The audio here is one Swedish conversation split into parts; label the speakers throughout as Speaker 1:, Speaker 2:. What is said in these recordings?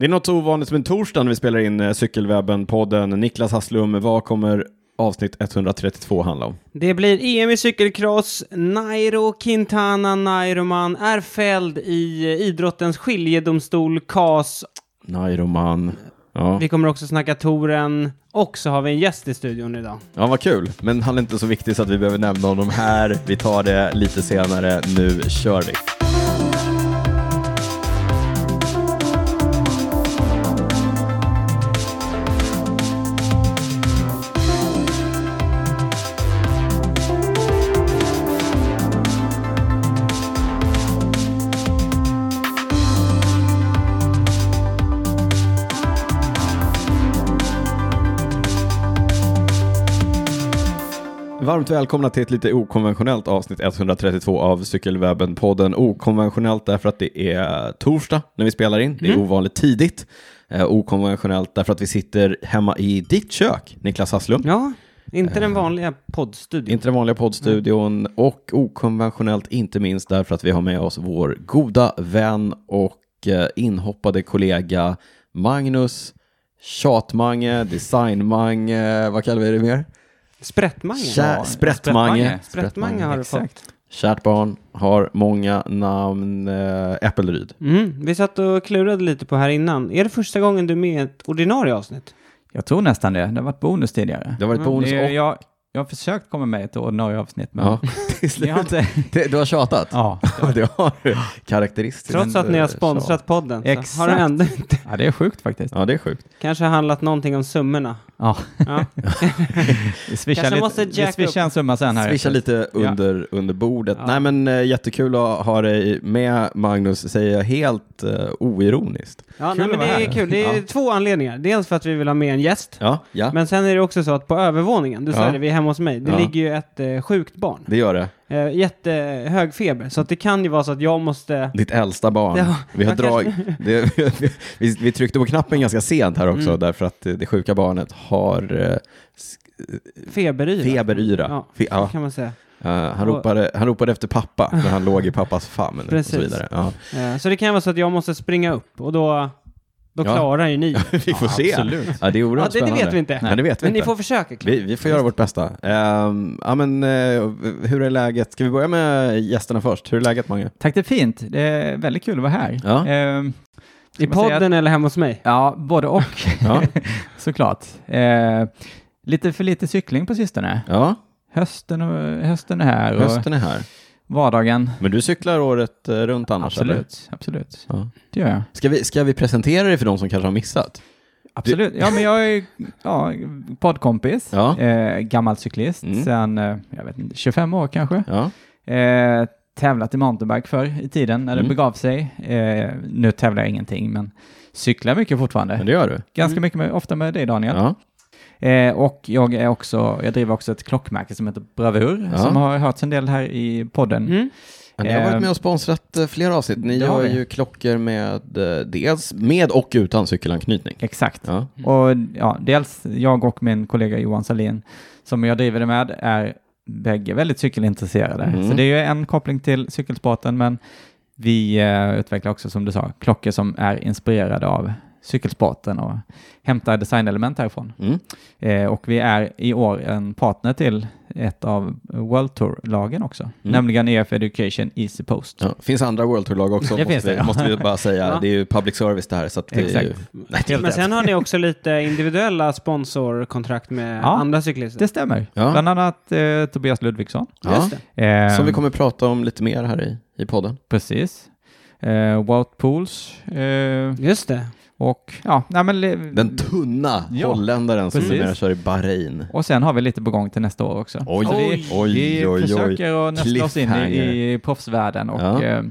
Speaker 1: Det är något så ovanligt som en torsdag när vi spelar in eh, Cykelwebben-podden. Niklas Hasslum, vad kommer avsnitt 132 handla om?
Speaker 2: Det blir EM i cykelcross, Nairo Quintana Nairoman är fälld i eh, idrottens skiljedomstol, KAS.
Speaker 1: Nairoman. Ja.
Speaker 2: Vi kommer också snacka touren och så har vi en gäst i studion idag.
Speaker 1: ja, vad kul. Men han är inte så viktig så att vi behöver nämna honom här. Vi tar det lite senare. Nu kör vi. Varmt välkomna till ett lite okonventionellt avsnitt 132 av Cykelwebben-podden. Okonventionellt därför att det är torsdag när vi spelar in. Det är ovanligt tidigt. Eh, okonventionellt därför att vi sitter hemma i ditt kök, Niklas Hasslum.
Speaker 2: Ja, inte den vanliga poddstudion.
Speaker 1: Inte den vanliga poddstudion och okonventionellt inte minst därför att vi har med oss vår goda vän och eh, inhoppade kollega Magnus Tjatmange, Designmange, vad kallar vi det mer?
Speaker 2: Sprättmange.
Speaker 1: Kär, sprättmange.
Speaker 2: Sprättmange har du fått.
Speaker 1: Kärt barn har många namn. eh, Äppelryd.
Speaker 2: Mm, vi satt och klurade lite på här innan. Är det första gången du är med i ett ordinarie avsnitt?
Speaker 3: Jag tror nästan det. Det har varit bonus tidigare.
Speaker 1: Det har varit bonus
Speaker 3: Det är-
Speaker 1: och...
Speaker 3: jag, jag har försökt komma med i ett ordinarie avsnitt, men
Speaker 1: Ja, till
Speaker 3: ni har
Speaker 1: slut.
Speaker 3: inte...
Speaker 1: Det- Du har tjatat.
Speaker 3: ja.
Speaker 1: Det har du. Karaktäristiskt. eh,
Speaker 2: Trots att ni har sponsrat podden så har
Speaker 3: Exakt.
Speaker 2: det ändå inte...
Speaker 3: ja, det är sjukt faktiskt.
Speaker 1: Ja, det är sjukt.
Speaker 2: Kanske har handlat någonting om summorna.
Speaker 3: Ja.
Speaker 2: Ja.
Speaker 3: Vi swishar
Speaker 2: Kanske
Speaker 3: lite-
Speaker 2: måste
Speaker 3: vi
Speaker 2: jacka
Speaker 3: swishar en summa sen här.
Speaker 1: Swisha lite
Speaker 3: Ja.
Speaker 1: under, under bordet.
Speaker 2: Ja.
Speaker 1: Nej men eh, jättekul att ha dig med Magnus, säger jag helt eh, oironiskt.
Speaker 2: Ja,
Speaker 3: Kul
Speaker 2: nej,
Speaker 3: att
Speaker 2: men det
Speaker 3: vara
Speaker 2: är
Speaker 3: här.
Speaker 2: kul. Det är
Speaker 1: Ja.
Speaker 2: två anledningar. Dels för att vi vill ha med en gäst.
Speaker 1: Ja, ja
Speaker 2: Men sen är det också så att på övervåningen, du sa
Speaker 1: Ja.
Speaker 2: det, vi är hemma hos mig, det
Speaker 1: Ja.
Speaker 2: ligger ju ett eh, sjukt barn.
Speaker 1: det gör det.
Speaker 2: Eh, jättehög feber, så att det kan ju vara så att jag måste...
Speaker 1: Ditt äldsta barn.
Speaker 2: Ja,
Speaker 1: vi, har
Speaker 2: jag kanske-
Speaker 1: drag... det, vi, vi tryckte på knappen ganska sent här också därför att eh, det sjuka barnet har eh, s-
Speaker 2: Feberyra.
Speaker 1: feberyra.
Speaker 2: Ja,
Speaker 1: Fe- ja.
Speaker 2: kan man säga.
Speaker 1: Eh, han,
Speaker 2: Och-
Speaker 1: ropade, han ropade efter pappa när han låg i pappas famn. Och så
Speaker 2: Precis.
Speaker 1: vidare. Ja.
Speaker 2: Eh, så det kan vara så att jag måste springa upp och då, då
Speaker 1: Ja.
Speaker 2: klarar ju ni.
Speaker 1: Vi får
Speaker 3: Ja,
Speaker 1: se.
Speaker 3: absolut.
Speaker 1: Ja, det är oerhört
Speaker 2: Ja, det, det
Speaker 1: spännande.
Speaker 2: vet vi inte.
Speaker 1: Nej, det vet vi
Speaker 2: men
Speaker 1: inte.
Speaker 2: ni får försöka. Klara.
Speaker 1: Vi, vi får göra vårt bästa. Ehm, ja, men, eh, hur är läget? Ska vi börja med gästerna först? Hur är läget Mange?
Speaker 3: Tack, det är fint. Det är väldigt kul att vara här.
Speaker 1: Ja.
Speaker 3: Ehm,
Speaker 2: I
Speaker 3: Ska man säga
Speaker 2: podden eller hemma hos mig.
Speaker 3: ja, både och
Speaker 1: Ja.
Speaker 3: såklart. Ehm, lite för lite cykling på sistone.
Speaker 1: ja,
Speaker 3: Hösten, och, hösten är här och
Speaker 1: hösten är här.
Speaker 3: vardagen.
Speaker 1: Men du cyklar året eh, runt annars? Eller?
Speaker 3: Absolut, absolut.
Speaker 1: Ja.
Speaker 3: Det gör jag.
Speaker 1: Ska, vi, ska vi presentera dig för de som kanske har missat?
Speaker 3: Absolut. Ja, men jag är ja, poddkompis,
Speaker 1: Ja.
Speaker 3: eh, gammal cyklist
Speaker 1: Mm.
Speaker 3: sedan eh, jag vet inte, 25 år kanske.
Speaker 1: Ja,
Speaker 3: Eh, tävlat i mountainbike förr i tiden när
Speaker 1: Mm.
Speaker 3: det begav sig. Eh, nu tävlar jag ingenting, men cyklar mycket fortfarande.
Speaker 1: men det gör du.
Speaker 3: Ganska
Speaker 2: Mm.
Speaker 3: mycket, med, ofta med dig Daniel.
Speaker 1: Ja.
Speaker 3: Eh, och jag, är också, jag driver också ett klockmärke som heter Bravur,
Speaker 1: Ja.
Speaker 3: som har hörts en del här i podden.
Speaker 2: Mm.
Speaker 1: Ja, Ni har
Speaker 3: Ehm.
Speaker 1: varit med och sponsrat eh, flera avsnitt. Ni
Speaker 3: Det har
Speaker 1: gör
Speaker 3: vi.
Speaker 1: ju klockor med eh, dels med och utan cykelanknytning.
Speaker 3: Exakt.
Speaker 1: Ja.
Speaker 3: Och ja, dels jag och min kollega Johan Salin som jag driver det med är bägge väldigt cykelintresserade.
Speaker 1: Mm.
Speaker 3: Så det är ju en koppling till cykelsporten, men vi eh, utvecklar också, som du sa, klockor som är inspirerade av cykelsporten och hämtar designelement härifrån.
Speaker 1: Mm.
Speaker 3: Eh, och vi är i år en partner till ett av World Tour-lagen också, nämligen EF Education Easy Post.
Speaker 1: Mm. Ja. Finns andra World Tour-lag också,
Speaker 3: Det
Speaker 1: måste,
Speaker 3: finns
Speaker 1: vi,
Speaker 3: det, ja.
Speaker 1: måste vi bara säga.
Speaker 2: Ja.
Speaker 1: Det är ju public service det här. Så att det är ju...
Speaker 3: Exakt.
Speaker 1: Nej, det är
Speaker 2: Men
Speaker 1: inte-
Speaker 2: sen har ni också lite individuella sponsorkontrakt med
Speaker 3: Ja.
Speaker 2: andra cyklister.
Speaker 3: Det stämmer.
Speaker 1: Ja.
Speaker 3: Bland annat eh, Tobias Ludvigsson.
Speaker 1: Ja.
Speaker 2: Just det.
Speaker 3: Eh,
Speaker 1: Som vi kommer prata om lite mer här i, i podden.
Speaker 3: Precis. Eh, Wout Pools eh,
Speaker 2: Just det.
Speaker 3: och ja, nej men, le-
Speaker 1: Den tunna
Speaker 3: Ja,
Speaker 1: holländaren som
Speaker 3: precis.
Speaker 1: numera kör i Bahrain.
Speaker 3: och sen har vi lite på gång till nästa år också.
Speaker 1: Oj,
Speaker 3: Så vi,
Speaker 1: oj,
Speaker 3: vi
Speaker 1: oj, oj.
Speaker 3: försöker att nästla oss in i, i proffsvärlden och
Speaker 1: Ja.
Speaker 3: Eh,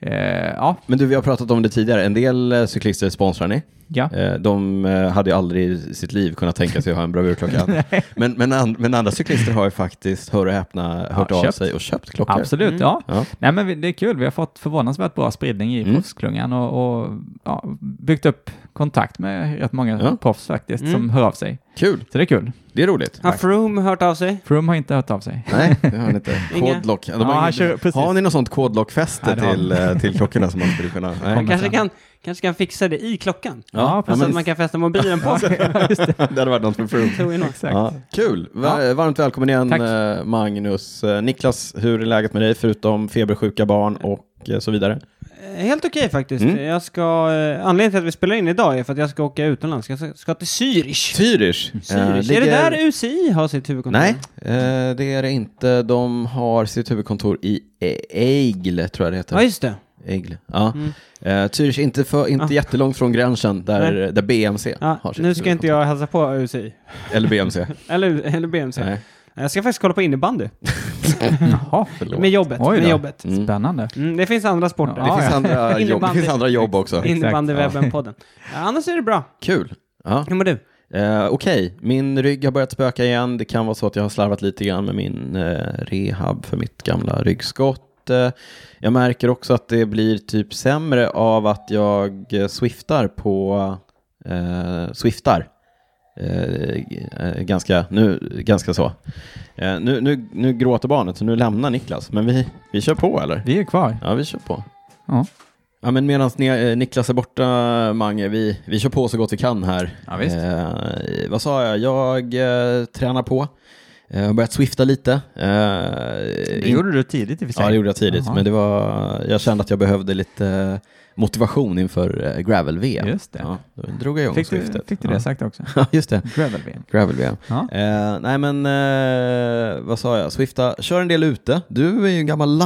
Speaker 3: eh, ja,
Speaker 1: Men du, vi har pratat om det tidigare. En del eh, cyklister sponsrar ni.
Speaker 3: ja.
Speaker 1: Eh, De eh, hade ju aldrig i sitt liv kunnat tänka sig att ha en bravurklocka. men, men, an, men andra cyklister har ju faktiskt, hör och häpna, hört av
Speaker 3: köpt.
Speaker 1: sig och köpt klockor.
Speaker 3: Absolut,
Speaker 2: Mm.
Speaker 3: ja.
Speaker 1: Ja.
Speaker 3: Nej men vi- det är kul, vi har fått förvånansvärt bra spridning i
Speaker 1: Mm.
Speaker 3: proffsklungan och, och ja, byggt upp kontakt med rätt många
Speaker 1: Ja.
Speaker 3: proffs faktiskt
Speaker 2: Mm.
Speaker 3: som hör av sig.
Speaker 1: Kul,
Speaker 3: Så det är kul.
Speaker 1: det är roligt.
Speaker 2: Har Froome hört av sig?
Speaker 3: Froome har inte hört av sig.
Speaker 1: Nej, det har ni inte.
Speaker 2: Inga.
Speaker 1: Kodlock. De
Speaker 3: Ja,
Speaker 1: har,
Speaker 3: han
Speaker 1: ingen-
Speaker 3: kör- precis.
Speaker 1: har ni något sånt kodlockfäste
Speaker 3: Nej, det har
Speaker 1: till, eh, till klockorna som man skulle kunna... Nej.
Speaker 3: Kommer
Speaker 2: Kanske
Speaker 3: sen.
Speaker 2: kan, Kanske kan fixa det i klockan.
Speaker 3: Ja,
Speaker 2: så
Speaker 3: precis.
Speaker 2: att man kan fästa mobilen på sig.
Speaker 1: det hade varit något med Froome.
Speaker 2: Two in one.
Speaker 3: Exakt.
Speaker 1: Ja, kul! Va- Varmt välkommen igen
Speaker 3: Tack.
Speaker 1: eh, Magnus. Eh, Niklas, hur är läget med dig förutom febersjuka barn och eh, så vidare?
Speaker 2: Eh, Helt okej faktiskt.
Speaker 1: Mm.
Speaker 2: Jag ska, eh, anledningen till att vi spelar in idag är för att jag ska åka utomlands. Jag ska, ska till Zürich.
Speaker 1: Zürich. Eh,
Speaker 2: Zürich. Är det
Speaker 1: ligger-
Speaker 2: där UCI har sitt huvudkontor?
Speaker 1: Nej, eh, det är det inte. De har sitt huvudkontor i E- Eigle, tror jag det heter.
Speaker 2: Ja, just det.
Speaker 1: Eigle. Ja.
Speaker 2: Mm.
Speaker 1: Eh, Zürich, inte, för, inte
Speaker 2: Ah.
Speaker 1: jättelångt från gränsen där, där BMC har
Speaker 2: Ja,
Speaker 1: sitt
Speaker 2: nu ska inte jag hälsa på UCI.
Speaker 1: huvudkontor. Eller BMC.
Speaker 2: Eller, eller BMC.
Speaker 1: Nej.
Speaker 2: Eh, Jag ska faktiskt kolla på innebandy.
Speaker 3: Jaha,
Speaker 1: Förlåt.
Speaker 2: Med jobbet.
Speaker 3: Oj
Speaker 2: Med
Speaker 3: då.
Speaker 2: jobbet.
Speaker 1: Mm.
Speaker 3: spännande.
Speaker 2: Mm, det finns andra sporter.
Speaker 1: Det,
Speaker 3: Ja,
Speaker 1: finns
Speaker 3: ja.
Speaker 1: andra jobb. det
Speaker 2: Innebandy.
Speaker 1: finns andra jobb också.
Speaker 3: Exakt.
Speaker 2: Innebandywebben-podden. Ja, annars är det bra.
Speaker 1: Kul. Ja.
Speaker 2: Hur mår du?
Speaker 1: Eh, Okej, min rygg har börjat spöka igen. Det kan vara så att jag har slarvat lite grann med min eh, rehab för mitt gamla ryggskott. Eh, jag märker också att det blir typ sämre av att jag eh, swiftar på... Eh, swiftar. Eh, eh, ganska, nu, ganska så. Eh, nu, nu, nu gråter barnet, så nu lämnar Niklas. Men vi, vi kör på, eller?
Speaker 3: Vi är kvar.
Speaker 1: Ja, vi kör på.
Speaker 3: Ja.
Speaker 1: Ja, men medan ni, eh, Niklas är borta, Mange, vi, vi kör på så gott vi kan här.
Speaker 3: Ja, visst.
Speaker 1: Eh, vad sa jag? Jag eh, tränar på. Jag har börjat swifta lite. Eh,
Speaker 3: Det
Speaker 1: in-
Speaker 3: Eh, gjorde du tidigt i och för sig.
Speaker 1: Ja, det gjorde jag tidigt.
Speaker 3: Jaha.
Speaker 1: Men det var, jag kände att jag behövde lite motivation inför eh, Gravel-VM.
Speaker 3: Just det.
Speaker 1: Ja, då drog jag igång
Speaker 3: Fick du,
Speaker 1: swiftet.
Speaker 3: fick du det
Speaker 1: ja.
Speaker 3: sagt också?
Speaker 1: Ja, just det.
Speaker 3: Gravel
Speaker 1: Gravel-VM.
Speaker 3: Ja.
Speaker 1: Eh, nej men, eh, vad sa jag? Swifta, kör en del ute. Du är ju en gammal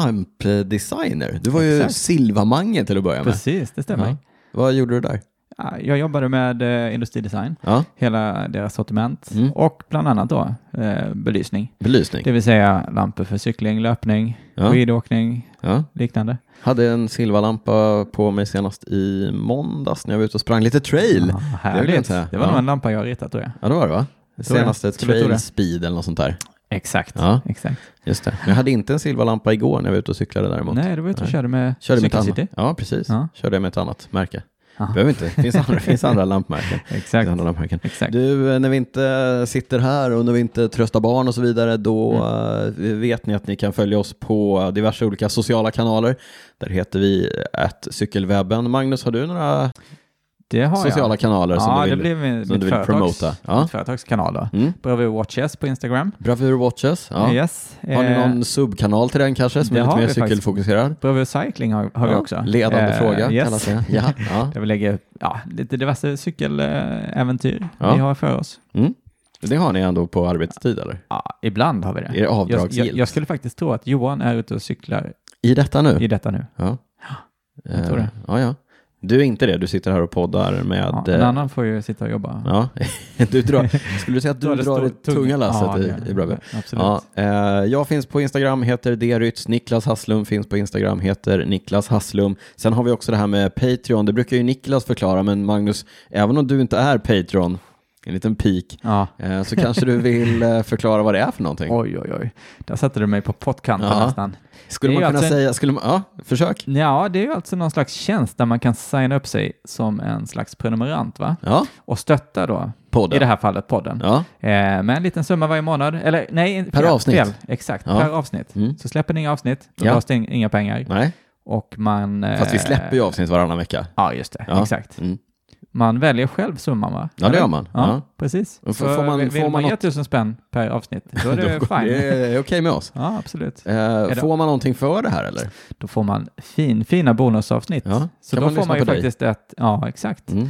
Speaker 1: lampdesigner. Du var ju
Speaker 3: Exakt.
Speaker 1: Silvamange till att börja med.
Speaker 3: Precis, det stämmer.
Speaker 1: Ja. Vad gjorde du där?
Speaker 3: Ja, Jag jobbade med eh, industridesign,
Speaker 1: Ja,
Speaker 3: hela deras sortiment
Speaker 1: Mm.
Speaker 3: och bland annat då eh, belysning.
Speaker 1: belysning.
Speaker 3: Det vill säga lampor för cykling, löpning,
Speaker 1: Ja.
Speaker 3: skidåkning,
Speaker 1: Ja.
Speaker 3: liknande.
Speaker 1: Hade en silvalampa på mig senast i måndags när jag var ute och sprang lite trail.
Speaker 3: Ja,
Speaker 1: vill jag
Speaker 3: härligt.
Speaker 1: säga.
Speaker 3: Det, var
Speaker 1: Ja.
Speaker 3: nog en lampa jag ritat tror jag.
Speaker 1: Ja, det var det va?
Speaker 3: Tror jag.
Speaker 1: Senaste
Speaker 3: Skulle tro
Speaker 1: trail
Speaker 3: det.
Speaker 1: speed eller något sånt där.
Speaker 3: Exakt.
Speaker 1: Ja.
Speaker 3: Exakt.
Speaker 1: Just det. Men jag hade inte en silvalampa igår när jag var ute och cyklade däremot.
Speaker 3: Nej, du var ute och
Speaker 1: Nej.
Speaker 3: körde med
Speaker 1: Körde med ett
Speaker 3: Cykelcity.
Speaker 1: annat. Ja, precis.
Speaker 3: Ja.
Speaker 1: Körde jag med ett annat märke.
Speaker 3: Ja.
Speaker 1: Behöver inte. Finns andra, finns andra lampmärken. Finns
Speaker 3: Exakt.
Speaker 1: andra lampmärken.
Speaker 3: Exakt.
Speaker 1: Du, eh, när vi inte sitter här och när vi inte tröstar barn och så vidare, då
Speaker 3: Mm.
Speaker 1: eh, vet ni att ni kan följa oss på diverse olika sociala kanaler. Där heter vi att cykelwebben. Magnus, har du några
Speaker 3: Det har jag.
Speaker 1: sociala kanaler
Speaker 3: Ah, ja,
Speaker 1: som du
Speaker 3: det
Speaker 1: vill?
Speaker 3: blir min,
Speaker 1: som du
Speaker 3: mitt,
Speaker 1: vill
Speaker 3: företags,
Speaker 1: promota. Ja.
Speaker 3: mitt företags kanal då.
Speaker 1: Mm?
Speaker 3: Bravur Watches på Instagram.
Speaker 1: Bravur Watches. Ja.
Speaker 3: Yes.
Speaker 1: Har ni
Speaker 3: Eh,
Speaker 1: någon subkanal till den kanske som
Speaker 3: det
Speaker 1: är lite
Speaker 3: har
Speaker 1: mer
Speaker 3: vi faktiskt.
Speaker 1: cykelfokuserad?
Speaker 3: Bravur Cycling har, har vi
Speaker 1: Ja,
Speaker 3: också.
Speaker 1: Ledande
Speaker 3: Eh,
Speaker 1: fråga
Speaker 3: yes.
Speaker 1: kallas det. Ja, ja.
Speaker 3: Där vi lägger upp, ja, lite diverse cykeläventyr
Speaker 1: Ja.
Speaker 3: vi har för oss.
Speaker 1: Mm. Det har ni ändå på arbetstid eller?
Speaker 3: Ja, ibland har vi
Speaker 1: Är
Speaker 3: det.
Speaker 1: det
Speaker 3: Jag, jag,
Speaker 1: avdragsgillt?
Speaker 3: jag skulle faktiskt tro att Johan är ute och cyklar
Speaker 1: I detta nu?
Speaker 3: i detta nu.
Speaker 1: Ja.
Speaker 3: jag tror
Speaker 1: Eh,
Speaker 3: det.
Speaker 1: Ja, ja. Du är inte det, du sitter här och poddar med...
Speaker 3: Ja,
Speaker 1: eh,
Speaker 3: en annan får ju sitta och jobba.
Speaker 1: Ja, du drar, skulle du säga att du
Speaker 3: Dra det
Speaker 1: drar
Speaker 3: stor-
Speaker 1: det tunga
Speaker 3: Ja,
Speaker 1: lasset
Speaker 3: det gör
Speaker 1: i,
Speaker 3: jag.
Speaker 1: i Bröberg?
Speaker 3: Absolut.
Speaker 1: Ja, eh, jag finns på Instagram, heter drytz. Niklas Hasslum finns på Instagram, heter Niklas Hasslum. Sen har vi också det här med Patreon. Det brukar ju Niklas förklara, men Magnus, även om du inte är Patreon, en liten pik,
Speaker 3: Ja.
Speaker 1: eh, så kanske du vill eh, förklara vad det är för någonting.
Speaker 3: Oj, oj, oj. Där satte du mig på pottkanten
Speaker 1: Ja.
Speaker 3: nästan.
Speaker 1: Skulle
Speaker 3: det är
Speaker 1: man kunna
Speaker 3: alltså en-
Speaker 1: säga, skulle man, ja, försök.
Speaker 3: Ja, det är ju alltså någon slags tjänst där man kan signa upp sig som en slags prenumerant va?
Speaker 1: Ja,
Speaker 3: och stötta då, i det
Speaker 1: podden.
Speaker 3: här fallet podden,
Speaker 1: Ja,
Speaker 3: eh, med en liten summa varje månad. Eller nej,
Speaker 1: Per avsnitt.
Speaker 3: Exakt,
Speaker 1: Ja.
Speaker 3: per avsnitt.
Speaker 1: Mm.
Speaker 3: Så släpper ni inga avsnitt, då
Speaker 1: Ja.
Speaker 3: dras det in, inga pengar.
Speaker 1: nej,
Speaker 3: Och man... eh,
Speaker 1: fast vi släpper ju avsnitt varannan vecka.
Speaker 3: Ja, just det.
Speaker 1: Ja.
Speaker 3: Exakt.
Speaker 1: Mm.
Speaker 3: Man väljer själv summan va?
Speaker 1: Ja, det
Speaker 3: Eller?
Speaker 1: gör man.
Speaker 3: Ja,
Speaker 1: Ja.
Speaker 3: precis.
Speaker 1: Och f-
Speaker 3: Så
Speaker 1: får man-
Speaker 3: vill
Speaker 1: får
Speaker 3: man,
Speaker 1: man
Speaker 3: ge
Speaker 1: något-
Speaker 3: tusen spänn per avsnitt, då är det
Speaker 1: Då går-
Speaker 3: fine.
Speaker 1: det är okej med oss.
Speaker 3: Ja, absolut.
Speaker 1: Eh,
Speaker 3: det-
Speaker 1: får man någonting för det här eller?
Speaker 3: Då får man fin, fina bonusavsnitt.
Speaker 1: Ja,
Speaker 3: Så
Speaker 1: kan
Speaker 3: då
Speaker 1: man
Speaker 3: får
Speaker 1: lyssna
Speaker 3: man ju
Speaker 1: på dig?
Speaker 3: faktiskt ett, ja exakt.
Speaker 1: Mm.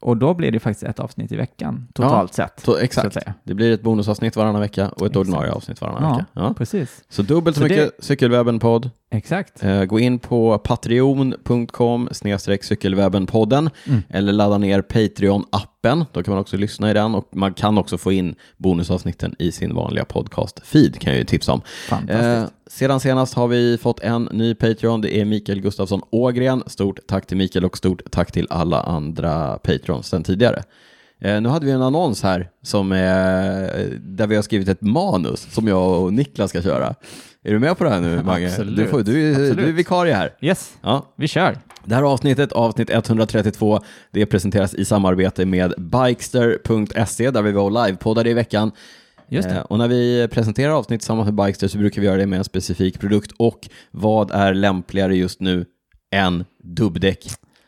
Speaker 3: Och då blir det faktiskt ett avsnitt i veckan totalt sett.
Speaker 1: Så,
Speaker 3: Så
Speaker 1: exakt.
Speaker 3: att säga.
Speaker 1: Det blir ett bonusavsnitt varannan vecka och ett
Speaker 3: Exakt.
Speaker 1: ordinarie avsnitt varannan
Speaker 3: Ja.
Speaker 1: vecka. Ja.
Speaker 3: Precis.
Speaker 1: Så dubbelt så,
Speaker 3: Så det-
Speaker 1: mycket Cykelwebben-podd.
Speaker 3: Exakt.
Speaker 1: Eh, gå in på patreon.com snedstreck cykelwebbenpodden
Speaker 3: Mm.
Speaker 1: eller ladda ner Patreon-appen. Då kan man också lyssna i den och man kan också få in bonusavsnitten i sin vanliga podcast-feed kan jag ju tipsa om.
Speaker 3: Fantastiskt.
Speaker 1: Eh, sedan senast har vi fått en ny Patreon. Det är Mikael Gustafsson Ågren. Stort tack till Mikael och stort tack till alla andra Patreons sedan tidigare. Eh, nu hade vi en annons här som är, eh, där vi har skrivit ett manus som jag och Niklas ska köra. Är du med på det här nu Mange?
Speaker 3: Absolut.
Speaker 1: Du, får, du, är-
Speaker 3: Absolut.
Speaker 1: du är vikarie här.
Speaker 3: Yes,
Speaker 1: Ja,
Speaker 3: vi kör.
Speaker 1: det här avsnittet, avsnitt 132, det presenteras i samarbete med Bikester.se E, där vi var och livepoddade i veckan.
Speaker 3: Just det.
Speaker 1: Eh, Och när vi presenterar avsnitt tillsammans med Bikester så brukar vi göra det med en specifik produkt och vad är lämpligare just nu än dubbdäck?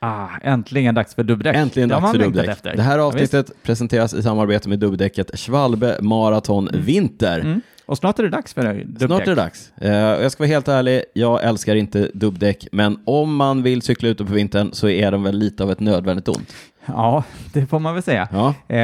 Speaker 3: Ah, äntligen dags för dubbdäck.
Speaker 1: Äntligen
Speaker 3: Det har
Speaker 1: dags
Speaker 3: man
Speaker 1: för
Speaker 3: längtat
Speaker 1: dubbdäck.
Speaker 3: efter.
Speaker 1: Det här
Speaker 3: Ja, visst.
Speaker 1: avsnittet presenteras i samarbete med dubbdäcket Schwalbe Marathon Vinter.
Speaker 3: Mm. Och snart är det dags för dubbdäck.
Speaker 1: Snart är det dags. Eh, och jag ska vara helt ärlig, jag älskar inte dubbdäck, men om man vill cykla ute på vintern så är de väl lite av ett nödvändigt ont.
Speaker 3: Ja, det får man väl säga.
Speaker 1: Ja.
Speaker 3: Eh,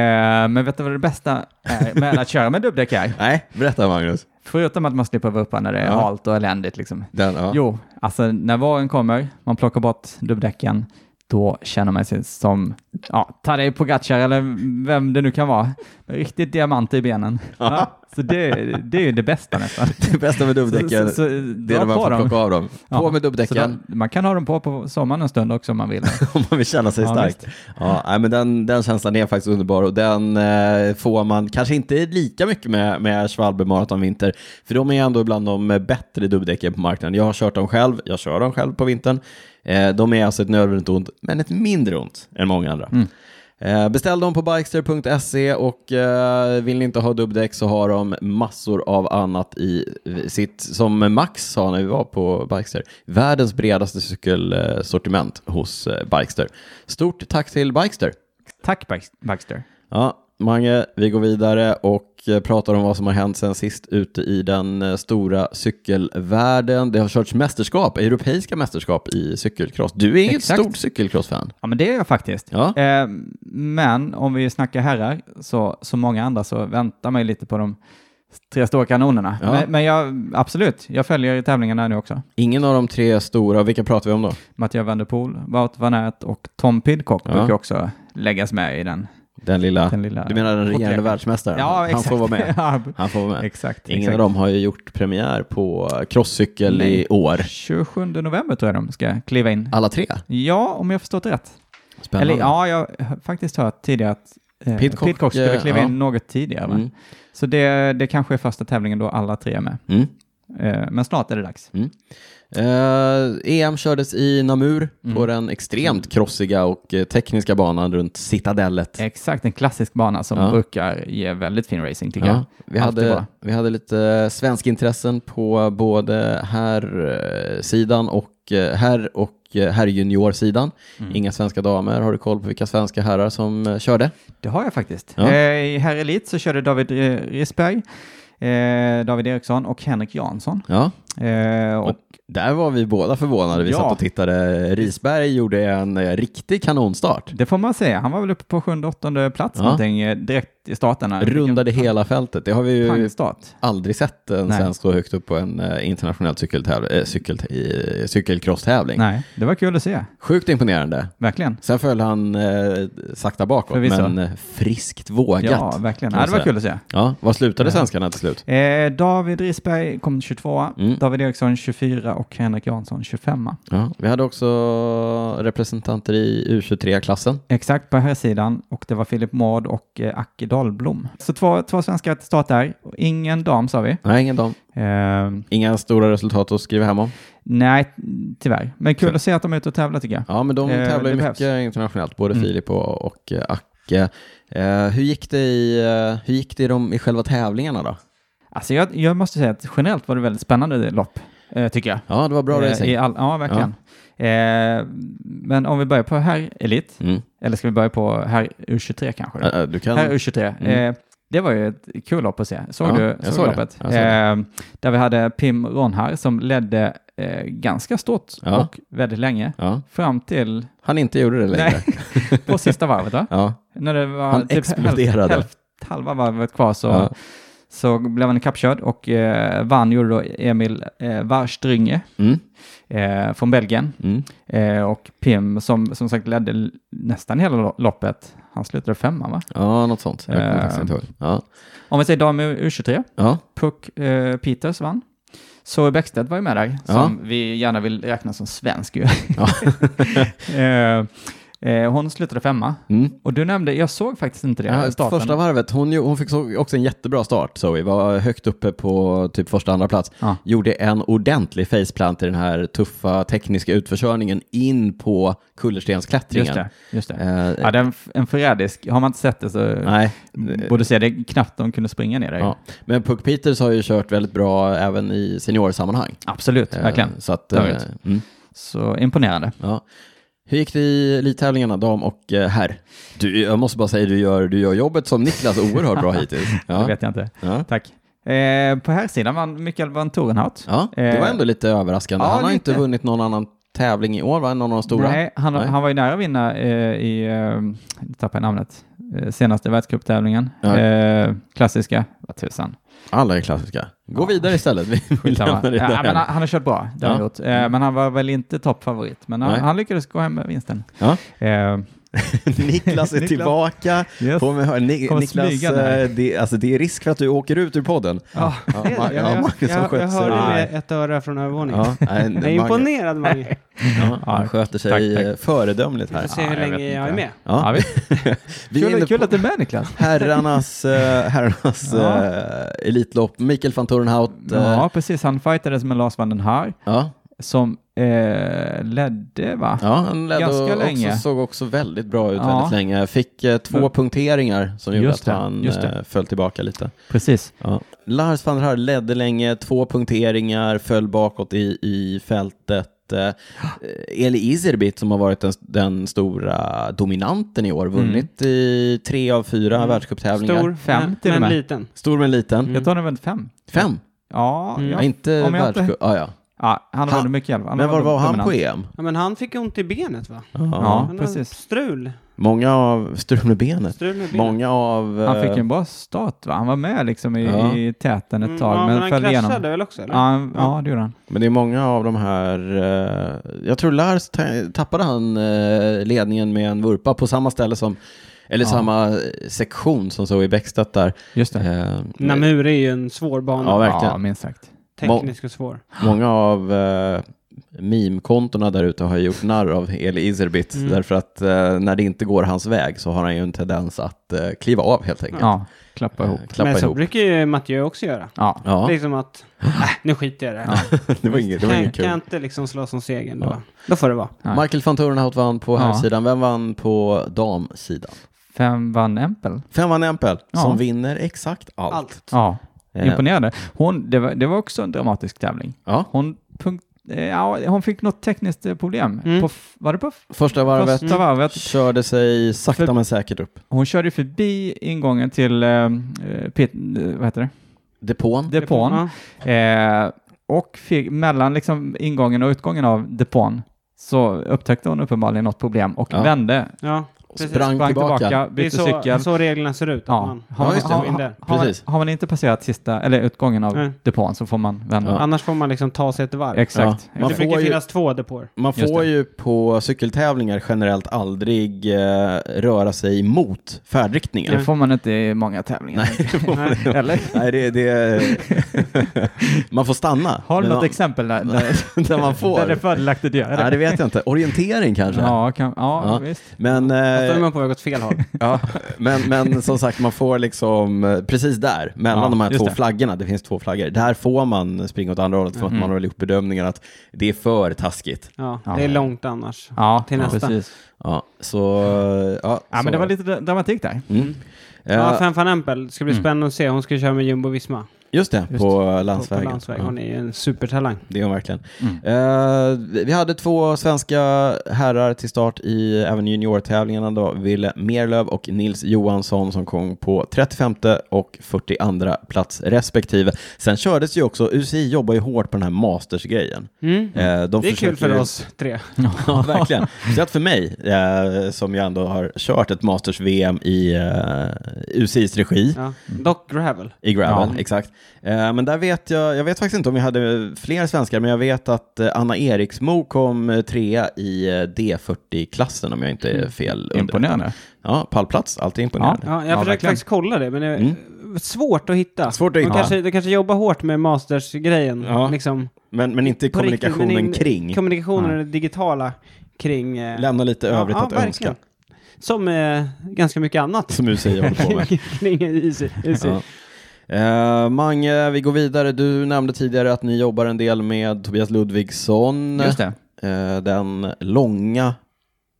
Speaker 3: men vet du vad det bästa är med att köra med dubbdäck är?
Speaker 1: Nej, berätta Magnus.
Speaker 3: Förutom att man slipper vara uppe när det är
Speaker 1: Ja.
Speaker 3: halt och eländigt liksom.
Speaker 1: Den, ja.
Speaker 3: Jo, alltså när våren kommer, man plockar bort dubbdäcken, då känner man sig som, ja, Tadej Pogacar eller vem det nu kan vara. Riktigt diamant i benen. Ja, så det, det är ju det bästa nästan.
Speaker 1: Det bästa med dubbdäcken,
Speaker 3: Så- så-
Speaker 1: det är
Speaker 3: dra
Speaker 1: när man
Speaker 3: på
Speaker 1: får
Speaker 3: dem.
Speaker 1: plocka av dem. På
Speaker 3: Ja,
Speaker 1: med
Speaker 3: Så
Speaker 1: dubbdäcken,
Speaker 3: då- man kan ha dem på på sommaren en stund också om man vill.
Speaker 1: om man vill känna sig
Speaker 3: Ja,
Speaker 1: stark. Ja, nej, men den, den känslan är faktiskt underbar och den eh, får man kanske inte lika mycket med, med Schwalbe Marathon Vinter, för de är ändå bland de bättre dubbdäcken på marknaden. Jag har kört dem själv, jag kör dem själv på vintern. Eh, de är alltså ett nödvändigt ont, men ett mindre ont än många andra. Eh, Beställ dem på bikester.se och eh, vill ni inte ha dubbdäck så har de massor av annat i sitt, som Max sa när vi var på Bikester, världens bredaste cykelsortiment hos eh, Bikester. Stort tack till Bikester!
Speaker 3: Tack Bax- Baxter.
Speaker 1: Ja, Mange, vi går vidare och eh, pratar om vad som har hänt sen sist ute i den eh, stora cykelvärlden. Det har körts mästerskap, europeiska mästerskap i cykelcross. Du är
Speaker 3: Exakt.
Speaker 1: ett stort cykelcrossfan.
Speaker 3: Ja, men det är jag faktiskt.
Speaker 1: Ja.
Speaker 3: Eh, men om vi snackar herrar, så som många andra, så väntar man ju lite på de tre stora kanonerna.
Speaker 1: Ja.
Speaker 3: Men, men jag, absolut, jag följer tävlingarna nu också.
Speaker 1: Ingen av de tre stora, vilka pratar vi om då?
Speaker 3: Mattias van der Poel, Wout van Aert och Tom Pidcock
Speaker 1: Ja.
Speaker 3: brukar också läggas med i den,
Speaker 1: Den lilla...
Speaker 3: den lilla...
Speaker 1: Du menar den regerande
Speaker 3: Porträtt.
Speaker 1: världsmästaren?
Speaker 3: Ja,
Speaker 1: Han
Speaker 3: exakt.
Speaker 1: får vara med.
Speaker 3: ja,
Speaker 1: Han får vara med.
Speaker 3: exakt.
Speaker 1: Ingen av
Speaker 3: exakt.
Speaker 1: dem har ju gjort premiär på crosscykel i
Speaker 3: Nej.
Speaker 1: år.
Speaker 3: 27 november tror jag de ska kliva in.
Speaker 1: Alla tre?
Speaker 3: Ja, om jag förstått rätt.
Speaker 1: Spännande.
Speaker 3: Eller ja, jag har faktiskt hört tidigare att eh,
Speaker 1: Pidcock,
Speaker 3: Pidcock, skulle
Speaker 1: eh,
Speaker 3: kliva
Speaker 1: ja.
Speaker 3: in något tidigare. Va?
Speaker 1: Mm.
Speaker 3: Så det, det kanske är första tävlingen då alla tre är med.
Speaker 1: Mm.
Speaker 3: Eh, men snart är det dags.
Speaker 1: Eh, EM kördes i Namur på
Speaker 3: Mm.
Speaker 1: den extremt krossiga och eh, tekniska banan runt Citadellet.
Speaker 3: Exakt, en klassisk bana som
Speaker 1: Ja.
Speaker 3: brukar ge väldigt fin racing tycker
Speaker 1: Ja,
Speaker 3: jag.
Speaker 1: vi,
Speaker 3: Alltid
Speaker 1: hade,
Speaker 3: bra.
Speaker 1: vi hade lite svensk intressen på både här eh, sidan och eh, herr och eh, herrjuniorsidan.
Speaker 3: Mm.
Speaker 1: Inga svenska damer. Har du koll på vilka svenska herrar som eh, körde?
Speaker 3: Det har jag faktiskt.
Speaker 1: Ja.
Speaker 3: Eh, I herr elit så körde David eh, Risberg, eh, David Eriksson och Henrik Jansson.
Speaker 1: Ja,
Speaker 3: Eh, och,
Speaker 1: Och där var vi båda förvånade. Vi
Speaker 3: Ja.
Speaker 1: satt och tittade. Risberg gjorde en eh, riktig kanonstart.
Speaker 3: det får man säga, han var väl uppe på sjunde, åttonde plats
Speaker 1: Ja.
Speaker 3: någonting eh, direkt i starten. här.
Speaker 1: Rundade hela fältet. Det har vi
Speaker 3: Vilken
Speaker 1: ju
Speaker 3: Pangstart.
Speaker 1: aldrig sett en
Speaker 3: Nej.
Speaker 1: svensk så högt upp på en eh, internationell cykeltäv- eh, cykel eh, cykelcross-tävling.
Speaker 3: Nej, det var kul att se,
Speaker 1: Sjukt imponerande.
Speaker 3: verkligen.
Speaker 1: Sen föll han eh, sakta bakåt,
Speaker 3: Förvisso.
Speaker 1: men eh, friskt vågat.
Speaker 3: Ja, verkligen.
Speaker 1: kan man
Speaker 3: Ja, det var
Speaker 1: säga.
Speaker 3: kul att se.
Speaker 1: Ja, vad slutade
Speaker 3: Ja.
Speaker 1: svenskarna till slut?
Speaker 3: Eh, David Risberg kom 22,
Speaker 1: Mm.
Speaker 3: David Eriksson 24 och Henrik Jansson 25.
Speaker 1: Ja, vi hade också representanter i U23-klassen.
Speaker 3: Exakt, på här sidan och det var Filip Mård och eh, Acke Dahlblom. Så två, två svenskar till start där. Och Ingen dam sa vi.
Speaker 1: Nej, ingen dam.
Speaker 3: Eh,
Speaker 1: Inga stora resultat att skriva hem om.
Speaker 3: nej, tyvärr. Men kul
Speaker 1: Kul.
Speaker 3: att se att de är ute och tävlar tycker jag.
Speaker 1: Ja, men de
Speaker 3: Eh,
Speaker 1: tävlar ju
Speaker 3: det
Speaker 1: mycket
Speaker 3: behövs.
Speaker 1: internationellt, både
Speaker 3: Mm.
Speaker 1: Filip och, och eh, Acke. Eh, hur gick det i, eh, hur gick det i, de, i själva tävlingarna då?
Speaker 3: Alltså jag, jag måste säga att generellt var det väldigt spännande lopp, eh, tycker jag.
Speaker 1: Ja, det var bra
Speaker 3: Eh,
Speaker 1: racing.
Speaker 3: I all, ja, verkligen. Eh, men om vi börjar på här elit,
Speaker 1: Mm.
Speaker 3: eller ska vi börja på här U23 kanske?
Speaker 1: Eh, eh, Du kan...
Speaker 3: Här U23.
Speaker 1: Mm.
Speaker 3: Eh, det var ju ett kul lopp att se. Såg
Speaker 1: Ja,
Speaker 3: du
Speaker 1: jag
Speaker 3: såg
Speaker 1: såg det.
Speaker 3: loppet?
Speaker 1: Jag såg
Speaker 3: Eh, där vi hade Pim Ronhar som ledde eh, ganska stort
Speaker 1: Ja.
Speaker 3: och väldigt länge.
Speaker 1: Ja,
Speaker 3: Fram till
Speaker 1: han inte gjorde det längre.
Speaker 3: på sista varvet då?
Speaker 1: Ja.
Speaker 3: När det var typ
Speaker 1: Han exploderade.
Speaker 3: Hälft, halva varvet kvar så,
Speaker 1: Ja.
Speaker 3: så blev han kappkörd och eh, vann gjorde då Emil eh, Warstrynge
Speaker 1: Mm.
Speaker 3: eh, från Belgien.
Speaker 1: Mm.
Speaker 3: Eh, och Pim som som sagt ledde l- nästan hela lo- loppet. Han slutade femma va?
Speaker 1: ja, något sånt. Jag kommer
Speaker 3: Eh.
Speaker 1: faktiskt inte ihåg. Ja.
Speaker 3: Om vi säger dam U23.
Speaker 1: Ja.
Speaker 3: Puck eh, Peters vann. Zoe Bäckstedt var ju med där, som
Speaker 1: Ja.
Speaker 3: vi gärna vill räkna som svensk ju.
Speaker 1: Ja.
Speaker 3: eh, eh, hon slutade femma.
Speaker 1: Mm.
Speaker 3: Och du nämnde, jag såg faktiskt inte det,
Speaker 1: Ja,
Speaker 3: starten.
Speaker 1: första varvet, hon, ju- hon fick så- också en jättebra start, Zoe. Var högt uppe på typ första, andra plats.
Speaker 3: Ja.
Speaker 1: Gjorde en ordentlig faceplant i den här tuffa tekniska utförsörjningen in på kullerstensklättringen.
Speaker 3: Just det, just det.
Speaker 1: Eh,
Speaker 3: Ja, det är en, f- en förrädisk. Har man inte sett det så
Speaker 1: Nej.
Speaker 3: borde se det knappt de kunde springa ner där.
Speaker 1: Ja. Men Puck Peters har ju kört väldigt bra även i seniorsammanhang.
Speaker 3: Absolut,
Speaker 1: Eh,
Speaker 3: verkligen.
Speaker 1: Så att, eh,
Speaker 3: Däremot.
Speaker 1: mm,
Speaker 3: Så imponerande.
Speaker 1: ja. Hur gick det i elithävlingarna, dam och eh, herr? Du, jag måste bara säga, du gör, du gör jobbet som Niklas oerhört bra hittills.
Speaker 3: Det
Speaker 1: Ja,
Speaker 3: vet jag inte.
Speaker 1: ja.
Speaker 3: Tack. Eh, på här sidan vann Mikael van Torenhout.
Speaker 1: ja det var ändå lite överraskande.
Speaker 3: Eh, ja,
Speaker 1: Han har inte
Speaker 3: lite.
Speaker 1: vunnit någon annan tävling i år, va? Någon av de stora?
Speaker 3: Nej, han,
Speaker 1: Nej.
Speaker 3: han var ju nära att vinna eh, i, eh, nu tappade jag namnet, eh, senaste världscuptävlingen.
Speaker 1: Ja.
Speaker 3: Eh, klassiska, vad tusan.
Speaker 1: Alla är klassiska. Gå vidare istället. Vi vi
Speaker 3: Skitsamma.
Speaker 1: lämnar det
Speaker 3: Ja, men
Speaker 1: där.
Speaker 3: han, han har kört bra, det har han
Speaker 1: Ja. Mm.
Speaker 3: gjort. Eh, men han var väl inte toppfavorit, men han,
Speaker 1: Nej.
Speaker 3: han lyckades gå hem med vinsten.
Speaker 1: Ja.
Speaker 3: Eh,
Speaker 1: Niklas är
Speaker 3: Niklas.
Speaker 1: tillbaka.
Speaker 3: yes.
Speaker 1: Får vi höra- Ni,
Speaker 3: Kommer
Speaker 1: Niklas,
Speaker 3: smygande här.
Speaker 1: eh, det, alltså, det är risk för att du åker ut ur podden.
Speaker 3: Ja,
Speaker 1: Ja,
Speaker 3: det är
Speaker 1: Ma-
Speaker 3: det.
Speaker 1: ja,
Speaker 2: jag,
Speaker 1: Marcus som
Speaker 2: jag, jag
Speaker 1: sköter sig.
Speaker 2: hörde
Speaker 1: Nej.
Speaker 2: med ett öra från övervåningen.
Speaker 1: Ja, nej,
Speaker 2: Jag är
Speaker 1: Mange.
Speaker 2: imponerad Mange.
Speaker 1: Ja, han
Speaker 3: Ja,
Speaker 1: sköter sig
Speaker 3: tack, tack.
Speaker 1: eh, föredömligt
Speaker 2: Vi
Speaker 1: här.
Speaker 2: får se
Speaker 3: Ja,
Speaker 2: hur
Speaker 3: jag
Speaker 2: länge
Speaker 3: vet
Speaker 2: jag är
Speaker 3: inte.
Speaker 2: med.
Speaker 3: ja,
Speaker 1: Ja.
Speaker 3: visst.
Speaker 1: Vi är
Speaker 3: kul,
Speaker 1: inne
Speaker 3: kul
Speaker 1: på
Speaker 3: att du är med Niklas.
Speaker 1: herrarnas, eh, herrarnas
Speaker 3: Ja.
Speaker 1: eh, elitlopp. Mikael van Torenhout. eh,
Speaker 3: Ja, precis. Han fightades med Lars van den Haar
Speaker 1: ja,
Speaker 3: som eh, ledde, va?
Speaker 1: ja, han ledde
Speaker 3: Ganska
Speaker 1: och också,
Speaker 3: länge.
Speaker 1: såg också väldigt bra ut
Speaker 3: Ja.
Speaker 1: väldigt länge. Fick eh, två
Speaker 3: Men-
Speaker 1: punkteringar som gjorde
Speaker 3: Just
Speaker 1: att
Speaker 3: det,
Speaker 1: han
Speaker 3: just det.
Speaker 1: eh, föll tillbaka lite.
Speaker 3: Precis.
Speaker 1: Ja. Lars van der Haar ledde länge, två punkteringar, föll bakåt i, i fältet. Eh, Eli Izerbit som har varit den, den stora dominanten i år, vunnit
Speaker 3: Mm.
Speaker 1: i tre av fyra
Speaker 2: Mm.
Speaker 1: världscuptävlingar.
Speaker 2: Stor,
Speaker 3: Fem
Speaker 2: men,
Speaker 3: till och
Speaker 2: men
Speaker 3: med.
Speaker 2: liten.
Speaker 1: Stor men liten.
Speaker 2: Mm.
Speaker 3: Jag tror han har vunnit fem.
Speaker 1: Fem?
Speaker 3: Ja,
Speaker 2: Mm.
Speaker 1: Ja,
Speaker 3: ja.
Speaker 1: inte
Speaker 3: Om jag inte-
Speaker 1: världscup. Ah, ja.
Speaker 3: ja han har
Speaker 1: Han-
Speaker 3: vunnit mycket i alla fall.
Speaker 1: Men var
Speaker 3: var
Speaker 1: var han
Speaker 3: dominant.
Speaker 1: på EM?
Speaker 2: Ja, men han fick ont i benet va?
Speaker 3: Ja,
Speaker 2: Han har
Speaker 3: precis.
Speaker 2: Strul.
Speaker 1: Många av, strul med benet.
Speaker 2: Strul med benet.
Speaker 1: Många av... eh,
Speaker 3: Han fick en bra start, va? Han var med liksom i,
Speaker 1: Ja.
Speaker 3: i täten ett
Speaker 2: Mm,
Speaker 3: tag,
Speaker 2: ja,
Speaker 3: men,
Speaker 2: men han
Speaker 3: föll igenom.
Speaker 2: kraschade väl också? Eller?
Speaker 3: Ja, han, ja, det gjorde han.
Speaker 1: Men det är många av de här... eh, jag tror Lars ta- tappade han eh, ledningen med en vurpa på samma ställe som... Eller
Speaker 3: Ja.
Speaker 1: samma eh, sektion som såg i Bäckstedt där.
Speaker 3: Just det.
Speaker 1: Eh,
Speaker 2: Namur är ju en svår bana.
Speaker 1: Ja, verkligen.
Speaker 3: Ja, minst sagt.
Speaker 2: Teknisk och svår.
Speaker 1: Många av eh, meme-kontona där ute har ju gjort narr av Eli Izerbit.
Speaker 2: Mm.
Speaker 1: Därför att eh, när det inte går hans väg så har han ju en tendens att eh, kliva av helt
Speaker 3: Ja,
Speaker 1: enkelt.
Speaker 3: klappa ihop.
Speaker 1: Eh, klappa
Speaker 2: Men så
Speaker 1: ihop.
Speaker 2: brukar ju Mathieu också göra.
Speaker 3: Ja,
Speaker 1: Ja,
Speaker 2: Liksom att, äh, nu skiter jag i det här.
Speaker 1: det var inget, det var
Speaker 2: Kan-
Speaker 1: inget
Speaker 2: Kan jag
Speaker 1: kul.
Speaker 2: inte liksom slå som segern då?
Speaker 1: Ja.
Speaker 2: Då får det vara.
Speaker 3: Nej.
Speaker 1: Michael van Torenhout vann på
Speaker 3: Ja.
Speaker 1: herrsidan. Vem vann på damsidan?
Speaker 3: fem vann Empel.
Speaker 1: Fem vann Empel,
Speaker 3: Ja.
Speaker 1: som vinner exakt allt.
Speaker 2: Allt.
Speaker 3: Ja,
Speaker 1: Eh,
Speaker 3: imponerande. Hon, det, var, det var också en dramatisk tävling.
Speaker 1: Ja.
Speaker 3: Hon, punkt, eh, ja, hon fick något tekniskt eh, problem.
Speaker 2: Mm.
Speaker 3: På, f- var det på f-
Speaker 1: Första varvet
Speaker 3: första varvet?
Speaker 1: körde sig sakta
Speaker 3: För-
Speaker 1: men säkert upp.
Speaker 3: Hon körde ju förbi ingången till eh, pit, eh, vad heter det?
Speaker 1: Depån.
Speaker 3: depån.
Speaker 2: Ja.
Speaker 3: Eh, och fick, mellan liksom ingången och utgången av depån så upptäckte hon uppenbarligen något problem och
Speaker 1: Ja.
Speaker 3: vände,
Speaker 2: ja.
Speaker 1: sprang,
Speaker 2: precis.
Speaker 3: sprang tillbaka,
Speaker 1: tillbaka.
Speaker 2: Det är
Speaker 3: bytte
Speaker 2: så,
Speaker 3: cykel.
Speaker 2: så reglerna ser ut.
Speaker 3: ja.
Speaker 2: Att man,
Speaker 3: har,
Speaker 1: Ja,
Speaker 3: man,
Speaker 1: just det.
Speaker 3: har,
Speaker 2: går in där.
Speaker 3: har, man,
Speaker 1: Precis.
Speaker 3: har man inte passerat sista, eller utgången av
Speaker 2: Nej.
Speaker 3: depån så får man vända.
Speaker 1: Ja.
Speaker 2: Annars får man liksom ta sig ett varv.
Speaker 3: Exakt.
Speaker 1: Ja. Man
Speaker 2: det
Speaker 1: får
Speaker 2: brukar
Speaker 1: ju-
Speaker 2: finnas två depåer.
Speaker 1: Man
Speaker 3: Just
Speaker 1: får
Speaker 3: det.
Speaker 1: ju på cykeltävlingar generellt aldrig eh, röra sig mot färdriktningen.
Speaker 3: Det får man inte i många tävlingar.
Speaker 2: Nej.
Speaker 3: Eller?
Speaker 1: Nej, det, det... man får stanna.
Speaker 3: Har du
Speaker 1: Men
Speaker 3: något
Speaker 1: man-
Speaker 3: exempel där, där,
Speaker 1: där man
Speaker 3: där det
Speaker 1: får?
Speaker 3: är fördelaktigt att göra
Speaker 1: Nej, det
Speaker 3: det?
Speaker 1: vet jag inte. Orientering kanske?
Speaker 3: Ja, kan, ja,
Speaker 1: Ja.
Speaker 3: visst.
Speaker 1: Men,
Speaker 2: Fast Då är
Speaker 1: eh,
Speaker 2: man på väg åt fel håll.
Speaker 1: ja, men, men som sagt, man får liksom eh, precis där, mellan
Speaker 3: Ja,
Speaker 1: de här
Speaker 3: just
Speaker 1: två
Speaker 3: det.
Speaker 1: flaggorna, det finns två flaggor, där får man springa åt andra hållet för att
Speaker 3: Mhm.
Speaker 1: man har väl gjort bedömningen att det är för taskigt.
Speaker 2: Ja,
Speaker 3: Ja.
Speaker 2: det är långt annars.
Speaker 3: Ja,
Speaker 2: Till nästa.
Speaker 3: precis.
Speaker 1: Ja, så... eh, Ja,
Speaker 3: Ja,
Speaker 1: så
Speaker 3: men det var lite dra- dramatik där.
Speaker 1: Mm. Eh,
Speaker 2: Ja, Fem van Empel. Det ska bli
Speaker 1: Mm.
Speaker 2: spännande att se. Hon ska köra med Jumbo Visma.
Speaker 1: Just det,
Speaker 3: Just
Speaker 1: på eh,
Speaker 2: På, på
Speaker 1: landsvägen.
Speaker 2: landsväg.
Speaker 1: Ja.
Speaker 2: Hon är ju en supertalang.
Speaker 1: Det är hon verkligen.
Speaker 3: Mm.
Speaker 1: Eh, vi hade två svenska herrar till start i även juniortävlingarna då, Ville Merlöv och Nils Johansson som kom på 35 och 42 plats respektive. Sen kördes ju också, UCI jobbar ju hårt på den här masters-grejen.
Speaker 2: Mm.
Speaker 1: Eh, de
Speaker 2: Det är kul
Speaker 1: försöker ju-
Speaker 2: för oss tre.
Speaker 1: Ja, verkligen. Speciellt för mig, eh, som ju ändå har kört ett masters-VM i eh, UCIs regi.
Speaker 2: Ja. Dock Gravel.
Speaker 1: I Gravel,
Speaker 3: Ja.
Speaker 1: exakt. Eh, men där vet jag, jag vet faktiskt inte om vi hade fler svenskar, men jag vet att eh, Anna Eriksmo kom eh, trea i eh, D40-klassen om jag inte är fel. underrättad.
Speaker 3: Imponerande.
Speaker 1: Ja, pallplats, alltid imponerande. Mm.
Speaker 2: Ja, jag
Speaker 3: Ja,
Speaker 2: försökte
Speaker 3: verkligen.
Speaker 2: faktiskt kolla det, men det är svårt att hitta.
Speaker 1: Svårt att
Speaker 2: De
Speaker 1: hitta.
Speaker 2: kanske, de kanske jobbar hårt med masters-grejen.
Speaker 1: Ja. Mm.
Speaker 2: Liksom,
Speaker 1: Men, men inte
Speaker 2: på riktigt,
Speaker 1: kommunikationen
Speaker 2: men in-
Speaker 1: kring.
Speaker 2: Kommunikationen
Speaker 3: Nej.
Speaker 2: och det digitala kring... eh,
Speaker 1: Lämna lite övrigt att
Speaker 2: verkligen.
Speaker 1: önska,
Speaker 2: Som eh, ganska mycket annat.
Speaker 1: som UCI håller på med.
Speaker 2: kring Easy. easy.
Speaker 1: Ja. Eh, Mange, vi går vidare. Du nämnde tidigare att ni jobbar en del med Tobias Ludvigsson.
Speaker 3: Just det.
Speaker 1: Eh, den långa,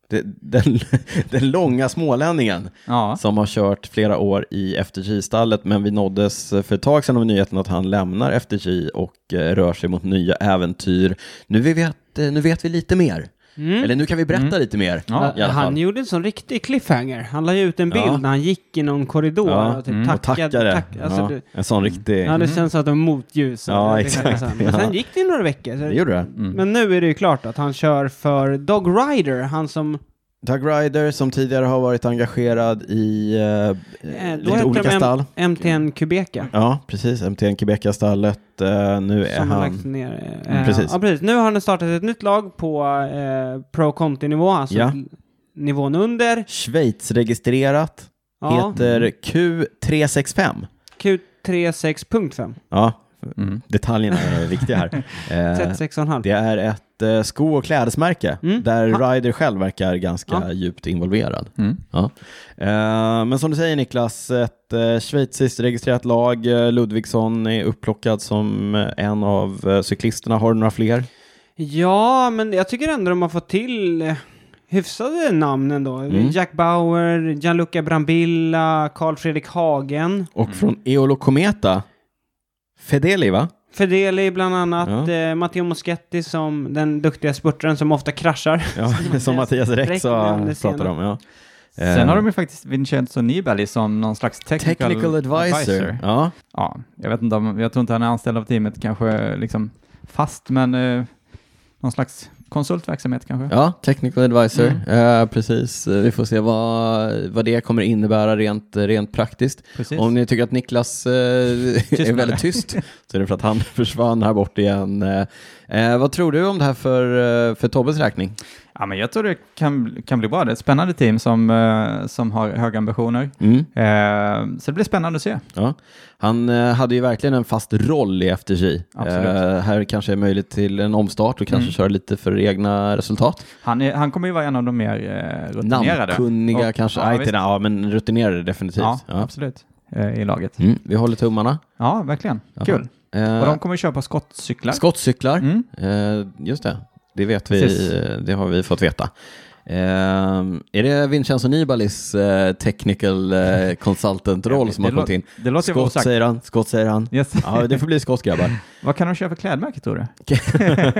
Speaker 1: den, den, den långa smålänningen.
Speaker 3: Ja.
Speaker 1: som har kört flera år i FTG-stallet, men vi nåddes för ett tag sedan av nyheten att han lämnar FTG och eh, rör sig mot nya äventyr. Nu vi vet, eh, nu vet vi lite mer.
Speaker 2: Mm.
Speaker 1: Eller nu kan vi berätta lite mer.
Speaker 3: Ja,
Speaker 1: i alla fall.
Speaker 2: han gjorde en sån riktig cliffhanger. Han la ju ut en bild
Speaker 1: Ja.
Speaker 2: när han gick i någon korridor
Speaker 1: Ja, Mm.
Speaker 2: och typ
Speaker 1: och
Speaker 2: tackade.
Speaker 1: tackade.
Speaker 2: tack- alltså,
Speaker 1: ja,
Speaker 2: det,
Speaker 1: En sån riktig...
Speaker 2: ja, det känns att de motljus.
Speaker 1: Ja,
Speaker 2: Det- det-
Speaker 1: exakt,
Speaker 2: så här.
Speaker 1: ja.
Speaker 2: Men sen gick det ju några veckor.
Speaker 1: Det
Speaker 2: Så,
Speaker 1: gjorde det.
Speaker 3: Mm.
Speaker 2: men nu är det ju klart att han kör för Dog Rider, han som...
Speaker 1: Doug Ryder som tidigare har varit engagerad i eh,
Speaker 2: Eh, då
Speaker 1: lite olika
Speaker 2: heter
Speaker 1: stall.
Speaker 2: de M- MTN Quebeca.
Speaker 1: Ja, precis. MTN Quebeca-stallet. Eh, nu är
Speaker 2: Som har lagts
Speaker 1: han...
Speaker 2: ner. eh,
Speaker 1: Mm, precis.
Speaker 2: Ja, precis. Nu har han startat ett nytt lag på eh, Pro Conti-nivå, alltså
Speaker 1: Ja.
Speaker 2: nivån under.
Speaker 1: Schweiz-registrerat.
Speaker 2: Ja, Mm.
Speaker 1: Heter Q365.
Speaker 2: Q36.5.
Speaker 1: Ja,
Speaker 3: Mm.
Speaker 1: detaljerna är viktiga här. Eh,
Speaker 2: 36,5.
Speaker 1: det är ett eh, sko och klädesmärke
Speaker 2: Mm.
Speaker 1: där Ryder själv verkar ganska
Speaker 2: Ja.
Speaker 1: djupt involverad.
Speaker 3: Mm.
Speaker 1: Ja. Eh, men som du säger Niklas, ett eh, schweiziskt registrerat lag. Eh, Ludvigsson är upplockad som eh, en av eh, cyklisterna. Har du några fler?
Speaker 2: Ja, men jag tycker ändå de har fått till eh, hyfsade namn ändå.
Speaker 1: Mm.
Speaker 2: Jack Bauer, Gianluca Brambilla, Carl Fredrik Hagen.
Speaker 1: Och från Eolo Kometa, Fedeli va?
Speaker 2: Fedeli bland annat,
Speaker 1: Ja.
Speaker 2: eh, Matteo Moschetti som den duktiga spurtaren som ofta kraschar.
Speaker 1: Ja, som Mattias Räck
Speaker 2: Räck
Speaker 1: sa-
Speaker 2: nämnde
Speaker 1: pratade
Speaker 2: senare.
Speaker 1: om. Ja.
Speaker 3: Sen har de ju faktiskt Vincenzo Nibali som någon slags technical,
Speaker 1: Eh, Technical advisor. Ja.
Speaker 3: Ja, jag vet inte om, jag tror inte han är anställd av teamet kanske liksom fast, men eh, någon slags konsultverksamhet kanske.
Speaker 1: ja, technical advisor.
Speaker 3: Mm.
Speaker 1: Eh, precis, Eh, vi får se vad, vad det kommer innebära rent, rent praktiskt.
Speaker 3: Precis.
Speaker 1: Om ni tycker att Niklas eh, är
Speaker 3: Tystnade.
Speaker 1: väldigt tyst så är det för att han försvann här bort igen. Eh, eh, vad tror du om det här för, eh, för Tobbes räkning?
Speaker 3: Ja, men jag tror det kan, kan bli bra. Det är ett spännande team som, eh, som har höga ambitioner.
Speaker 1: Mm.
Speaker 3: Eh, så det blir spännande att se.
Speaker 1: Ja. Han eh, hade ju verkligen en fast roll i FTJ.
Speaker 3: Absolut.
Speaker 1: Eh, här kanske är möjligt till en omstart och kanske
Speaker 3: Mm.
Speaker 1: köra lite för egna resultat.
Speaker 3: Han, är, han kommer ju vara en av de mer eh, rutinerade.
Speaker 1: Namnkunniga
Speaker 3: Och-
Speaker 1: kanske,
Speaker 3: Ja,
Speaker 1: ja,
Speaker 3: visst.
Speaker 1: ja, men rutinerade definitivt.
Speaker 3: ja,
Speaker 1: Ja.
Speaker 3: absolut. Eh, I laget.
Speaker 1: Mm. Vi håller tummarna.
Speaker 3: Ja, verkligen.
Speaker 1: Ja.
Speaker 3: Kul.
Speaker 1: Eh,
Speaker 3: Och de kommer ju köpa skottcyklar.
Speaker 1: skottcyklar,
Speaker 3: Mm.
Speaker 1: eh, just det. Det, vet vi,
Speaker 3: Precis.
Speaker 1: eh, det har vi fått veta. Eh, är det Vincenzo Nibalis eh, technical eh, consultant-roll som
Speaker 3: Det
Speaker 1: har kommit
Speaker 3: lå-
Speaker 1: in?
Speaker 3: Det låter ju vara
Speaker 1: Skott
Speaker 3: osagt.
Speaker 1: säger han, skott säger han.
Speaker 3: Yes.
Speaker 1: Ja, det får bli skott grabbar.
Speaker 3: Vad kan de köra för klädmärke tror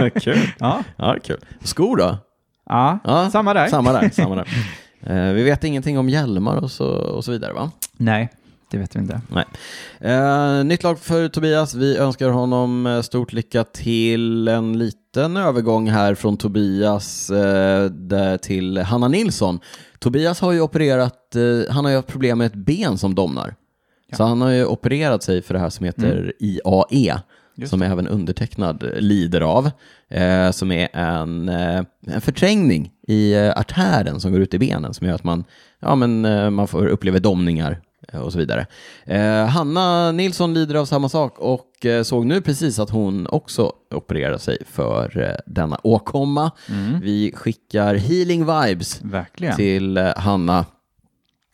Speaker 3: du?
Speaker 1: kul.
Speaker 3: Ja,
Speaker 1: Ja, kul. Skor då?
Speaker 3: ja.
Speaker 1: Ja,
Speaker 3: samma där.
Speaker 1: Samma där. Samma där. Eh, vi vet ingenting om hjälmar och så, och så vidare va?
Speaker 3: Nej, det vet vi inte.
Speaker 1: Eh, nytt lag för Tobias. Vi önskar honom eh, stort lycka till. En liten övergång här från Tobias eh, där till Hanna Nilsson. Tobias har ju opererat, eh, han har ju haft problem med ett ben som domnar.
Speaker 3: Ja. Mm.
Speaker 1: Så han har ju opererat sig för det här som heter IAE,
Speaker 3: Just
Speaker 1: som även undertecknad lider av, eh, som är en, eh, en förträngning i eh, artären som går ut i benen som gör att man, ja, men, eh, man får uppleva domningar eh, och så vidare. Eh, Hanna Nilsson lider av samma sak och eh, såg nu precis att hon också opererar sig för eh, denna åkomma.
Speaker 3: Mm.
Speaker 1: Vi skickar healing vibes
Speaker 3: Verkligen.
Speaker 1: till eh, Hanna.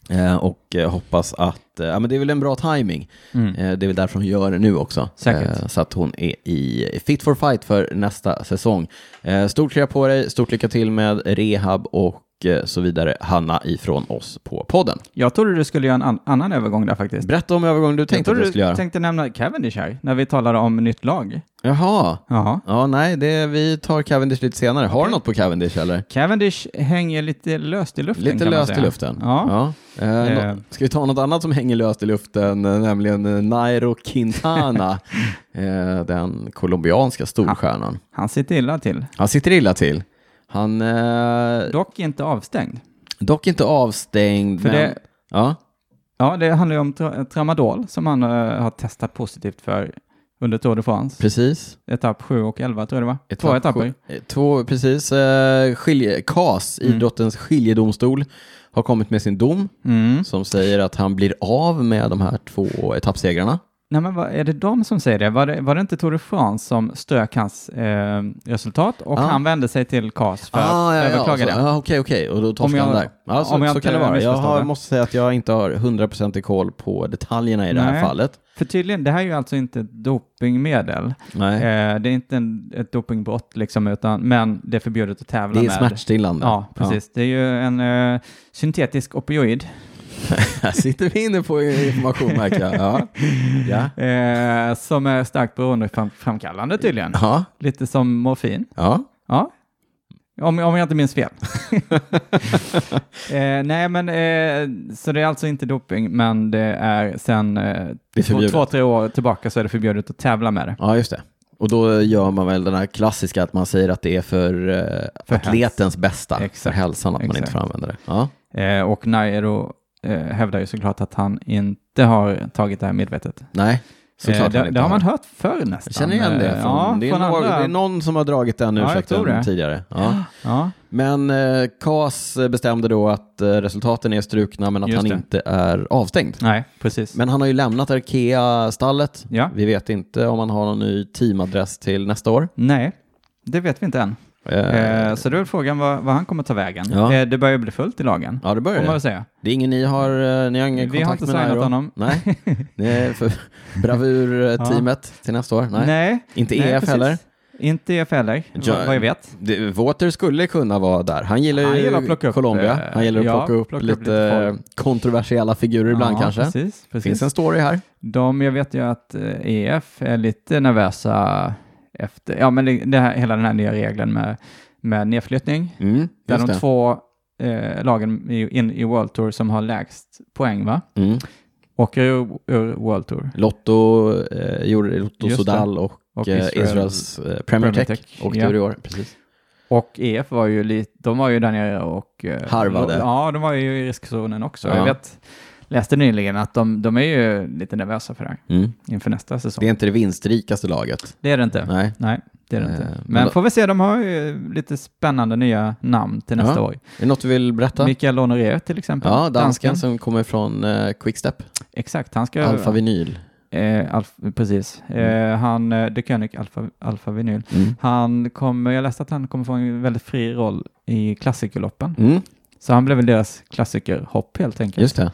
Speaker 1: Eh, och eh, hoppas att, eh, ja men det är väl en bra timing.
Speaker 3: Mm.
Speaker 1: Eh, det är väl därför hon gör det nu också.
Speaker 3: Säkert.
Speaker 1: Eh, så att hon är i fit for fight för nästa säsong. Eh, stort krya på dig, stort lycka till med rehab och eh, så vidare Hanna ifrån oss på podden.
Speaker 3: Jag trodde du skulle göra en an- annan övergång där faktiskt.
Speaker 1: Berätta om övergången du tänkte
Speaker 3: jag
Speaker 1: att
Speaker 3: trodde
Speaker 1: du skulle göra.
Speaker 3: tänkte nämna Cavendish här, när vi talade om nytt lag.
Speaker 1: Jaha.
Speaker 3: Jaha.
Speaker 1: Ja, nej, det, vi tar Cavendish lite senare. Har du något på Cavendish eller?
Speaker 3: Cavendish hänger lite löst i luften
Speaker 1: Lite
Speaker 3: kan man
Speaker 1: löst i
Speaker 3: säga.
Speaker 1: luften.
Speaker 3: Ja.
Speaker 1: Ja. Eh,
Speaker 3: Eh.
Speaker 1: nå- Ska vi ta något annat som hänger löst i luften, eh, nämligen eh, Nairo Quintana, eh, den colombianska storstjärnan.
Speaker 3: Han sitter illa till.
Speaker 1: Han sitter illa till. Han eh,
Speaker 3: Dock inte avstängd.
Speaker 1: dock inte avstängd,
Speaker 3: För
Speaker 1: men...
Speaker 3: det,
Speaker 1: Ja,
Speaker 3: ja, det handlar ju om tra- tramadol som han eh, har testat positivt för under Tour de France.
Speaker 1: precis.
Speaker 3: Etapp 7 och 11 tror jag det var. Två
Speaker 1: Etapp
Speaker 3: etapper.
Speaker 1: sju- eh, Två, precis. Eh, skilje, KAS,
Speaker 3: Mm.
Speaker 1: idrottens skiljedomstol, har kommit med sin dom
Speaker 3: Mm.
Speaker 1: som säger att han blir av med de här två etappsegrarna.
Speaker 3: Nej, men vad, är det de som säger det? Var det, var det inte Tour de France som strök hans eh, resultat och
Speaker 1: Ah.
Speaker 3: han vände sig till CAS för att överklaga
Speaker 1: så-
Speaker 3: det?
Speaker 1: Ah, Ja, okej, okej. Och då torskade
Speaker 3: jag-
Speaker 1: han där. Ja, så,
Speaker 3: om jag
Speaker 1: så
Speaker 3: inte
Speaker 1: kan det vara. Jag
Speaker 3: missförstår
Speaker 1: har,
Speaker 3: det.
Speaker 1: måste säga att jag inte har hundraprocentig koll på detaljerna i det här
Speaker 3: Nej.
Speaker 1: fallet.
Speaker 3: För tydligen, det här är ju alltså inte ett dopingmedel.
Speaker 1: Nej.
Speaker 3: Eh, det är inte en, ett dopingbrott liksom, utan, men det är förbjudet att tävla
Speaker 1: det är
Speaker 3: med.
Speaker 1: smärtstillande.
Speaker 3: Ja, precis. Det är ju en eh, syntetisk opioid.
Speaker 1: Ja. Här sitter vi inne på information märker jag. Ja. Ja.
Speaker 3: Eh, som är starkt beroendeframkallande tydligen.
Speaker 1: Ja.
Speaker 3: Lite som morfin.
Speaker 1: ja.
Speaker 3: Ja. Om, om jag inte minns fel. eh, nej, men eh, så det är alltså inte doping, men det är sen eh,
Speaker 1: Det är
Speaker 3: två,
Speaker 1: förbjudet.
Speaker 3: två, tre år tillbaka så är det förbjudet att tävla med det.
Speaker 1: Ja, just det. Och då gör man väl den här klassiska att man säger att det är för, eh,
Speaker 3: För
Speaker 1: atletens bästa, för
Speaker 3: Exakt.
Speaker 1: hälsan, att man inte
Speaker 3: Exakt.
Speaker 1: får använda det. Ja.
Speaker 3: Eh, och Nairo eh, hävdar ju såklart att han inte har tagit det här medvetet.
Speaker 1: Nej, såklart
Speaker 3: Eh,
Speaker 1: han
Speaker 3: det,
Speaker 1: inte
Speaker 3: det har man hört förr nästan.
Speaker 1: Jag känner igen det.
Speaker 3: Eh,
Speaker 1: Från, det, är
Speaker 3: från
Speaker 1: någon,
Speaker 3: andra.
Speaker 1: det är någon som har dragit den
Speaker 3: Ja, jag
Speaker 1: ursäkten
Speaker 3: tror det.
Speaker 1: tidigare. Ja.
Speaker 3: Ja,
Speaker 1: Men eh, KAS bestämde då att eh, resultaten är strukna men att
Speaker 3: Just
Speaker 1: han
Speaker 3: det.
Speaker 1: inte är avstängd.
Speaker 3: nej, precis.
Speaker 1: Men han har ju lämnat Arkea-stallet.
Speaker 3: Ja.
Speaker 1: Vi vet inte om han har någon ny teamadress till nästa år.
Speaker 3: Nej, det vet vi inte än.
Speaker 1: Eh,
Speaker 3: Eh, så då är frågan vad, vad han kommer ta vägen.
Speaker 1: Ja.
Speaker 3: Eh, det börjar bli fullt i lagen.
Speaker 1: ja, det
Speaker 3: Får
Speaker 1: börjar
Speaker 3: man
Speaker 1: det.
Speaker 3: väl säga.
Speaker 1: Det är ingen ni har, eh, ni har ingen
Speaker 3: Vi har
Speaker 1: kontakt
Speaker 3: inte
Speaker 1: med
Speaker 3: signat
Speaker 1: Nairo?
Speaker 3: honom.
Speaker 1: Nej, det är för bravurteamet till nästa år. Nej, inte
Speaker 3: nej,
Speaker 1: EF
Speaker 3: precis.
Speaker 1: heller.
Speaker 3: Inte EF heller,
Speaker 1: Ja.
Speaker 3: vad- vad jag vet.
Speaker 1: Det, Water skulle kunna vara där. Han gillar ju
Speaker 3: Han gillar att plocka upp,
Speaker 1: Colombia.
Speaker 3: eh,
Speaker 1: Han gillar att
Speaker 3: ja,
Speaker 1: plocka upp
Speaker 3: plocka upp
Speaker 1: lite,
Speaker 3: lite
Speaker 1: kontroversiella figurer ibland
Speaker 3: ja,
Speaker 1: kanske.
Speaker 3: Precis,
Speaker 1: Det
Speaker 3: precis.
Speaker 1: finns en story här.
Speaker 3: De, jag vet ju att eh, EF är lite nervösa efter, ja men det- det här, hela den här nya regeln med, med nedflyttning.
Speaker 1: Mm,
Speaker 3: Där
Speaker 1: just
Speaker 3: de
Speaker 1: det.
Speaker 3: två eh, lagen i, in, i World Tour som har lägst poäng va?
Speaker 1: Mm.
Speaker 3: Åker ur, ur World Tour.
Speaker 1: Lotto eh, gjorde Lotto
Speaker 3: Just det.
Speaker 1: Sodal och,
Speaker 3: Och
Speaker 1: eh,
Speaker 3: Israel-
Speaker 1: Israels eh, Premier
Speaker 3: Premier
Speaker 1: Tech
Speaker 3: Tech,
Speaker 1: åkte
Speaker 3: ja.
Speaker 1: ur i år. Precis.
Speaker 3: Och EF var ju lite, de var ju där nere och... eh,
Speaker 1: Harvade.
Speaker 3: Ja, de var ju i riskzonen också.
Speaker 1: Ja.
Speaker 3: Jag vet, läste nyligen att de, de är ju lite nervösa för det här
Speaker 1: Mm.
Speaker 3: inför nästa säsong.
Speaker 1: Det
Speaker 3: Det,
Speaker 1: är inte det vinstrikaste laget.
Speaker 3: är det inte. Nej,
Speaker 1: Nej.
Speaker 3: det är det
Speaker 1: Eh,
Speaker 3: inte.
Speaker 1: men
Speaker 3: Men,
Speaker 1: då-
Speaker 3: får vi se, de har ju lite spännande nya namn till nästa
Speaker 1: Ja.
Speaker 3: år.
Speaker 1: Är det något du vill berätta?
Speaker 3: Mikael Honoré till exempel.
Speaker 1: Ja, dansken som kommer från eh, Quickstep,
Speaker 3: Exakt, han ska...
Speaker 1: Alfa Vinyl.
Speaker 3: eh, alf, precis. Eh, han, eh, De König Alfa, Alfa Vinyl.
Speaker 1: Mm.
Speaker 3: Han kommer, jag läste att han kommer få en väldigt fri roll i klassikerloppen.
Speaker 1: Mm,
Speaker 3: Så han blev väl deras klassikerhopp helt enkelt.
Speaker 1: just det.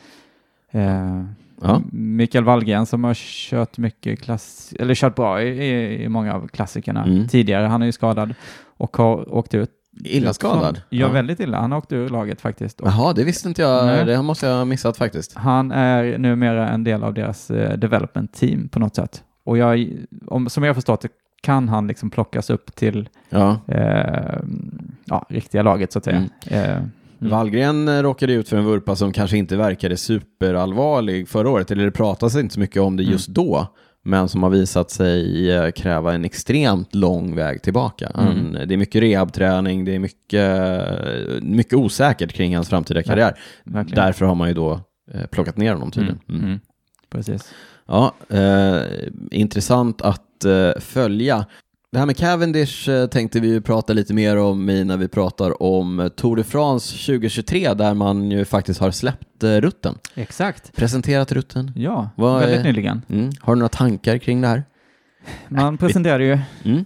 Speaker 3: Eh,
Speaker 1: Ja.
Speaker 3: Mikael Wallgren som har kört mycket klass, eller kört bra i, i, i många av klassikerna
Speaker 1: Mm.
Speaker 3: tidigare. Han är ju skadad och har åkt ut.
Speaker 1: Illa skadad.
Speaker 3: Ja, väldigt illa. Han har åkt ur laget faktiskt. Och
Speaker 1: Jaha, det visste inte jag.
Speaker 3: Nej.
Speaker 1: Det måste jag ha missat faktiskt.
Speaker 3: han är numera en del av deras eh, development team på något sätt. Och jag, om, som jag har förstått det kan han liksom plockas upp till
Speaker 1: Ja.
Speaker 3: eh, ja, riktiga laget så att säga.
Speaker 1: Mm.
Speaker 3: Eh, Mm.
Speaker 1: Wallgren eh, råkade ut för en vurpa som kanske inte verkade superallvarlig förra året, eller det pratades inte så mycket
Speaker 3: Mm.
Speaker 1: om det just då, men som har visat sig eh, kräva en extremt lång väg tillbaka.
Speaker 3: Mm.
Speaker 1: Han, eh, Det är mycket rehabträning, det är mycket, eh, mycket osäkert kring hans framtida karriär.
Speaker 3: verkligen.
Speaker 1: Därför har man ju då eh, plockat ner honom tydligen. Mm.
Speaker 3: Mm. Precis.
Speaker 1: Ja, eh, intressant att eh, följa. Det här med Cavendish eh, tänkte vi ju prata lite mer om i när vi pratar om eh, Tour de France 2023 där man ju faktiskt har släppt eh, rutten.
Speaker 3: Exakt.
Speaker 1: Presenterat rutten.
Speaker 3: Ja,
Speaker 1: Vad är-
Speaker 3: väldigt nyligen.
Speaker 1: Mm. Har du några tankar kring det här?
Speaker 3: Man presenterar ju
Speaker 1: Mm.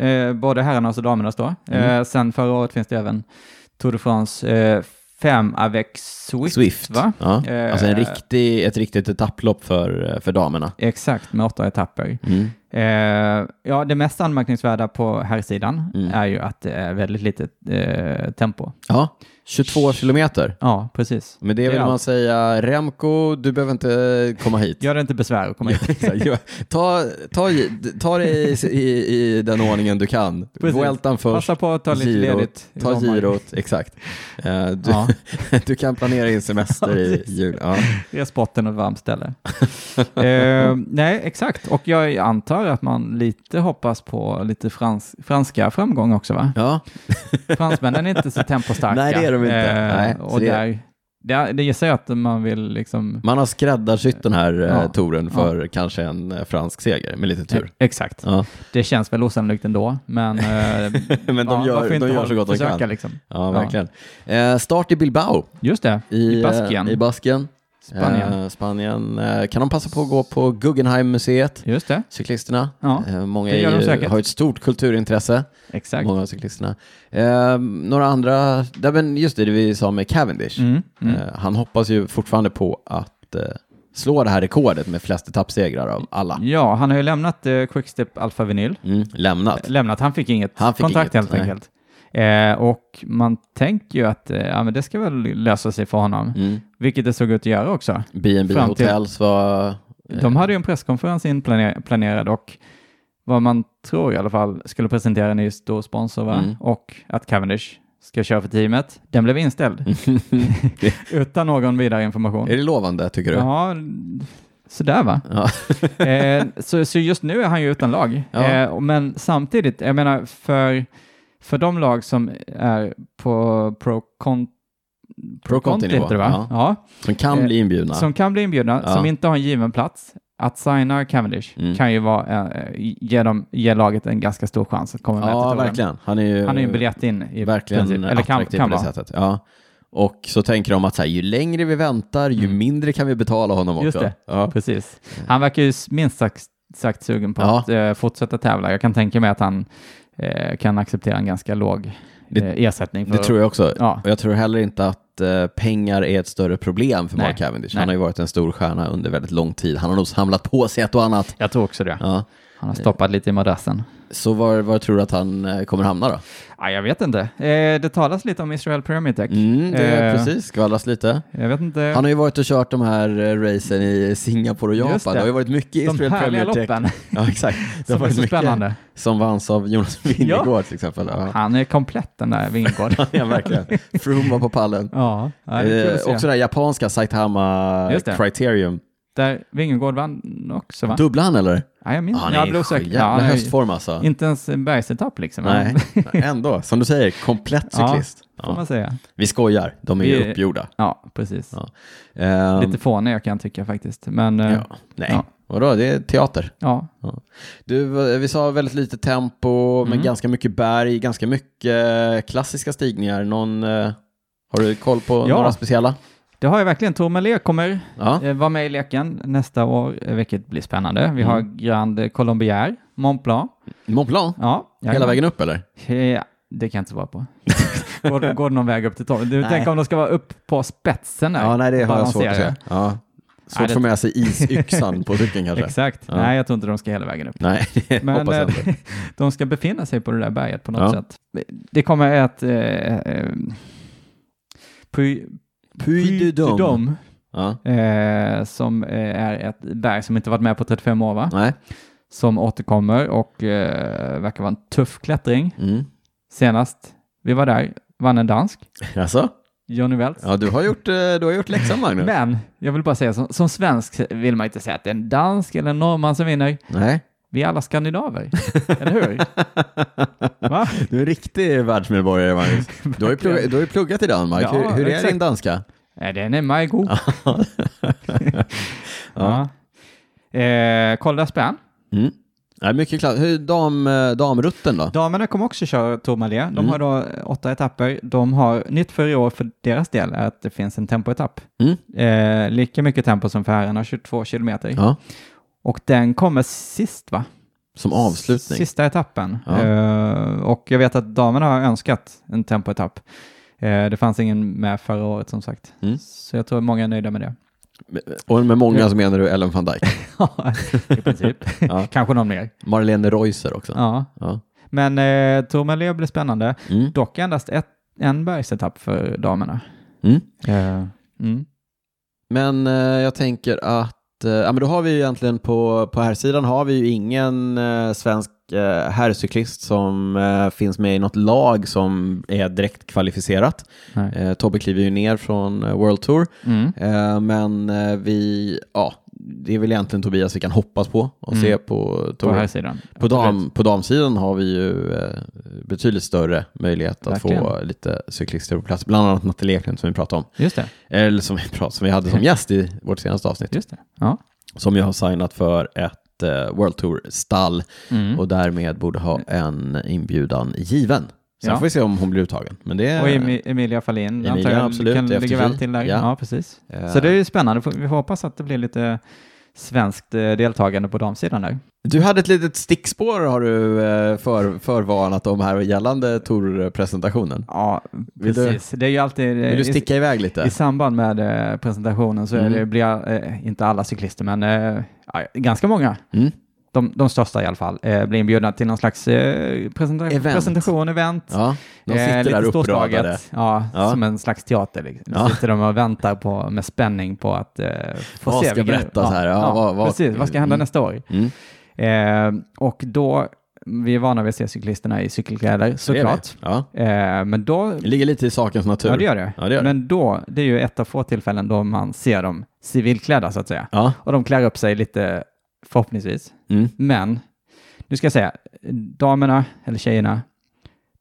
Speaker 3: Eh, både herrarnas och damernas då. Eh, sen förra året finns det även Tour de France 5 avec Swift.
Speaker 1: Swift.
Speaker 3: va?
Speaker 1: Ja.
Speaker 3: Eh,
Speaker 1: Alltså en riktig, ett riktigt etapplopp för, eh, för damerna.
Speaker 3: Exakt, med åtta etapper.
Speaker 1: Mm.
Speaker 3: Eh, ja, det mest anmärkningsvärda på herrsidan
Speaker 1: Mm.
Speaker 3: är ju att det är väldigt litet eh, tempo.
Speaker 1: Ja, 22 kilometer.
Speaker 3: Ja, precis.
Speaker 1: Med det
Speaker 3: är
Speaker 1: vill man
Speaker 3: allt.
Speaker 1: säga, Remco, du behöver inte eh, komma hit.
Speaker 3: Gör det inte besvär att komma
Speaker 1: Ja,
Speaker 3: hit.
Speaker 1: exakt. Ja, ta, ta, ta det i, i, i den ordningen du kan.
Speaker 3: Precis.
Speaker 1: Vueltan först,
Speaker 3: Passa på att ta lite
Speaker 1: girot.
Speaker 3: ledigt. i
Speaker 1: ta
Speaker 3: sommar.
Speaker 1: girot, exakt. Eh, du,
Speaker 3: Ja,
Speaker 1: du kan planera in semester
Speaker 3: Ja,
Speaker 1: i
Speaker 3: precis.
Speaker 1: jul. Ja.
Speaker 3: res bort till något varmt ställe. eh, nej, exakt. Och jag antar att man lite hoppas på lite frans franska framgång också, va?
Speaker 1: Ja.
Speaker 3: Fransmännen är inte så tempostarka. Eh,
Speaker 1: Nej, det är de inte. Nej, så
Speaker 3: och
Speaker 1: det-
Speaker 3: där, där, det gissar jag att man vill liksom...
Speaker 1: Man har skräddarsytt den här eh,
Speaker 3: Ja.
Speaker 1: touren för kanske en eh, fransk seger, med lite tur.
Speaker 3: E- Exakt.
Speaker 1: Ja.
Speaker 3: Det känns väl osannolikt ändå, men... eh,
Speaker 1: Men de
Speaker 3: ja,
Speaker 1: gör,
Speaker 3: varför
Speaker 1: de
Speaker 3: inte
Speaker 1: gör så gott de
Speaker 3: försöka,
Speaker 1: kan.
Speaker 3: Liksom.
Speaker 1: Ja, verkligen. Eh, start i Bilbao
Speaker 3: Just det,
Speaker 1: i,
Speaker 3: i Baskien,
Speaker 1: eh, I Baskien.
Speaker 3: Spanien.
Speaker 1: Eh, Spanien. Eh, kan de passa på att gå på Guggenheim-museet?
Speaker 3: Just det,
Speaker 1: cyklisterna.
Speaker 3: Ja,
Speaker 1: Eh, Många
Speaker 3: det
Speaker 1: är
Speaker 3: gör de
Speaker 1: ju-
Speaker 3: säkert.
Speaker 1: har ett stort kulturintresse,
Speaker 3: exakt.
Speaker 1: många av cyklisterna. Eh, några andra, ja, men just det, det vi sa med Cavendish.
Speaker 3: Mm, mm.
Speaker 1: Eh, han hoppas ju fortfarande på att eh, slå det här rekordet med flest etappsegrar av alla.
Speaker 3: Ja, han har ju lämnat eh, Quickstep Alpha Vinyl.
Speaker 1: Mm, lämnat.
Speaker 3: lämnat. Han fick inget
Speaker 1: Han fick
Speaker 3: kontrakt
Speaker 1: inget,
Speaker 3: helt
Speaker 1: nej.
Speaker 3: enkelt. Eh, och man tänker ju att eh, ja, men det ska väl lösa sig för honom,
Speaker 1: Mm.
Speaker 3: vilket det såg ut att göra också.
Speaker 1: B&B
Speaker 3: Fram till-
Speaker 1: Hotels var...
Speaker 3: De hade ju en presskonferens inplanerad och vad man tror i alla fall skulle presentera en ny stor sponsor va?
Speaker 1: Mm.
Speaker 3: och att Cavendish ska köra för teamet. Den blev inställd utan någon vidare information.
Speaker 1: Är det lovande, tycker du?
Speaker 3: Ja, sådär va?
Speaker 1: Ja.
Speaker 3: eh, så, så just nu är han ju utan lag.
Speaker 1: Ja.
Speaker 3: Eh, och- men samtidigt, jag menar för, för de lag som är på pro, con,
Speaker 1: Pro Conti nivå,
Speaker 3: heter det, va?
Speaker 1: ja. Som kan
Speaker 3: Eh,
Speaker 1: bli inbjudna.
Speaker 3: Som kan bli inbjudna,
Speaker 1: Ja.
Speaker 3: som inte har en given plats. Att signa Cavendish
Speaker 1: Mm.
Speaker 3: kan ju vara, eh, ge, dem, ge laget en ganska stor chans att komma med till
Speaker 1: ja,
Speaker 3: touren.
Speaker 1: verkligen. Han är ju,
Speaker 3: Han är ju en biljett in i
Speaker 1: verkligen
Speaker 3: princip. Eller kan,
Speaker 1: attraktiv
Speaker 3: kan
Speaker 1: på det
Speaker 3: vara.
Speaker 1: sättet. Ja. Och så tänker de att så här, ju längre vi väntar, ju mindre kan vi betala honom också.
Speaker 3: Mm. Just det,
Speaker 1: Ja.
Speaker 3: precis. Han verkar ju minst sagt, sagt sugen på
Speaker 1: Mm. Ja.
Speaker 3: att eh, fortsätta tävla. Jag kan tänka mig att han eh, kan acceptera en ganska låg
Speaker 1: Det-
Speaker 3: eh, ersättning. För,
Speaker 1: Det tror jag också.
Speaker 3: Ja.
Speaker 1: Och jag tror heller inte att eh, pengar är ett större problem för
Speaker 3: Nej.
Speaker 1: Mark Cavendish.
Speaker 3: Nej.
Speaker 1: Han har ju varit en stor stjärna under väldigt lång tid. Han har nog samlat på sig ett och annat.
Speaker 3: jag tror också det.
Speaker 1: Ja.
Speaker 3: Han har stoppat lite i madrassen.
Speaker 1: Så var, var tror du att han eh, kommer hamna då?
Speaker 3: Ah, jag vet inte. Eh, det talas lite om Israel Pyramid Tech.
Speaker 1: Mm, det är
Speaker 3: Eh.
Speaker 1: precis, skvallras lite.
Speaker 3: Jag vet inte.
Speaker 1: Mm. Han har ju varit och kört de här eh, racen i Singapore och Japan.
Speaker 3: Just
Speaker 1: Det.
Speaker 3: det.
Speaker 1: har ju varit mycket
Speaker 3: de
Speaker 1: Israel
Speaker 3: härliga
Speaker 1: Premier Tech.
Speaker 3: loppen
Speaker 1: Ja, exakt. Det har
Speaker 3: som är
Speaker 1: varit
Speaker 3: så
Speaker 1: mycket
Speaker 3: spännande.
Speaker 1: som vanns av Jonas Vingegård till exempel. Ja.
Speaker 3: Han är komplett den där Vingård.
Speaker 1: ja, verkligen. Froome var på pallen.
Speaker 3: ja, ja, det är kul att
Speaker 1: eh,
Speaker 3: se.
Speaker 1: också det här japanska Saitama
Speaker 3: Just det.
Speaker 1: Criterium.
Speaker 3: Där Vingård vann också va?
Speaker 1: Dubbla han eller?
Speaker 3: Ja, jag minns.
Speaker 1: Han
Speaker 3: jag
Speaker 1: är
Speaker 3: blev
Speaker 1: i
Speaker 3: osäker.
Speaker 1: jävla
Speaker 3: Ja, han är-
Speaker 1: höstform alltså.
Speaker 3: Inte ens en bergsetapp liksom.
Speaker 1: Nej, ändå. Som du säger, komplett
Speaker 3: Ja,
Speaker 1: cyklist.
Speaker 3: Får
Speaker 1: Ja.
Speaker 3: man säga.
Speaker 1: Vi skojar, de är
Speaker 3: Vi-
Speaker 1: uppgjorda.
Speaker 3: Ja, precis.
Speaker 1: Ja. Ehm,
Speaker 3: Lite fåniga kan jag tycka faktiskt. Men eh,
Speaker 1: ja. Nej,
Speaker 3: Ja.
Speaker 1: vadå, det är teater.
Speaker 3: ja.
Speaker 1: Du, eh, vi sa väldigt lite tempo, men
Speaker 3: Mm.
Speaker 1: ganska mycket berg, ganska mycket eh, klassiska stigningar. Någon, eh, har du koll på
Speaker 3: Ja.
Speaker 1: några speciella?
Speaker 3: det har jag verkligen. Tourmalet kommer
Speaker 1: Ja.
Speaker 3: eh, vara med i leken nästa år, eh, vilket blir spännande. Vi har
Speaker 1: Mm.
Speaker 3: Grand Colombière, Mont Blanc.
Speaker 1: Mont Blanc,
Speaker 3: Ja,
Speaker 1: hela vägen upp eller?
Speaker 3: Ja, det kan jag inte svara på. går, det- går det någon väg upp till torget? Du, tänk om de ska vara upp på spetsen där. balanserar.
Speaker 1: Ja. Svårt
Speaker 3: Nej,
Speaker 1: att
Speaker 3: det-
Speaker 1: få med sig isyxan på cykeln kanske.
Speaker 3: Exakt.
Speaker 1: Ja.
Speaker 3: Nej, jag tror inte de ska hela vägen upp.
Speaker 1: Nej, det
Speaker 3: Men
Speaker 1: hoppas jag inte.
Speaker 3: eh, de ska befinna sig på det där berget på något
Speaker 1: Ja.
Speaker 3: sätt. Det kommer att... Eh, eh, Puy,
Speaker 1: Puy du Dôme.
Speaker 3: Dôme,
Speaker 1: Ja.
Speaker 3: eh, som eh, är ett berg som inte varit med på 35 år, va?
Speaker 1: Nej.
Speaker 3: Som återkommer och eh, verkar vara en tuff klättring.
Speaker 1: Mm.
Speaker 3: Senast vi var där vann en dansk,
Speaker 1: Alltså?
Speaker 3: Johnny Welts.
Speaker 1: Ja, du har gjort, eh, du har gjort läxan Magnus.
Speaker 3: Men jag vill bara säga, som, som svensk vill man inte säga att det är en dansk eller en norrman som vinner.
Speaker 1: Nej.
Speaker 3: Vi är alla skandinaver, eller hur? Va?
Speaker 1: Du är en riktig världsmedborgare Magnus. Du har ju pluggat, du har ju pluggat i Danmark.
Speaker 3: Ja,
Speaker 1: hur hur är
Speaker 3: exakt.
Speaker 1: din danska?
Speaker 3: Nej, Den är mig god. ja. Eh, Kolda spänn.
Speaker 1: Mm. Nej, mycket klart. Hur dam, eh, damrutten då?
Speaker 3: Damerna kommer också köra Tourmalet.
Speaker 1: Mm.
Speaker 3: De har då eh, åtta etapper. De har nytt för i år för deras del är att det finns en tempoetapp.
Speaker 1: Mm.
Speaker 3: Eh, lika mycket tempo som för herrarna, 22 kilometer.
Speaker 1: Ja.
Speaker 3: Och den kommer sist va?
Speaker 1: Som avslutning.
Speaker 3: Sista etappen.
Speaker 1: Ja.
Speaker 3: Eh, och jag vet att damerna har önskat en tempoetapp. Eh, det fanns ingen med förra året som sagt.
Speaker 1: Mm.
Speaker 3: Så jag tror många är nöjda med det.
Speaker 1: Och med många så menar du Ellen van Dijk.
Speaker 3: Ja, i princip.
Speaker 1: Ja.
Speaker 3: Kanske någon mer.
Speaker 1: Marlene Reusser också.
Speaker 3: Ja.
Speaker 1: Ja.
Speaker 3: Men eh, Tourmalet blir spännande.
Speaker 1: Mm.
Speaker 3: Dock endast ett, en bergsetapp för damerna.
Speaker 1: Mm.
Speaker 3: Eh, mm.
Speaker 1: Men eh, jag tänker att, eh, ja men då har vi ju egentligen på, på här sidan har vi ju ingen eh, svensk eh, herrcyklist som eh, finns med i något lag som är direkt kvalificerat.
Speaker 3: Nej.
Speaker 1: Eh, Tobbe kliver ju ner från eh, World Tour,
Speaker 3: Mm.
Speaker 1: eh, men eh, vi, ja, det är väl egentligen Tobias vi kan hoppas på och
Speaker 3: Mm.
Speaker 1: se på
Speaker 3: På
Speaker 1: Tour.
Speaker 3: här sidan.
Speaker 1: På, dam, på damsidan har vi ju eh, betydligt större möjlighet att få
Speaker 3: Verkligen.
Speaker 1: lite cyklister på plats, bland annat Natte Leklund som vi pratade om.
Speaker 3: Just det.
Speaker 1: Eller som vi, pratade, som vi hade som gäst i vårt senaste avsnitt.
Speaker 3: Just det. Ja.
Speaker 1: Som ju har signat för ett eh, World Tour-stall
Speaker 3: Mm.
Speaker 1: och därmed borde ha en inbjudan given. Sen
Speaker 3: Ja.
Speaker 1: får vi se om hon blir uttagen. Men det,
Speaker 3: Och Emi- Emilia Fahlin
Speaker 1: Emilia,
Speaker 3: antar jag
Speaker 1: absolut,
Speaker 3: kan
Speaker 1: FTV.
Speaker 3: ligga väl till där.
Speaker 1: Ja.
Speaker 3: Ja, precis.
Speaker 1: eh,
Speaker 3: Så det är ju spännande. Får- Vi får hoppas att det blir lite svenskt eh, deltagande på damsidan där.
Speaker 1: Du hade ett litet stickspår har du eh, för, förvarnat om här gällande Tour-presentationen.
Speaker 3: Ja,
Speaker 1: Vill du-
Speaker 3: precis. Det är ju alltid... eh,
Speaker 1: Vill du
Speaker 3: i-
Speaker 1: sticka iväg lite?
Speaker 3: I samband med eh, presentationen så är
Speaker 1: Mm.
Speaker 3: det, blir, eh, inte alla cyklister, men eh, ja, ganska många,
Speaker 1: Mm.
Speaker 3: de, de största i alla fall, eh, blir inbjudna till någon slags eh, presenta-
Speaker 1: Event.
Speaker 3: presentation, event.
Speaker 1: Ja, de sitter
Speaker 3: eh, lite
Speaker 1: där
Speaker 3: storslaget.
Speaker 1: uppradade.
Speaker 3: Ja,
Speaker 1: Ja.
Speaker 3: som en slags teater. Liksom.
Speaker 1: Ja.
Speaker 3: Sitter de och väntar på, med spänning på att eh, få
Speaker 1: Vad
Speaker 3: se
Speaker 1: ska berättas här? Ja,
Speaker 3: ja,
Speaker 1: vad- vad-
Speaker 3: precis. Vad ska hända
Speaker 1: Mm.
Speaker 3: nästa år?
Speaker 1: Mm.
Speaker 3: Eh, och då, vi är vana vid att se cyklisterna i cykelkläder
Speaker 1: Det är vi.
Speaker 3: såklart.
Speaker 1: Ja.
Speaker 3: Eh, men då
Speaker 1: Det ligger lite i sakens natur.
Speaker 3: Ja, det gör det.
Speaker 1: Ja, det gör det.
Speaker 3: Men då, det är ju ett av få tillfällen då man ser dem civilklädda så att säga.
Speaker 1: Ja.
Speaker 3: Och de klär upp sig lite, förhoppningsvis.
Speaker 1: Mm.
Speaker 3: Men, nu ska jag säga, damerna, eller tjejerna,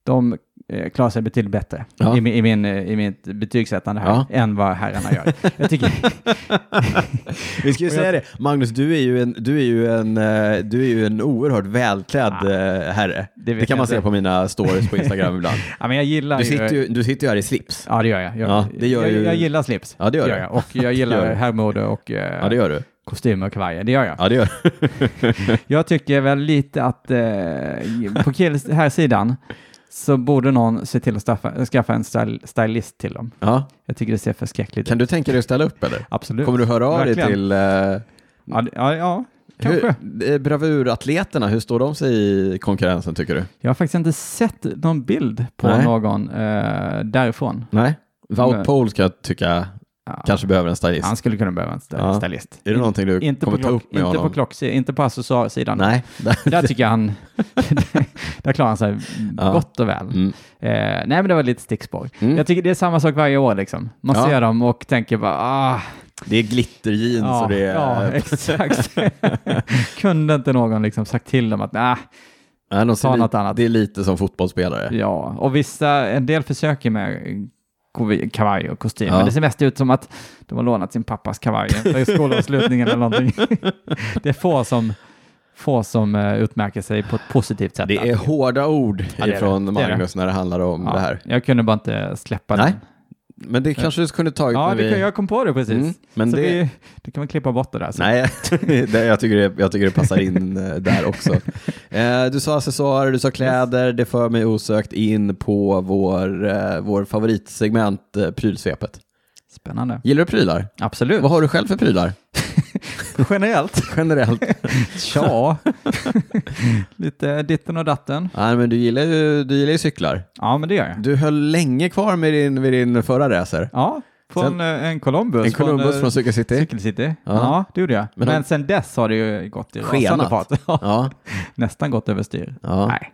Speaker 3: de eh, klarar sig betydligt bättre
Speaker 1: Ja.
Speaker 3: i, min- i, min, eh, i mitt betygssättande här,
Speaker 1: Ja.
Speaker 3: än vad herrarna gör. Jag tycker,
Speaker 1: Vi ska ju säga det, Magnus, du är ju en, du är ju en, eh, du är ju en oerhört välklädd eh, herre.
Speaker 3: Ah. Det
Speaker 1: Det,
Speaker 3: vet
Speaker 1: kan
Speaker 3: jag
Speaker 1: man
Speaker 3: inte.
Speaker 1: se på mina stories på Instagram ibland.
Speaker 3: ja, men jag gillar
Speaker 1: Du sitter ju, du sitter ju här i slips.
Speaker 3: Ja, det gör jag. Jag,
Speaker 1: Ja, det gör
Speaker 3: jag,
Speaker 1: ju-
Speaker 3: jag gillar slips.
Speaker 1: Ja, det gör du.
Speaker 3: jag. Och jag
Speaker 1: gör
Speaker 3: gillar
Speaker 1: du.
Speaker 3: herrmode och eh,
Speaker 1: Ja, det gör du.
Speaker 3: kostymer och kavajer. Det gör jag.
Speaker 1: Ja, det gör du.
Speaker 3: Jag tycker väl lite att eh, på kill här sidan så borde någon se till att skaffa, skaffa en styl, stylist till dem.
Speaker 1: Ja.
Speaker 3: Jag tycker det ser förskräckligt ut.
Speaker 1: Kan du tänka dig att ställa upp eller?
Speaker 3: Absolut.
Speaker 1: Kommer du höra av dig
Speaker 3: Verkligen.
Speaker 1: till eh,
Speaker 3: Ja, det- ja, ja kanske.
Speaker 1: hur, eh, bravuratleterna? Hur står de sig i konkurrensen tycker du?
Speaker 3: Jag har faktiskt inte sett någon bild på
Speaker 1: Nej.
Speaker 3: någon eh, därifrån.
Speaker 1: Nej.
Speaker 3: Nej.
Speaker 1: Wout Pohl ska jag tycka
Speaker 3: Ja,
Speaker 1: kanske behöver en stylist.
Speaker 3: Han skulle kunna behöva en styl,
Speaker 1: Ja.
Speaker 3: stylist.
Speaker 1: Är det någonting du
Speaker 3: Inte på,
Speaker 1: kommer ta
Speaker 3: klock,
Speaker 1: upp med
Speaker 3: inte på
Speaker 1: honom?
Speaker 3: klocksidan, inte på accessoarsidan.
Speaker 1: Nej.
Speaker 3: Där tycker jag han, där klarar han sig
Speaker 1: Ja.
Speaker 3: gott och väl.
Speaker 1: Mm.
Speaker 3: Eh, nej, men det var lite stickspår.
Speaker 1: Mm.
Speaker 3: Jag tycker det är samma sak varje år liksom. Man
Speaker 1: Ja.
Speaker 3: ser dem och tänker bara, ah,
Speaker 1: Det är glitterjeans
Speaker 3: ja,
Speaker 1: och det är...
Speaker 3: ja, exakt. Kunde inte någon liksom sagt till dem att, nej,
Speaker 1: Nej, de ser
Speaker 3: Ta
Speaker 1: li-
Speaker 3: något annat.
Speaker 1: Det är lite som fotbollsspelare.
Speaker 3: ja. Och vissa, en del försöker med kovi- kavaj och kostym,
Speaker 1: Ja.
Speaker 3: men det ser mest ut som att de har lånat sin pappas kavaj för skolavslutningen eller någonting. det är få som, få som eh, utmärker sig på ett positivt sätt.
Speaker 1: Det är hårda ord
Speaker 3: Ja, det är det.
Speaker 1: ifrån
Speaker 3: Det är det.
Speaker 1: Magnus när det handlar om
Speaker 3: Ja,
Speaker 1: det här.
Speaker 3: Jag kunde bara inte släppa
Speaker 1: Nej,
Speaker 3: den.
Speaker 1: men det kanske du kunde tagit
Speaker 3: Ja,
Speaker 1: när
Speaker 3: det
Speaker 1: vi...
Speaker 3: kan, jag kom på det precis.
Speaker 1: Mm, men
Speaker 3: så
Speaker 1: det-
Speaker 3: vi, det kan man klippa bort det där. Så.
Speaker 1: Nej, det, jag, tycker det, jag tycker det passar in eh, där också. Eh, du sa accessoarer, du sa kläder, det för mig osökt in på vår, eh, vår favoritsegment, eh, prylsvepet.
Speaker 3: Spännande.
Speaker 1: Gillar du prylar?
Speaker 3: Absolut.
Speaker 1: Vad har du själv för prylar?
Speaker 3: Generellt.
Speaker 1: Generellt?
Speaker 3: Tja. Lite ditten och datten.
Speaker 1: Nej, men du gillar ju, du gillar ju cyklar.
Speaker 3: Ja, men det gör jag.
Speaker 1: Du höll länge kvar med din, med din förra racer.
Speaker 3: Ja, från
Speaker 1: Sen-
Speaker 3: eh, en Columbus.
Speaker 1: En Columbus
Speaker 3: eh,
Speaker 1: från Cykel City.
Speaker 3: Cykel City. Ja. det gjorde jag.
Speaker 1: Men
Speaker 3: Men,
Speaker 1: de-
Speaker 3: sen dess har det ju gått i
Speaker 1: Skenat.
Speaker 3: rasande fart. Ja,
Speaker 1: Ja,
Speaker 3: Nästan gått överstyr.
Speaker 1: ja.
Speaker 3: Nej.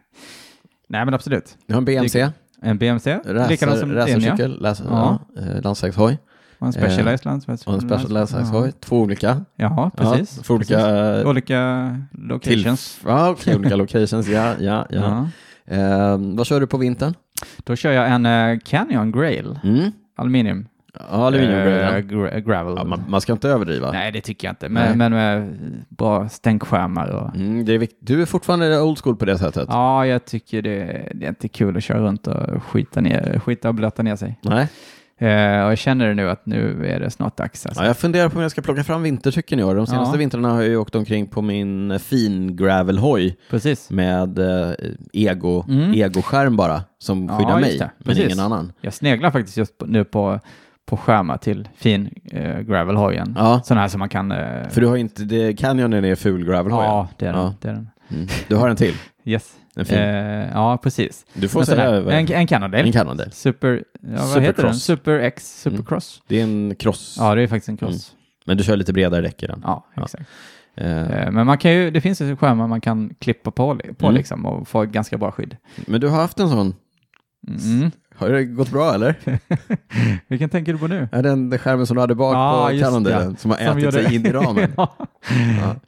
Speaker 3: Nej, men absolut.
Speaker 1: Du har en BMC,
Speaker 3: En BMC, likadant som din, ja.
Speaker 1: racercykel, läs-
Speaker 3: Ja.
Speaker 1: ja, eh, landsvägshoj
Speaker 3: Och en Specialized Landsvägs.
Speaker 1: och en special landsvägshoj. Två olika.
Speaker 3: Ja,
Speaker 1: Ja,
Speaker 3: precis.
Speaker 1: för olika
Speaker 3: precis.
Speaker 1: eh,
Speaker 3: Olika
Speaker 1: till-
Speaker 3: locations.
Speaker 1: Ja, okej, olika locations. Ja, ja, ja.
Speaker 3: Ja.
Speaker 1: Ehm, vad kör du på vintern?
Speaker 3: Då kör jag en eh, Canyon Grail,
Speaker 1: Mm.
Speaker 3: aluminium.
Speaker 1: Ja, aluminiumgrejen.
Speaker 3: Eh, gra- gravel.
Speaker 1: ja, man, man ska inte överdriva.
Speaker 3: Nej, det tycker jag inte,
Speaker 1: Nej.
Speaker 3: men, men med bra stänkskärmar och...
Speaker 1: Mm, det är vikt- du är fortfarande old school på det sättet.
Speaker 3: Ja, jag tycker det, det är inte kul att köra runt och skita, ner, skita och blöta ner sig.
Speaker 1: Nej.
Speaker 3: Eh, och jag känner det nu att nu är det snart dags. Alltså.
Speaker 1: Ja, jag funderar på om jag ska plocka fram vintercykeln i år. De senaste
Speaker 3: Ja.
Speaker 1: vintrarna har jag ju åkt omkring på min eh, fin gravelhoj
Speaker 3: Precis.
Speaker 1: med eh, ego,
Speaker 3: Mm.
Speaker 1: ego-skärm bara som
Speaker 3: Ja,
Speaker 1: skyddar
Speaker 3: just
Speaker 1: mig,
Speaker 3: det.
Speaker 1: men
Speaker 3: Precis.
Speaker 1: ingen annan.
Speaker 3: Jag sneglar faktiskt just på, nu på, på skärmar till fin eh, gravelhojen.
Speaker 1: Ja.
Speaker 3: Sådana här som man kan... Eh,
Speaker 1: För du har inte, det, Canyonen är ful gravelhoj.
Speaker 3: ja, det är den.
Speaker 1: Ja.
Speaker 3: Det är den.
Speaker 1: Mm. Du har en till.
Speaker 3: Yes.
Speaker 1: En fin.
Speaker 3: Eh, ja, precis.
Speaker 1: du får
Speaker 3: En sån
Speaker 1: säga
Speaker 3: här-
Speaker 1: över.
Speaker 3: en, en Cannondale.
Speaker 1: En Cannondale.
Speaker 3: Super, ja, vad heter den?
Speaker 1: Supercross. Mm.
Speaker 3: Super X, Supercross.
Speaker 1: Det är en cross,
Speaker 3: Ja, det är faktiskt en cross.
Speaker 1: men du kör lite bredare däck i den.
Speaker 3: Ja, exakt.
Speaker 1: Eh,
Speaker 3: Eh, Men man kan ju, det finns ju skärmar man kan klippa på, li- på
Speaker 1: Mm.
Speaker 3: liksom och få ett ganska bra skydd.
Speaker 1: Men du har haft en sån.
Speaker 3: Mm.
Speaker 1: Har det gått bra eller?
Speaker 3: Vilken tänker du på nu?
Speaker 1: Är den den skärmen som du hade bak
Speaker 3: Ja,
Speaker 1: på
Speaker 3: just
Speaker 1: Cannondalen som har ätit
Speaker 3: gjorde-
Speaker 1: sig in i ramen?
Speaker 3: ja.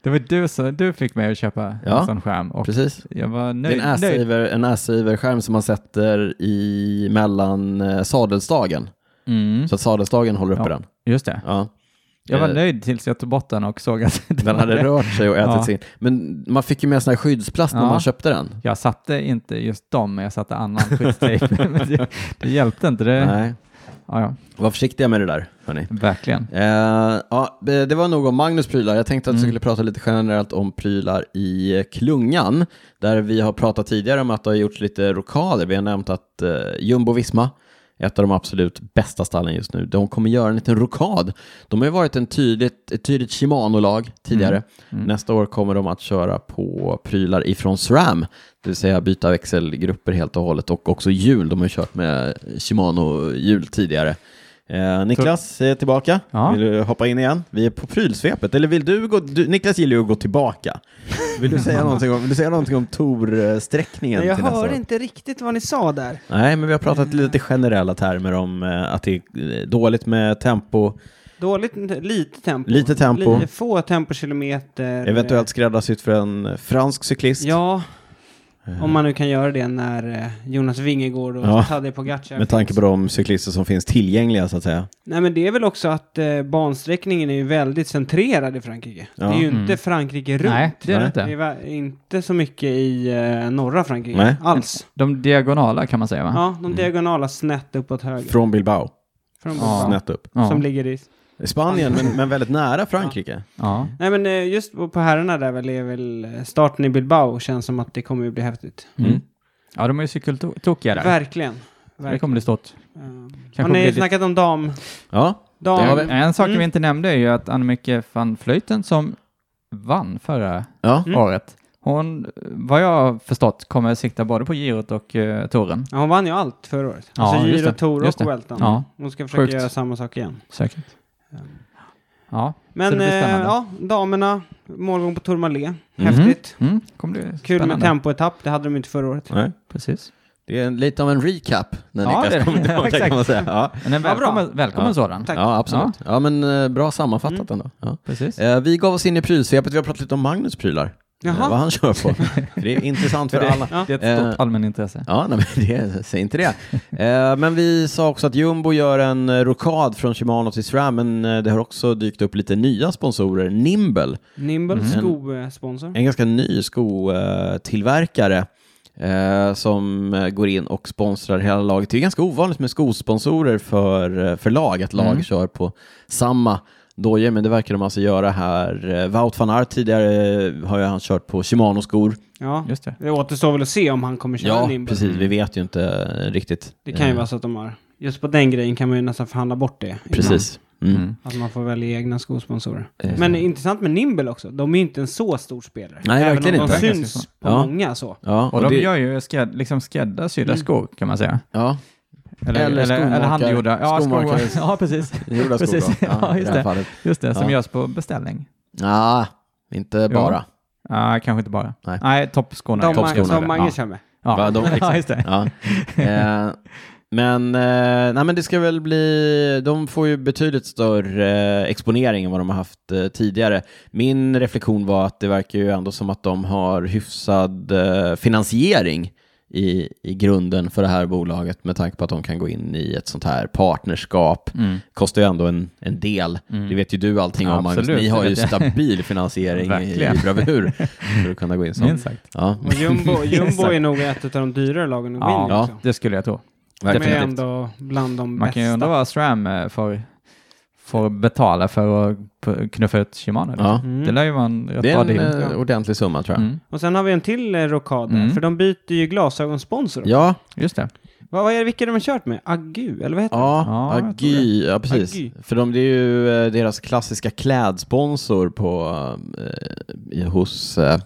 Speaker 3: Det var du som du fick mig att köpa
Speaker 1: Ja.
Speaker 3: en sån skärm och
Speaker 1: Precis.
Speaker 3: jag var
Speaker 1: Det är
Speaker 3: nöjd.
Speaker 1: en
Speaker 3: nöjd.
Speaker 1: ass-saver- en ass-saver-skärm som man sätter i mellan eh, sadelstagen.
Speaker 3: Mm.
Speaker 1: Så att sadelstagen håller uppe
Speaker 3: Ja.
Speaker 1: den.
Speaker 3: Just det.
Speaker 1: Ja.
Speaker 3: Jag var
Speaker 1: Eh,
Speaker 3: nöjd tills jag tog bort den och såg att
Speaker 1: Den hade rört sig och ätit
Speaker 3: Ja.
Speaker 1: sig in. Men man fick ju med sån här skyddsplast när
Speaker 3: Ja.
Speaker 1: man köpte den.
Speaker 3: Jag satte inte just dem, men jag satte annan skyddstejp. Men det, det hjälpte inte. Det,
Speaker 1: Nej,
Speaker 3: ja, ja,
Speaker 1: var försiktiga med det där, hörni.
Speaker 3: verkligen.
Speaker 1: Eh, ja, det var nog om Magnus prylar. Jag tänkte att vi skulle prata lite generellt om prylar i eh, Klungan, där vi har pratat tidigare om att det har gjorts lite rokader. Vi har nämnt att eh, Jumbo Visma, ett av de absolut bästa stallen just nu, de kommer göra en liten rokad. De har ju varit en tydligt, ett tydligt Shimano-lag tidigare. Nästa år kommer de att köra på prylar ifrån SRAM, det vill eh, säga byta växelgrupper helt och hållet och också hjul. De har ju kört med Shimano-hjul tidigare. Eh, Niklas är tillbaka.
Speaker 3: Ja.
Speaker 1: Vill du hoppa in igen? Vi är på prylsvepet. Eller vill du gå... Du, Niklas gillar ju att gå tillbaka. Vill du säga någonting om, vill du säga någonting om Tor-sträckningen?
Speaker 2: Nej, jag
Speaker 1: till nästa
Speaker 2: hörde
Speaker 1: år?
Speaker 2: inte riktigt vad ni sa där.
Speaker 1: Nej, men vi har pratat lite generella termer om eh, att det är eh, dåligt med tempo,
Speaker 2: Dåligt, eh, lite tempo.
Speaker 1: Lite tempo.
Speaker 2: Li- få tempokilometer.
Speaker 1: eventuellt skräddarsytt för en eh, fransk cyklist.
Speaker 2: Ja, om man nu kan göra det när eh, Jonas Vingegård och
Speaker 1: Ja.
Speaker 2: Tadej Pogacar
Speaker 1: Eh, Med tanke på de cyklister som finns tillgängliga så att säga.
Speaker 2: Nej men det är väl också att eh, bansträckningen är ju väldigt centrerad i Frankrike.
Speaker 1: Ja.
Speaker 2: Det är ju inte
Speaker 3: Mm.
Speaker 2: Frankrike runt.
Speaker 3: Nej, det är det
Speaker 1: Nej.
Speaker 2: Det är
Speaker 3: inte.
Speaker 2: va- inte så mycket i eh, norra Frankrike
Speaker 1: Nej. Mm.
Speaker 2: alls.
Speaker 3: De diagonala kan man säga va?
Speaker 2: Ja, de diagonala snett uppåt höger.
Speaker 1: Från Bilbao,
Speaker 2: Från
Speaker 3: Ja.
Speaker 2: Bosnien,
Speaker 1: snett upp.
Speaker 3: Ja.
Speaker 2: Som ligger i...
Speaker 1: Spanien, men, men väldigt nära Frankrike.
Speaker 3: ja.
Speaker 2: Nej men eh, just på på herrarna där väl är väl eh, starten i Bilbao känns som att det kommer ju bli häftigt.
Speaker 3: Mm. ja, de är ju cykeltokiga där.
Speaker 2: Verkligen.
Speaker 3: Det kommer
Speaker 2: Verkligen.
Speaker 3: bli stort.
Speaker 2: Eh, Har
Speaker 3: Kanske
Speaker 2: ni
Speaker 3: blir lite-
Speaker 2: snackat om dam?
Speaker 1: Ja,
Speaker 2: dam
Speaker 1: Det har vi.
Speaker 3: En sak
Speaker 2: Mm.
Speaker 3: vi inte nämnde är ju att Annemike van Vleuten som vann förra
Speaker 1: ja.
Speaker 2: Mm.
Speaker 3: året, hon, vad jag har förstått, kommer sikta både på girot och uh, touren.
Speaker 2: Ja, hon vann ju allt förra året.
Speaker 3: Ja,
Speaker 2: alltså
Speaker 3: just
Speaker 2: Giro,
Speaker 3: det.
Speaker 2: Toro
Speaker 3: Just det.
Speaker 2: och Vueltan.
Speaker 3: Ja.
Speaker 2: Hon ska försöka
Speaker 3: Sjukt.
Speaker 2: göra samma sak igen.
Speaker 3: Säkert. Ja, Så det
Speaker 2: Men
Speaker 3: blir
Speaker 2: eh,
Speaker 3: spännande.
Speaker 2: ja, damerna, målgång på Tourmalet.
Speaker 1: Mhm.
Speaker 2: Häftigt.
Speaker 3: mm, kommer bli
Speaker 2: Kul
Speaker 3: spännande.
Speaker 2: med tempoetapp, det hade de inte förra året.
Speaker 1: Nej.
Speaker 3: Precis.
Speaker 1: Det är en, lite av en recap när
Speaker 3: Ja,
Speaker 1: Niklas
Speaker 3: det är det.
Speaker 1: kommer tillbaka
Speaker 3: Exakt.
Speaker 1: kan man säga. Ja,
Speaker 3: Men en
Speaker 2: Ja, bra.
Speaker 3: välkommen, välkommen
Speaker 1: Ja.
Speaker 3: sådan.
Speaker 2: Tack.
Speaker 1: ja absolut. Ja. men eh, bra sammanfattat ändå. Ja.
Speaker 3: Precis.
Speaker 1: Eh, Vi gav oss in i prylsvepet, vi har pratat lite om Magnus prylar. Eh,
Speaker 2: Jaha.
Speaker 1: Vad han kör på. För det är intressant för alla.
Speaker 2: Ja.
Speaker 3: Det är ett stort
Speaker 1: Eh,
Speaker 3: allmänintresse.
Speaker 1: Ja, nej, men det, säg inte det. Eh, men vi sa också att Jumbo gör en eh, rokad från Shimano till SRAM, men eh, det har också dykt upp lite nya sponsorer. Nimble,
Speaker 2: Nimble,
Speaker 1: Mm.
Speaker 2: skosponsor.
Speaker 1: en ganska ny skotillverkare eh, som eh, går in och sponsrar hela laget. Det är ganska ovanligt med skosponsorer för, eh, för lag, att lag
Speaker 3: Mm.
Speaker 1: kör på samma dojor, men det verkar de alltså göra här. Eh, Wout van Aert tidigare eh, har ju han kört på Shimano-skor.
Speaker 2: Ja.
Speaker 3: Just det.
Speaker 2: Det återstår väl att se om han kommer köra
Speaker 1: Ja,
Speaker 2: Nimble.
Speaker 1: precis.
Speaker 3: Mm.
Speaker 1: Vi vet ju inte eh, riktigt.
Speaker 2: Det kan ju
Speaker 1: Eh,
Speaker 2: vara så att de har... Just på den grejen kan man ju nästan förhandla bort det. innan.
Speaker 1: Precis. Mm.
Speaker 3: Mm.
Speaker 2: Att man får välja egna skosponsorer.
Speaker 1: Eh.
Speaker 2: Men det är intressant med Nimble också. De är ju inte en så stor spelare.
Speaker 1: Nej,
Speaker 2: Även
Speaker 1: verkligen
Speaker 2: om de
Speaker 1: inte.
Speaker 2: syns på
Speaker 1: Ja.
Speaker 2: många så.
Speaker 1: Ja,
Speaker 3: Och de
Speaker 1: det-
Speaker 3: gör ju skräd, liksom skräddarsydda skor kan man säga.
Speaker 1: ja. Eller skomakare-
Speaker 3: eller handgjorda. Ja, skor.
Speaker 1: skomakare.
Speaker 3: ja precis.
Speaker 1: Gjorda skor
Speaker 3: Precis.
Speaker 1: då.
Speaker 3: Ja,
Speaker 1: i
Speaker 3: just
Speaker 1: här
Speaker 3: det.
Speaker 1: fallet.
Speaker 3: Just det, som
Speaker 1: Ja.
Speaker 3: görs på beställning.
Speaker 1: Ja, inte bara.
Speaker 3: Ja, kanske inte bara.
Speaker 1: Nej.
Speaker 3: toppskorna.
Speaker 2: De,
Speaker 1: Toppskorna.
Speaker 2: man, som Mange
Speaker 3: ja.
Speaker 2: kör med.
Speaker 1: Ja,
Speaker 3: Ja.
Speaker 1: de-
Speaker 3: ja, just det.
Speaker 1: Ja. Eh, men, eh, nej, men det ska väl bli, de får ju betydligt större eh, exponering än vad de har haft eh, tidigare. Min reflektion var att det verkar ju ändå som att de har hyfsad eh, finansiering i, i grunden för det här bolaget med tanke på att de kan gå in i ett sånt här partnerskap.
Speaker 3: Mm.
Speaker 1: Kostar ju ändå en, en del. Det vet ju du allting om Magnus.
Speaker 3: Absolut,
Speaker 1: Ni har ju
Speaker 3: det vet jag.
Speaker 1: stabil finansiering i, i
Speaker 3: Verkligen.
Speaker 1: bravur för att kunna gå in som.
Speaker 3: Minst sagt.
Speaker 1: Ja,
Speaker 2: Och Jumbo, Jumbo
Speaker 3: Exakt.
Speaker 2: är nog ett av de dyrare lagen att gå in i
Speaker 3: Ja,
Speaker 2: också.
Speaker 3: det skulle jag tro.
Speaker 2: De är
Speaker 1: verkligen.
Speaker 2: ändå bland de
Speaker 3: Man
Speaker 2: bästa.
Speaker 3: kan ju undra vad SRAM eh, får, får betala för att p- knuffa ut Shimano. liksom.
Speaker 1: Ja.
Speaker 2: Mm.
Speaker 3: Det lär ju vara en rätt
Speaker 1: Det
Speaker 3: bra
Speaker 1: är en
Speaker 3: deal.
Speaker 1: eh, ordentlig summa tror jag.
Speaker 3: Mm.
Speaker 2: Och sen har vi en till eh, rockad där,
Speaker 3: Mm.
Speaker 2: för de byter ju glasögonsponsor. också.
Speaker 1: Ja,
Speaker 3: Just det.
Speaker 2: Vad, vad är det, vilka de har kört med? Agu, eller vad heter
Speaker 1: ja,
Speaker 3: Ja, jag tror
Speaker 1: Agy, ja precis.
Speaker 2: Agy.
Speaker 1: För de, det är ju eh, deras klassiska klädsponsor på, eh, i- hos eh,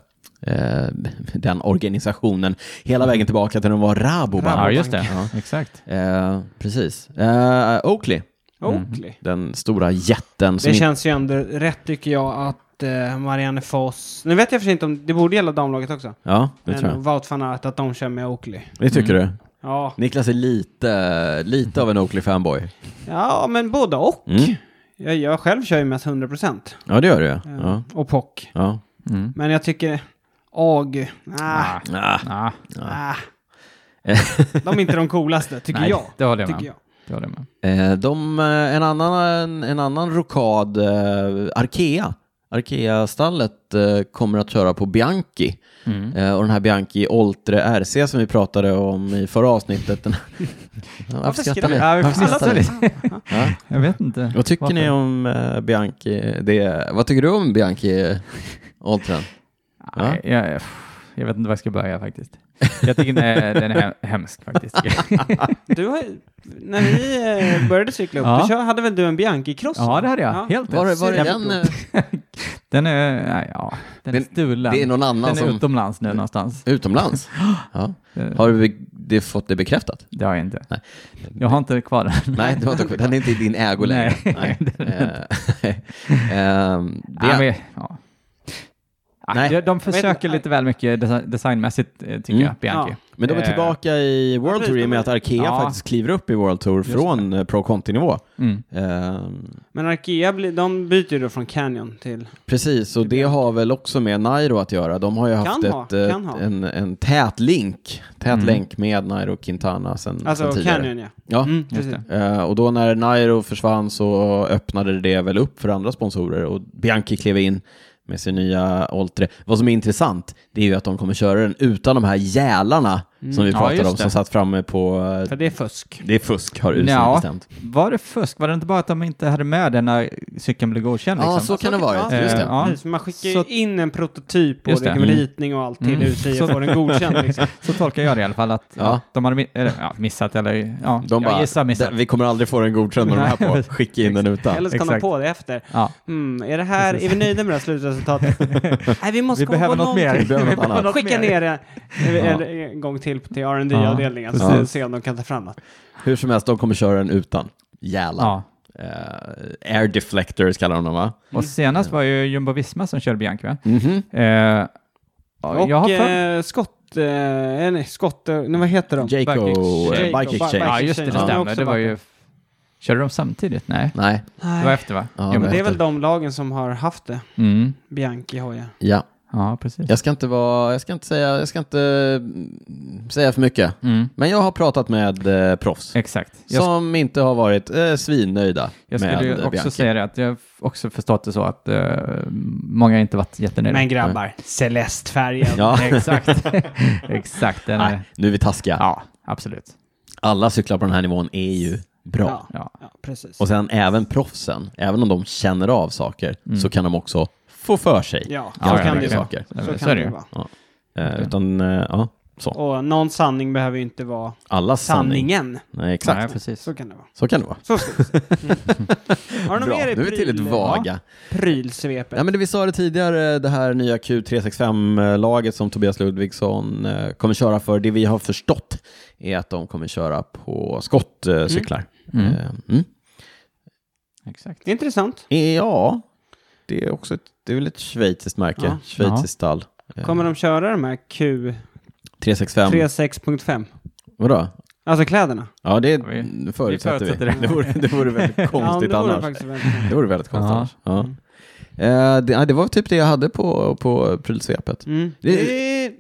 Speaker 1: eh, den organisationen hela vägen tillbaka till de var Rabobank.
Speaker 3: Ja, just det.
Speaker 1: Ja.
Speaker 3: Exakt.
Speaker 1: Eh, precis. Eh, Oakley,
Speaker 2: det? Oakley.
Speaker 1: den stora jätten Mm. som
Speaker 2: Det känns ju ändå rätt tycker jag att eh, Marianne Foss, nu vet jag för sig inte om, det borde gälla damlaget också.
Speaker 1: Ja, det tror
Speaker 2: Men
Speaker 1: jag.
Speaker 2: Wout van Aert, att de kör med Oakley.
Speaker 1: Det tycker du?
Speaker 2: Ja,
Speaker 1: Mm. Niklas är lite, lite av en Oakley-fanboy.
Speaker 2: ja men både och.
Speaker 1: Mm.
Speaker 2: Jag, jag själv kör ju mest 100%
Speaker 1: Ja, det gör du ja.
Speaker 2: eh,
Speaker 1: ja.
Speaker 2: och POC.
Speaker 1: ja.
Speaker 3: Mm.
Speaker 2: Men jag tycker, Agu, nah,
Speaker 1: Ah,
Speaker 3: Ah,
Speaker 2: nah. de är inte de coolaste tycker
Speaker 3: nej,
Speaker 2: jag.
Speaker 3: det håller jag
Speaker 2: Tycker jag.
Speaker 3: med. Det håller jag med.
Speaker 1: eh, de, eh, en annan, en, en annan rokad, eh, Arkea. Arkea-stallet eh, kommer att köra på Bianchi.
Speaker 3: Mm.
Speaker 1: Eh, och den här Bianchi Oltre RC som vi pratade om i förra avsnivet. Den... Varför skrattar ni?
Speaker 2: skrattar
Speaker 3: Ja,
Speaker 1: Varför
Speaker 3: precis.
Speaker 1: skrattar ni? Ja.
Speaker 3: Jag vet inte.
Speaker 1: Vad tycker ni
Speaker 3: varför.
Speaker 1: om eh, Bianchi? Det, vad tycker du om Bianchi eh, Oltren?
Speaker 3: Nej, jag, pff, jag vet inte var jag ska börja faktiskt. Jag tycker den är, den är he- hemsk faktiskt.
Speaker 2: Du har, när vi eh, började cykla upp,
Speaker 3: Ja.
Speaker 2: då kör- hade väl du en Bianchi-cross?
Speaker 3: ja, det hade jag.
Speaker 2: Ja.
Speaker 3: Helt
Speaker 1: Var,
Speaker 3: rätt.
Speaker 1: var är
Speaker 3: Jävligt
Speaker 1: den?
Speaker 3: god.
Speaker 1: eh,
Speaker 3: Den är, nej, ja, den är
Speaker 1: Den-
Speaker 3: stulen.
Speaker 1: eh, Det är någon annan
Speaker 3: den är
Speaker 1: som...
Speaker 3: utomlands nu någonstans.
Speaker 1: Utomlands? Ja.
Speaker 3: Eh,
Speaker 1: Har du det fått det bekräftat?
Speaker 3: Det har jag inte.
Speaker 1: Nej.
Speaker 3: Jag har inte kvar den.
Speaker 1: Nej, du har inte, den är inte i din ägo längre.
Speaker 3: Nej,
Speaker 1: Nej. Ehm, det-
Speaker 3: Ja, men, ja. Ah,
Speaker 1: Nej.
Speaker 3: de- De försöker
Speaker 2: Men-
Speaker 3: lite väl mycket desi- designmässigt, eh, tycker
Speaker 1: Mm.
Speaker 3: jag, Bianchi.
Speaker 2: Ja.
Speaker 1: Men de är
Speaker 3: Eh,
Speaker 1: tillbaka i World
Speaker 2: precis,
Speaker 1: Tour i och med att
Speaker 2: de
Speaker 1: Arkea
Speaker 3: Ja.
Speaker 1: faktiskt kliver upp i World Tour från eh, Pro Conti-nivå.
Speaker 3: Mm.
Speaker 1: Ehm,
Speaker 2: Men Arkea, blir- de byter ju då från Canyon
Speaker 1: Mm,
Speaker 2: till...
Speaker 1: precis, och det har väl också med Nairo att göra. De har ju haft
Speaker 2: Typ. Kan ha,
Speaker 1: ett, eh,
Speaker 2: kan ha.
Speaker 1: En, en tät link, tät
Speaker 3: Mm.
Speaker 1: länk med Nairo och Quintana sen,
Speaker 2: Alltså
Speaker 1: sen tidigare.
Speaker 2: Canyon, ja.
Speaker 1: Ja.
Speaker 2: Mm,
Speaker 3: Just
Speaker 2: precis.
Speaker 3: det.
Speaker 1: Eh, och då när Nairo försvann så öppnade det väl upp för andra sponsorer och Bianchi klev in med sin nya Oltre. Vad som är intressant, det är ju att de kommer köra den utan de här jälarna som vi
Speaker 3: Mm. Ja,
Speaker 1: pratade
Speaker 3: just
Speaker 1: om, som
Speaker 3: det.
Speaker 1: satt framme på... eh,
Speaker 2: För det är fusk.
Speaker 1: Det är fusk, har USA
Speaker 3: Ja.
Speaker 1: bestämt.
Speaker 3: Var det fusk? Var det inte bara att de inte hade med den när cykeln blev godkänd?
Speaker 1: Ja,
Speaker 3: liksom?
Speaker 1: så kan det vara.
Speaker 2: Ja,
Speaker 1: Just det.
Speaker 3: Eh, ja.
Speaker 2: Precis, man skickar ju
Speaker 3: Så-
Speaker 2: in en prototyp och
Speaker 3: Just
Speaker 2: det
Speaker 3: det.
Speaker 2: kan vara
Speaker 1: Mm.
Speaker 2: ritning och allt till
Speaker 3: Mm.
Speaker 2: UCI
Speaker 3: Så-
Speaker 2: och får den godkänd. Liksom.
Speaker 3: Så tolkar jag det i alla fall, att
Speaker 1: Ja.
Speaker 3: att de hade mi- eller, ja, missat eller ja,
Speaker 1: De
Speaker 3: jag
Speaker 1: bara,
Speaker 3: gissar missat.
Speaker 1: "Där- vi kommer aldrig få den godkänd med de här på.
Speaker 3: Nej.
Speaker 1: Skicka in den utan.
Speaker 2: Eller så kom de
Speaker 3: exakt.
Speaker 2: på det efter.
Speaker 3: Ja.
Speaker 2: Mm, är det här, är vi nöjda med det här slutresultatet? Nej, vi måste
Speaker 3: Vi
Speaker 2: komma
Speaker 3: behöver
Speaker 2: på
Speaker 3: något mer.
Speaker 2: någonting.
Speaker 1: Vi behöver något annat.
Speaker 2: Skicka ner det en,
Speaker 1: Ja.
Speaker 2: en gång till till rd avdelningen så
Speaker 3: Ja,
Speaker 2: får vi
Speaker 3: precis.
Speaker 2: se om de kan ta fram något.
Speaker 1: Hur som helst, de kommer köra den utan. Jälar.
Speaker 3: Ja.
Speaker 1: Eh, air deflectors kallar de dem va?
Speaker 3: Och senast var ju Jumbo Visma som körde Bianca, va?
Speaker 1: Mhm.
Speaker 3: Eh, ja,
Speaker 2: Och
Speaker 3: jag har för...
Speaker 2: eh, skott, eh, nej, skott, eh, nej, vad heter de?
Speaker 1: Jaco,
Speaker 3: Bike
Speaker 1: eh,
Speaker 3: Exchange.
Speaker 1: Bike Exchange.
Speaker 3: Ja, just det, det
Speaker 1: Ja.
Speaker 3: stämmer.
Speaker 2: Också
Speaker 3: Det var
Speaker 2: varit
Speaker 3: ju... Körde de samtidigt? Nej,
Speaker 1: Nej,
Speaker 3: det var
Speaker 2: Nej.
Speaker 3: efter va?
Speaker 1: Ja, det
Speaker 3: Jumbo.
Speaker 1: var
Speaker 2: Det är väl de lagen som har haft det.
Speaker 3: Mm.
Speaker 2: Bianchi, Hoja.
Speaker 1: ja.
Speaker 3: Ja, precis.
Speaker 1: Jag ska inte vara, jag ska inte säga, jag ska inte mm, säga för mycket.
Speaker 3: Mm.
Speaker 1: Men jag har pratat med eh, proffs.
Speaker 3: Exakt. Jag
Speaker 1: Som inte har varit eh, svinnöjda
Speaker 3: Jag
Speaker 1: med
Speaker 3: skulle ju
Speaker 1: eh,
Speaker 3: också
Speaker 1: Bianchi.
Speaker 3: säga det, att jag har också förstått det så att eh, många inte varit jättenöjda.
Speaker 2: Men grabbar, celestfärgen.
Speaker 1: Ja.
Speaker 3: Exakt. Exakt. Den
Speaker 1: Nej,
Speaker 3: är,
Speaker 1: nu är vi taskiga.
Speaker 3: ja, absolut.
Speaker 1: Alla cyklar på den här nivån är ju bra.
Speaker 2: Ja,
Speaker 3: Ja.
Speaker 2: ja, precis.
Speaker 1: Och sen även proffsen, även om de känner av saker,
Speaker 3: Mm.
Speaker 1: så kan de också få för sig
Speaker 2: Ja, så
Speaker 1: ganska
Speaker 3: ja,
Speaker 2: kan det
Speaker 1: mycket
Speaker 2: ju vara.
Speaker 1: saker.
Speaker 3: Så
Speaker 2: Så
Speaker 3: är det
Speaker 2: kan det
Speaker 3: ju.
Speaker 2: ju vara.
Speaker 1: Eh, utan, eh, ja, så.
Speaker 2: Och någon sanning behöver ju inte vara
Speaker 1: Alla sanning.
Speaker 2: sanningen.
Speaker 1: Nej, exakt.
Speaker 3: Nej, precis.
Speaker 2: Så kan det vara.
Speaker 1: Så kan det vara.
Speaker 2: Så ska vi se. Mm. Har du något
Speaker 1: Bra,
Speaker 2: mer i
Speaker 1: nu är vi till ett
Speaker 2: pryl-
Speaker 1: vaga.
Speaker 2: Ja, prylsvepet.
Speaker 1: Ja, men det vi sa det tidigare, det här nya Q365-laget som Tobias Ludvigsson eh, kommer köra för, det vi har förstått är att de kommer köra på skottcyklar.
Speaker 3: Mm.
Speaker 1: Mm.
Speaker 3: Exakt.
Speaker 2: Det är intressant.
Speaker 1: Eh, Ja, det är också ett, det är väl ett schweiziskt märke,
Speaker 2: Ja.
Speaker 1: schweiziskt stall. Eh,
Speaker 2: Kommer de köra de här
Speaker 1: 365,
Speaker 2: Q36.5?
Speaker 1: vadå?
Speaker 2: Alltså kläderna?
Speaker 1: Ja, det
Speaker 3: vi-
Speaker 1: vi, förutsätter vi.
Speaker 3: förutsätter
Speaker 1: Det. vore, det vore väldigt konstigt
Speaker 2: ja, det vore
Speaker 1: annars.
Speaker 2: faktiskt väldigt
Speaker 1: Det vore väldigt konstigt
Speaker 3: Ja.
Speaker 1: annars. Ja. Eh, det, ja, det var typ det jag hade på, på prylsvepet.
Speaker 2: mm.
Speaker 1: Det-
Speaker 2: Det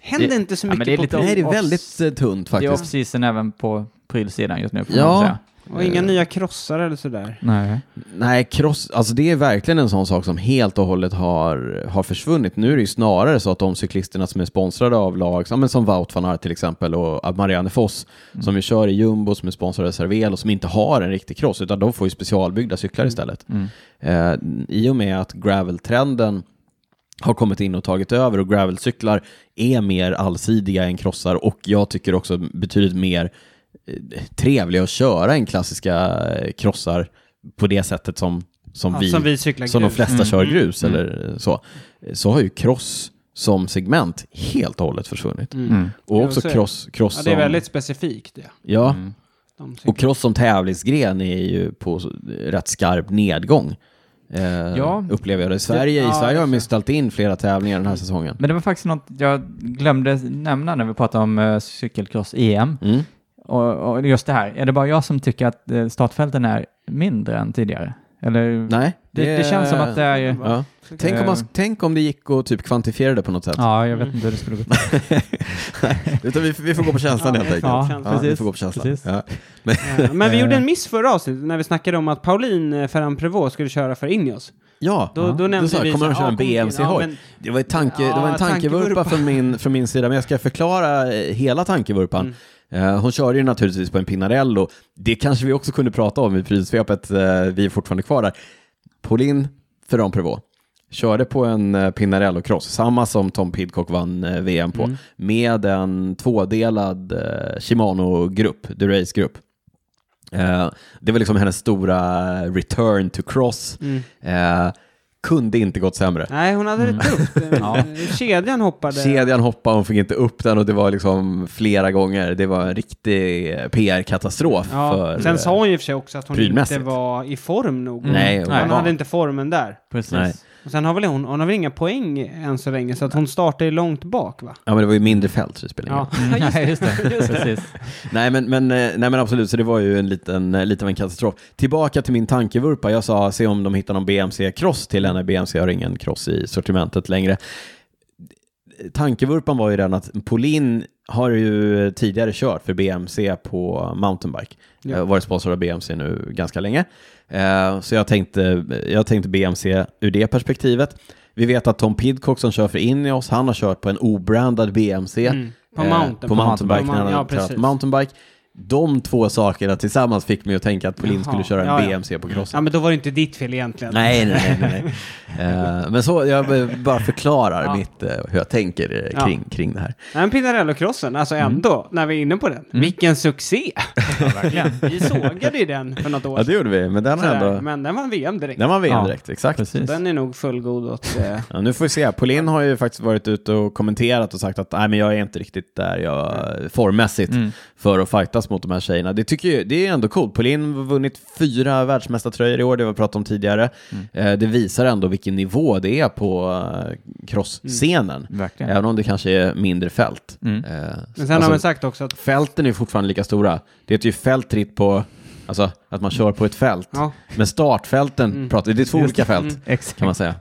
Speaker 2: händer
Speaker 1: det-
Speaker 2: inte så
Speaker 3: Ja, men
Speaker 2: mycket
Speaker 3: det är
Speaker 2: på
Speaker 3: lite
Speaker 2: pryl.
Speaker 1: Nej, det är
Speaker 3: off-
Speaker 1: väldigt eh, tunt
Speaker 3: Det är
Speaker 1: faktiskt.
Speaker 3: off-season även på prylsidan just nu. får
Speaker 1: Ja.
Speaker 3: man säga.
Speaker 2: Och inga nya krossar eller sådär.
Speaker 3: Nej.
Speaker 1: Nej, cross, alltså det är verkligen en sån sak som helt och hållet har, har försvunnit. Nu är det ju snarare så att de cyklisterna som är sponsrade av lag, ja, men som Wout van Aert till exempel och Marianne Foss, som ju kör i jumbo, som är sponsrade av Cervelo, som inte har en riktig cross, utan de får ju specialbyggda cyklar istället.
Speaker 3: Mm.
Speaker 1: Eh, I och med att graveltrenden har kommit in och tagit över och gravelcyklar är mer allsidiga än crossar och jag tycker också betydligt mer eh, trevliga att köra än klassiska eh, crossar på det sättet som, som,
Speaker 2: Ja,
Speaker 1: vi,
Speaker 2: som vi cyklar
Speaker 1: som de
Speaker 2: grus.
Speaker 1: flesta
Speaker 3: Mm.
Speaker 1: kör grus
Speaker 3: Mm.
Speaker 1: eller eh, så, så har ju cross som segment helt och hållet försvunnit.
Speaker 2: Mm.
Speaker 3: Mm.
Speaker 1: Och
Speaker 2: Ja,
Speaker 1: också
Speaker 2: så är det.
Speaker 1: cross, cross
Speaker 2: Ja, det är
Speaker 1: som-
Speaker 2: väldigt specifikt det.
Speaker 1: ja,
Speaker 3: Mm.
Speaker 2: De cyklar.
Speaker 1: och cross som tävlingsgren är ju på så- rätt skarp nedgång. Eh,
Speaker 3: Ja.
Speaker 1: Upplever jag det. I Sverige, i
Speaker 2: Ja,
Speaker 1: Sverige har de ju
Speaker 2: just det.
Speaker 1: ställt in flera tävlingar den här säsongen.
Speaker 3: Men det var faktiskt något jag glömde nämna när vi pratade om eh, cykelcross-EM.
Speaker 1: Mm.
Speaker 3: Och, och just det här, är det bara jag som tycker att eh, startfälten är mindre än tidigare? Eller?
Speaker 1: Nej,
Speaker 3: Det, det känns som att det är...
Speaker 1: Ja. Tänk, om man,
Speaker 2: Eh.
Speaker 1: tänk om det gick att typ kvantifiera det på något sätt.
Speaker 3: Ja, jag vet inte hur det skulle gå till.
Speaker 1: Utan vi, vi får gå på känslan
Speaker 2: Ja,
Speaker 1: helt enkelt.
Speaker 2: ja,
Speaker 1: vi
Speaker 3: precis.
Speaker 1: får gå på känslan.
Speaker 3: Precis.
Speaker 1: Ja.
Speaker 2: Ja, Men vi gjorde en miss förra avsnittet när vi snackade om att Pauline eh, Ferran Prevot skulle köra för Ineos.
Speaker 1: ja.
Speaker 2: Då, då nämnde
Speaker 1: sa jag,
Speaker 2: vi...
Speaker 1: kommer de
Speaker 2: så-
Speaker 1: köra en
Speaker 2: ja, kommer-
Speaker 1: BMC-hoj?
Speaker 2: ja, men-
Speaker 1: Det var, ett tanke,
Speaker 2: Ja,
Speaker 1: det var en tankevurpa
Speaker 2: tankevurpa.
Speaker 1: från min, från min sida, men jag ska förklara eh, hela tankevurpan.
Speaker 2: Mm.
Speaker 1: Eh, Hon körde ju naturligtvis på en Pinarello. Det kanske vi också kunde prata om i prylsvepet, eh, vi är fortfarande kvar där. Pauline Ferran Prevot körde på en eh, Pinarello-cross, samma som Tom Pidcock vann eh, VM
Speaker 2: Mm.
Speaker 1: på, med en tvådelad eh, Shimano-grupp, Durace-grupp. Eh, Det var liksom hennes stora return to cross.
Speaker 2: Mm.
Speaker 1: Eh, kunde inte gått sämre.
Speaker 2: Nej, hon hade det tufft.
Speaker 3: Ja.
Speaker 2: Kedjan hoppade.
Speaker 1: Mm. Kedjan hoppade, hon fick inte upp den och det var liksom flera gånger. Det var en riktig eh, PR-katastrof.
Speaker 2: Ja.
Speaker 1: för, eh,
Speaker 2: Sen sa hon i och för sig också att hon inte
Speaker 1: prylmässigt. Mm.
Speaker 2: var i form nog.
Speaker 1: Nej,
Speaker 2: hon
Speaker 1: nej.
Speaker 2: hade inte formen där.
Speaker 3: Precis.
Speaker 1: Nej.
Speaker 2: Och sen har väl hon, hon har väl inga poäng än så länge, så att hon startar ju långt bak va?
Speaker 1: Ja, men det var ju mindre fält så det spelar ingen roll.
Speaker 3: Mm, nej, just det. Precis.
Speaker 1: Nej men, men, eh, nej men absolut, så det var ju en liten, eh, lite av en katastrof. Tillbaka till min tankevurpa, jag sa se om de hittar någon BMC-cross till henne, BMC har ingen cross i sortimentet längre. Tankevurpan var ju den att Polin har ju tidigare kört för BMC på mountainbike,
Speaker 2: Ja.
Speaker 3: Eh,
Speaker 1: ja. varit sponsrad av BMC nu ganska länge. Eh, Så jag tänkte, jag tänkte BMC ur det perspektivet. Vi vet att Tom Pidcock som kör för Ineos, han har kört på en obrandad BMC.
Speaker 2: Mm. På
Speaker 1: Eh,
Speaker 2: mountain.
Speaker 1: på mountainbike.
Speaker 2: På
Speaker 1: när han
Speaker 2: ja,
Speaker 1: hade tränat
Speaker 2: precis.
Speaker 1: mountainbike. De två sakerna tillsammans fick mig att tänka att Pauline
Speaker 2: Jaha.
Speaker 1: skulle köra en
Speaker 2: Ja, ja.
Speaker 1: BMC på crossen.
Speaker 2: Ja, men då var det inte ditt fel egentligen.
Speaker 1: Nej, nej, nej. nej, nej. Eh, men så, jag b- bara förklarar
Speaker 2: Ja.
Speaker 1: mitt, eh, hur jag tänker eh,
Speaker 2: Ja.
Speaker 1: kring, kring det här.
Speaker 2: Nej, men Pinarello-crossen, alltså
Speaker 3: Mm.
Speaker 2: ändå, när vi är inne på den. Vilken succé! verkligen. Vi sågade ju den för något år
Speaker 1: Ja, det gjorde vi, men den har
Speaker 2: sådär,
Speaker 1: ändå...
Speaker 2: Men den vann VM direkt.
Speaker 1: Den var VM
Speaker 3: Ja.
Speaker 1: direkt, exakt.
Speaker 3: Precis.
Speaker 2: Den är nog fullgod åt... Eh,
Speaker 1: Ja, nu får vi se. Pauline har ju faktiskt varit ute och kommenterat och sagt att nej, men jag är inte riktigt där jag formmässigt
Speaker 2: Mm.
Speaker 3: Mm,
Speaker 1: för att fightas mot de här tjejerna. Det tycker jag, det är ändå coolt. Pauline har vunnit fyra världsmästartröjor i år, det har vi pratat om tidigare.
Speaker 2: Mm.
Speaker 1: Eh, Det visar ändå vilken nivå det är på eh, crossscenen,
Speaker 3: Verkligen.
Speaker 1: även om det kanske är mindre fält.
Speaker 3: Mm.
Speaker 1: Eh,
Speaker 2: Mm. men sen har
Speaker 1: alltså,
Speaker 2: man sagt också att...
Speaker 1: Fälten är fortfarande lika stora. Det heter ju fältritt på, alltså att man kör på ett fält.
Speaker 2: Ja, Mm.
Speaker 1: Men startfälten, pratar, det är två
Speaker 3: Just
Speaker 1: olika fält
Speaker 3: Exakt.
Speaker 1: kan man säga.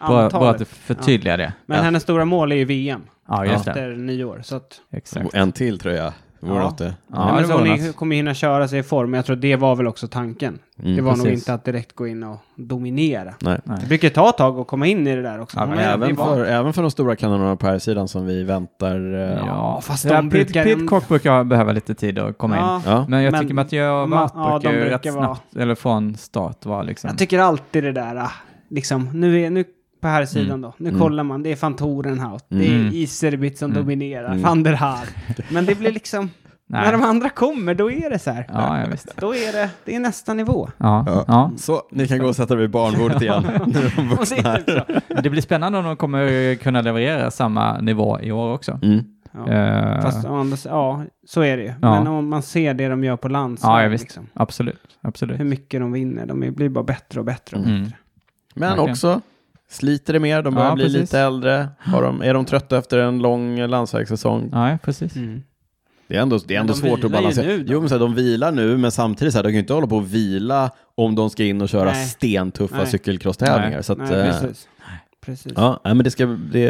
Speaker 3: Bara,
Speaker 2: antalet.
Speaker 3: bara att du förtydligar det.
Speaker 2: Men
Speaker 1: Ja.
Speaker 2: hennes stora mål är ju VM
Speaker 3: Ja, just det.
Speaker 2: efter nyår. Så att,
Speaker 3: Exakt.
Speaker 1: En till tröja vore
Speaker 2: Ja.
Speaker 1: något det.
Speaker 3: Ja,
Speaker 2: nej,
Speaker 3: det
Speaker 2: men så
Speaker 3: var
Speaker 2: hon
Speaker 3: något.
Speaker 2: är- kommer hinna köra sig i form. men Jag tror det var väl också tanken.
Speaker 1: Mm.
Speaker 2: det var nog
Speaker 3: Mm, precis.
Speaker 2: inte att direkt gå in och dominera.
Speaker 1: Nej.
Speaker 2: Det brukar ta ett tag att komma in i det där också.
Speaker 3: Ja,
Speaker 2: Hon
Speaker 3: men
Speaker 2: är- det
Speaker 1: Även
Speaker 2: var-
Speaker 1: för, även för de stora kanonerna på här sidan som vi väntar. eh,
Speaker 3: Ja,
Speaker 2: fast
Speaker 3: det där
Speaker 2: de
Speaker 3: Pit-
Speaker 2: brukar-
Speaker 3: Pitcock brukar behöva lite tid att komma in.
Speaker 2: Ja,
Speaker 1: Ja.
Speaker 3: Men jag
Speaker 2: Men-
Speaker 3: tycker Mathieu och
Speaker 2: Ma-
Speaker 3: Matt
Speaker 2: ja, de
Speaker 3: brukar ju
Speaker 2: brukar
Speaker 3: rätt
Speaker 2: vara-
Speaker 3: snabbt, eller från start vara liksom.
Speaker 2: Jag tycker alltid det där, ah, liksom, nu är, nu på här sidan då, nu kollar man, det är fan Torenhaut, det är Iserbit som dominerar, van der Haar. Men det blir liksom,
Speaker 3: Nej.
Speaker 2: när de andra kommer, då är det så här.
Speaker 3: Ja, ja visst.
Speaker 2: Då är det, det är nästa nivå.
Speaker 3: Ja,
Speaker 1: Ja.
Speaker 3: ja.
Speaker 1: Så, ni kan gå och sätta er vid barnbordet igen. Nu är de
Speaker 2: Och det är typ så.
Speaker 3: Men Det blir spännande om de kommer kunna leverera samma nivå i år också.
Speaker 1: Mm.
Speaker 2: Ja.
Speaker 3: Eh,
Speaker 2: Fast, å andra s- ja, så är det ju. Men om man ser det de gör på landsväg,
Speaker 3: ja, ja, visst.
Speaker 2: liksom,
Speaker 3: Absolut. Absolut.
Speaker 2: hur mycket de vinner, de blir bara bättre och bättre. Och bättre.
Speaker 3: Mm.
Speaker 1: Men
Speaker 3: Verkligen.
Speaker 1: också, sliter det mer, de börjar
Speaker 3: Ja,
Speaker 1: bli
Speaker 3: precis.
Speaker 1: lite äldre. Har de, är de trötta efter en lång landsvägssäsong?
Speaker 3: Ja, precis.
Speaker 2: Mm.
Speaker 1: Det är ändå, det är
Speaker 2: Men
Speaker 1: ändå
Speaker 2: de
Speaker 1: svårt att
Speaker 2: vilar ju
Speaker 1: balansera.
Speaker 2: nu då.
Speaker 1: jo, men så här, de vilar nu, men samtidigt så här, de kan ju inte hålla på och vila om de ska in och köra
Speaker 2: Nej.
Speaker 1: stentuffa
Speaker 2: Nej.
Speaker 1: cykelcrosstävlingar. Så att,
Speaker 2: Nej,
Speaker 1: eh,
Speaker 2: precis. precis.
Speaker 1: Ja, nej, men det ska, det,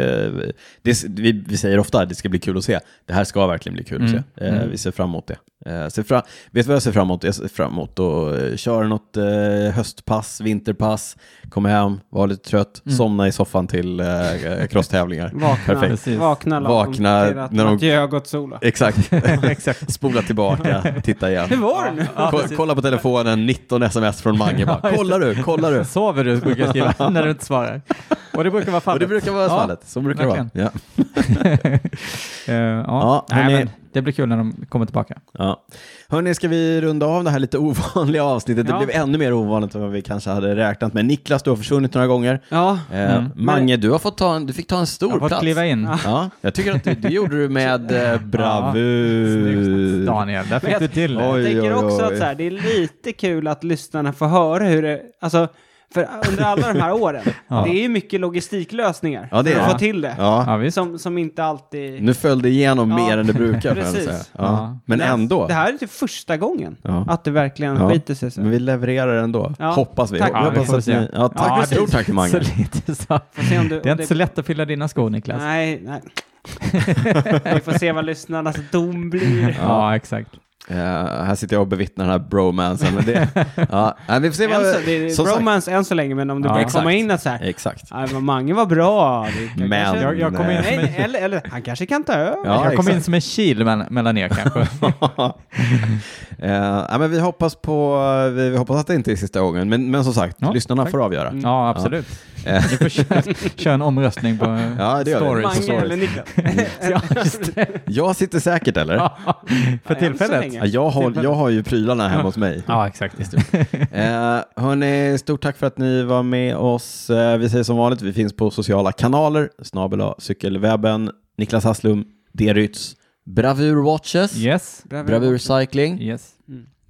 Speaker 1: det, vi, vi säger ofta att det ska bli kul att se. Det här ska verkligen bli kul
Speaker 3: Mm.
Speaker 1: att se. Eh,
Speaker 3: Mm.
Speaker 1: Vi ser fram emot det. Eh, ser fram, vet du vad jag ser fram emot? Jag ser fram emot att eh, köra något eh, höstpass, vinterpass, komma hem, vara lite trött, somna i soffan till eh, eh, crosstävlingar.
Speaker 2: Vakna,
Speaker 1: Perfekt.
Speaker 3: Precis.
Speaker 2: vakna, lagom
Speaker 1: Vakna
Speaker 2: till att
Speaker 1: när de- Eh,
Speaker 2: Mathieu har gått sola.
Speaker 1: Exakt. Spola tillbaka, titta igen.
Speaker 2: Hur var det nu?
Speaker 1: Ko- kolla på telefonen, 19 sms från Mange. Bara, kollar du, kollar du.
Speaker 3: Sover du brukar jag skriva när du inte svarar. Och det brukar vara fallet.
Speaker 1: Och det brukar vara
Speaker 3: Ja.
Speaker 1: fallet. Så brukar det vara. Ja.
Speaker 3: Eh,
Speaker 1: Ja,
Speaker 3: ja. Nej,
Speaker 1: hörni.
Speaker 3: men det blir kul när de kommer tillbaka.
Speaker 1: Ja. Hörni, ska vi runda av det här lite ovanliga avsnittet?
Speaker 2: Ja.
Speaker 1: Det blev ännu mer ovanligt än vad vi kanske hade räknat med. Niklas, du har försvunnit några gånger.
Speaker 2: Ja,
Speaker 1: Eh,
Speaker 3: Mm.
Speaker 1: Mange, du, har fått ta en, du fick ta en stor
Speaker 3: Jag har fått
Speaker 1: plats.
Speaker 3: kliva in.
Speaker 1: Ja, jag tycker att du, det gjorde du med eh, bravur.
Speaker 3: Snyggt, Daniel, där
Speaker 2: Men
Speaker 3: fick
Speaker 2: jag-
Speaker 3: du till det.
Speaker 1: Oj,
Speaker 2: Jag tänker
Speaker 1: oj,
Speaker 2: också
Speaker 1: oj.
Speaker 2: att så här, det är lite kul att lyssnarna får höra hur det, alltså, för under alla de här åren,
Speaker 3: Ja.
Speaker 2: det är ju mycket logistiklösningar
Speaker 1: Ja, det
Speaker 2: för
Speaker 1: är
Speaker 2: att få
Speaker 1: det.
Speaker 2: till det.
Speaker 1: Ja.
Speaker 3: Ja, visst.
Speaker 2: Som, som inte alltid...
Speaker 1: Nu föll det igenom
Speaker 2: Ja.
Speaker 1: mer än det brukar. får jag
Speaker 2: Precis.
Speaker 1: säga. Ja.
Speaker 3: Ja.
Speaker 1: Men ändå.
Speaker 2: Det här är typ första gången
Speaker 1: Ja.
Speaker 2: att det verkligen
Speaker 1: Ja.
Speaker 2: skiter sig. Så.
Speaker 1: Men vi levererar ändå,
Speaker 2: Ja.
Speaker 1: hoppas vi.
Speaker 2: Tack.
Speaker 1: Jag
Speaker 3: Alltså. Ja, vi
Speaker 1: hoppas
Speaker 3: får
Speaker 1: att
Speaker 3: se.
Speaker 1: ni, ja, tack.
Speaker 3: Ja,
Speaker 1: Stort
Speaker 3: det-
Speaker 1: tack till
Speaker 3: Så
Speaker 1: Mange.
Speaker 3: lite så.
Speaker 2: Får se om du,
Speaker 3: Det är
Speaker 2: om
Speaker 3: inte så lätt att fylla dina skor, Niklas.
Speaker 2: Nej, nej. vi får se vad lyssnarnas dom blir.
Speaker 3: Ja, exakt.
Speaker 1: Eh, här sitter jag och bevittnar den här bromansen. Men det, ja, nej, vi får se
Speaker 2: Än
Speaker 1: vad...
Speaker 3: Alltså,
Speaker 2: så, det är
Speaker 1: som sagt.
Speaker 2: bromance än så länge, men om det
Speaker 3: Ja.
Speaker 2: börjar
Speaker 1: Exakt.
Speaker 2: komma in att så här,
Speaker 1: Exakt.
Speaker 2: "Nej, men Mange var bra. vi kan
Speaker 1: Men-
Speaker 2: kanske-
Speaker 3: Jag, jag kom in,
Speaker 2: Nej,
Speaker 3: som en,
Speaker 2: nej, eller, eller han kanske kan ta över.
Speaker 1: Ja,
Speaker 3: jag kom
Speaker 1: exakt.
Speaker 3: in som en kil mellan, mellan er kanske.
Speaker 1: Eh, ja, men vi, hoppas på, vi, vi hoppas att det inte är sista gången, men, men som sagt,
Speaker 3: Ja,
Speaker 1: lyssnarna
Speaker 3: tack.
Speaker 1: får avgöra.
Speaker 2: Mm.
Speaker 3: Ja, absolut. Ni får köra, köra en omröstning på
Speaker 1: Ja, det gör vi.
Speaker 3: stories.
Speaker 2: Mange
Speaker 1: sorry.
Speaker 2: eller Niklas.
Speaker 3: Ja, just det.
Speaker 1: Jag sitter säkert eller?
Speaker 3: För
Speaker 2: Ja, än så
Speaker 3: tillfället.
Speaker 2: länge.
Speaker 1: Ja,
Speaker 2: gånger.
Speaker 1: jag, har, jag har ju prylarna hemma hos mig.
Speaker 4: Ja, exakt. Just
Speaker 1: Eh, hörni, stort tack för att ni var med oss. Eh, vi säger som vanligt, vi finns på sociala kanaler. Snabel A, cykelwebben, Niklas Hasslum, Derytz, Bravur Watches,
Speaker 3: Yes.
Speaker 1: Bravur Cycling.
Speaker 3: Yes.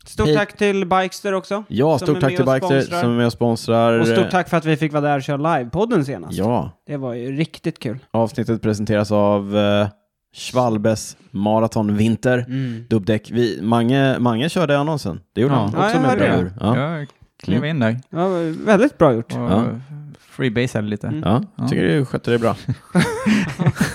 Speaker 2: Stort
Speaker 1: Hej.
Speaker 2: tack till Bikester också.
Speaker 1: Ja,
Speaker 2: Som är
Speaker 1: stort tack
Speaker 2: med
Speaker 1: till
Speaker 2: och
Speaker 1: Bikester
Speaker 2: sponsrar.
Speaker 1: som är med och sponsrar. eh,
Speaker 2: Och stort tack för att vi fick vara där och köra livepodden senast.
Speaker 1: Ja,
Speaker 2: Det var ju riktigt kul.
Speaker 1: avsnittet presenteras av eh, Schwalbes Maraton Vinter.
Speaker 2: Mm.
Speaker 1: Dubbdäck. Vi, Mange, Mange körde annonsen. Det gjorde
Speaker 3: Ja.
Speaker 1: han
Speaker 2: Ja,
Speaker 1: också
Speaker 2: jag
Speaker 1: med
Speaker 2: hörde
Speaker 1: bravur. Ja. Ja.
Speaker 3: Jag klev in där
Speaker 2: Det var väldigt bra gjort.
Speaker 3: och
Speaker 1: Ja.
Speaker 3: freebasade lite.
Speaker 2: Mm.
Speaker 1: jag tycker du skötte dig bra.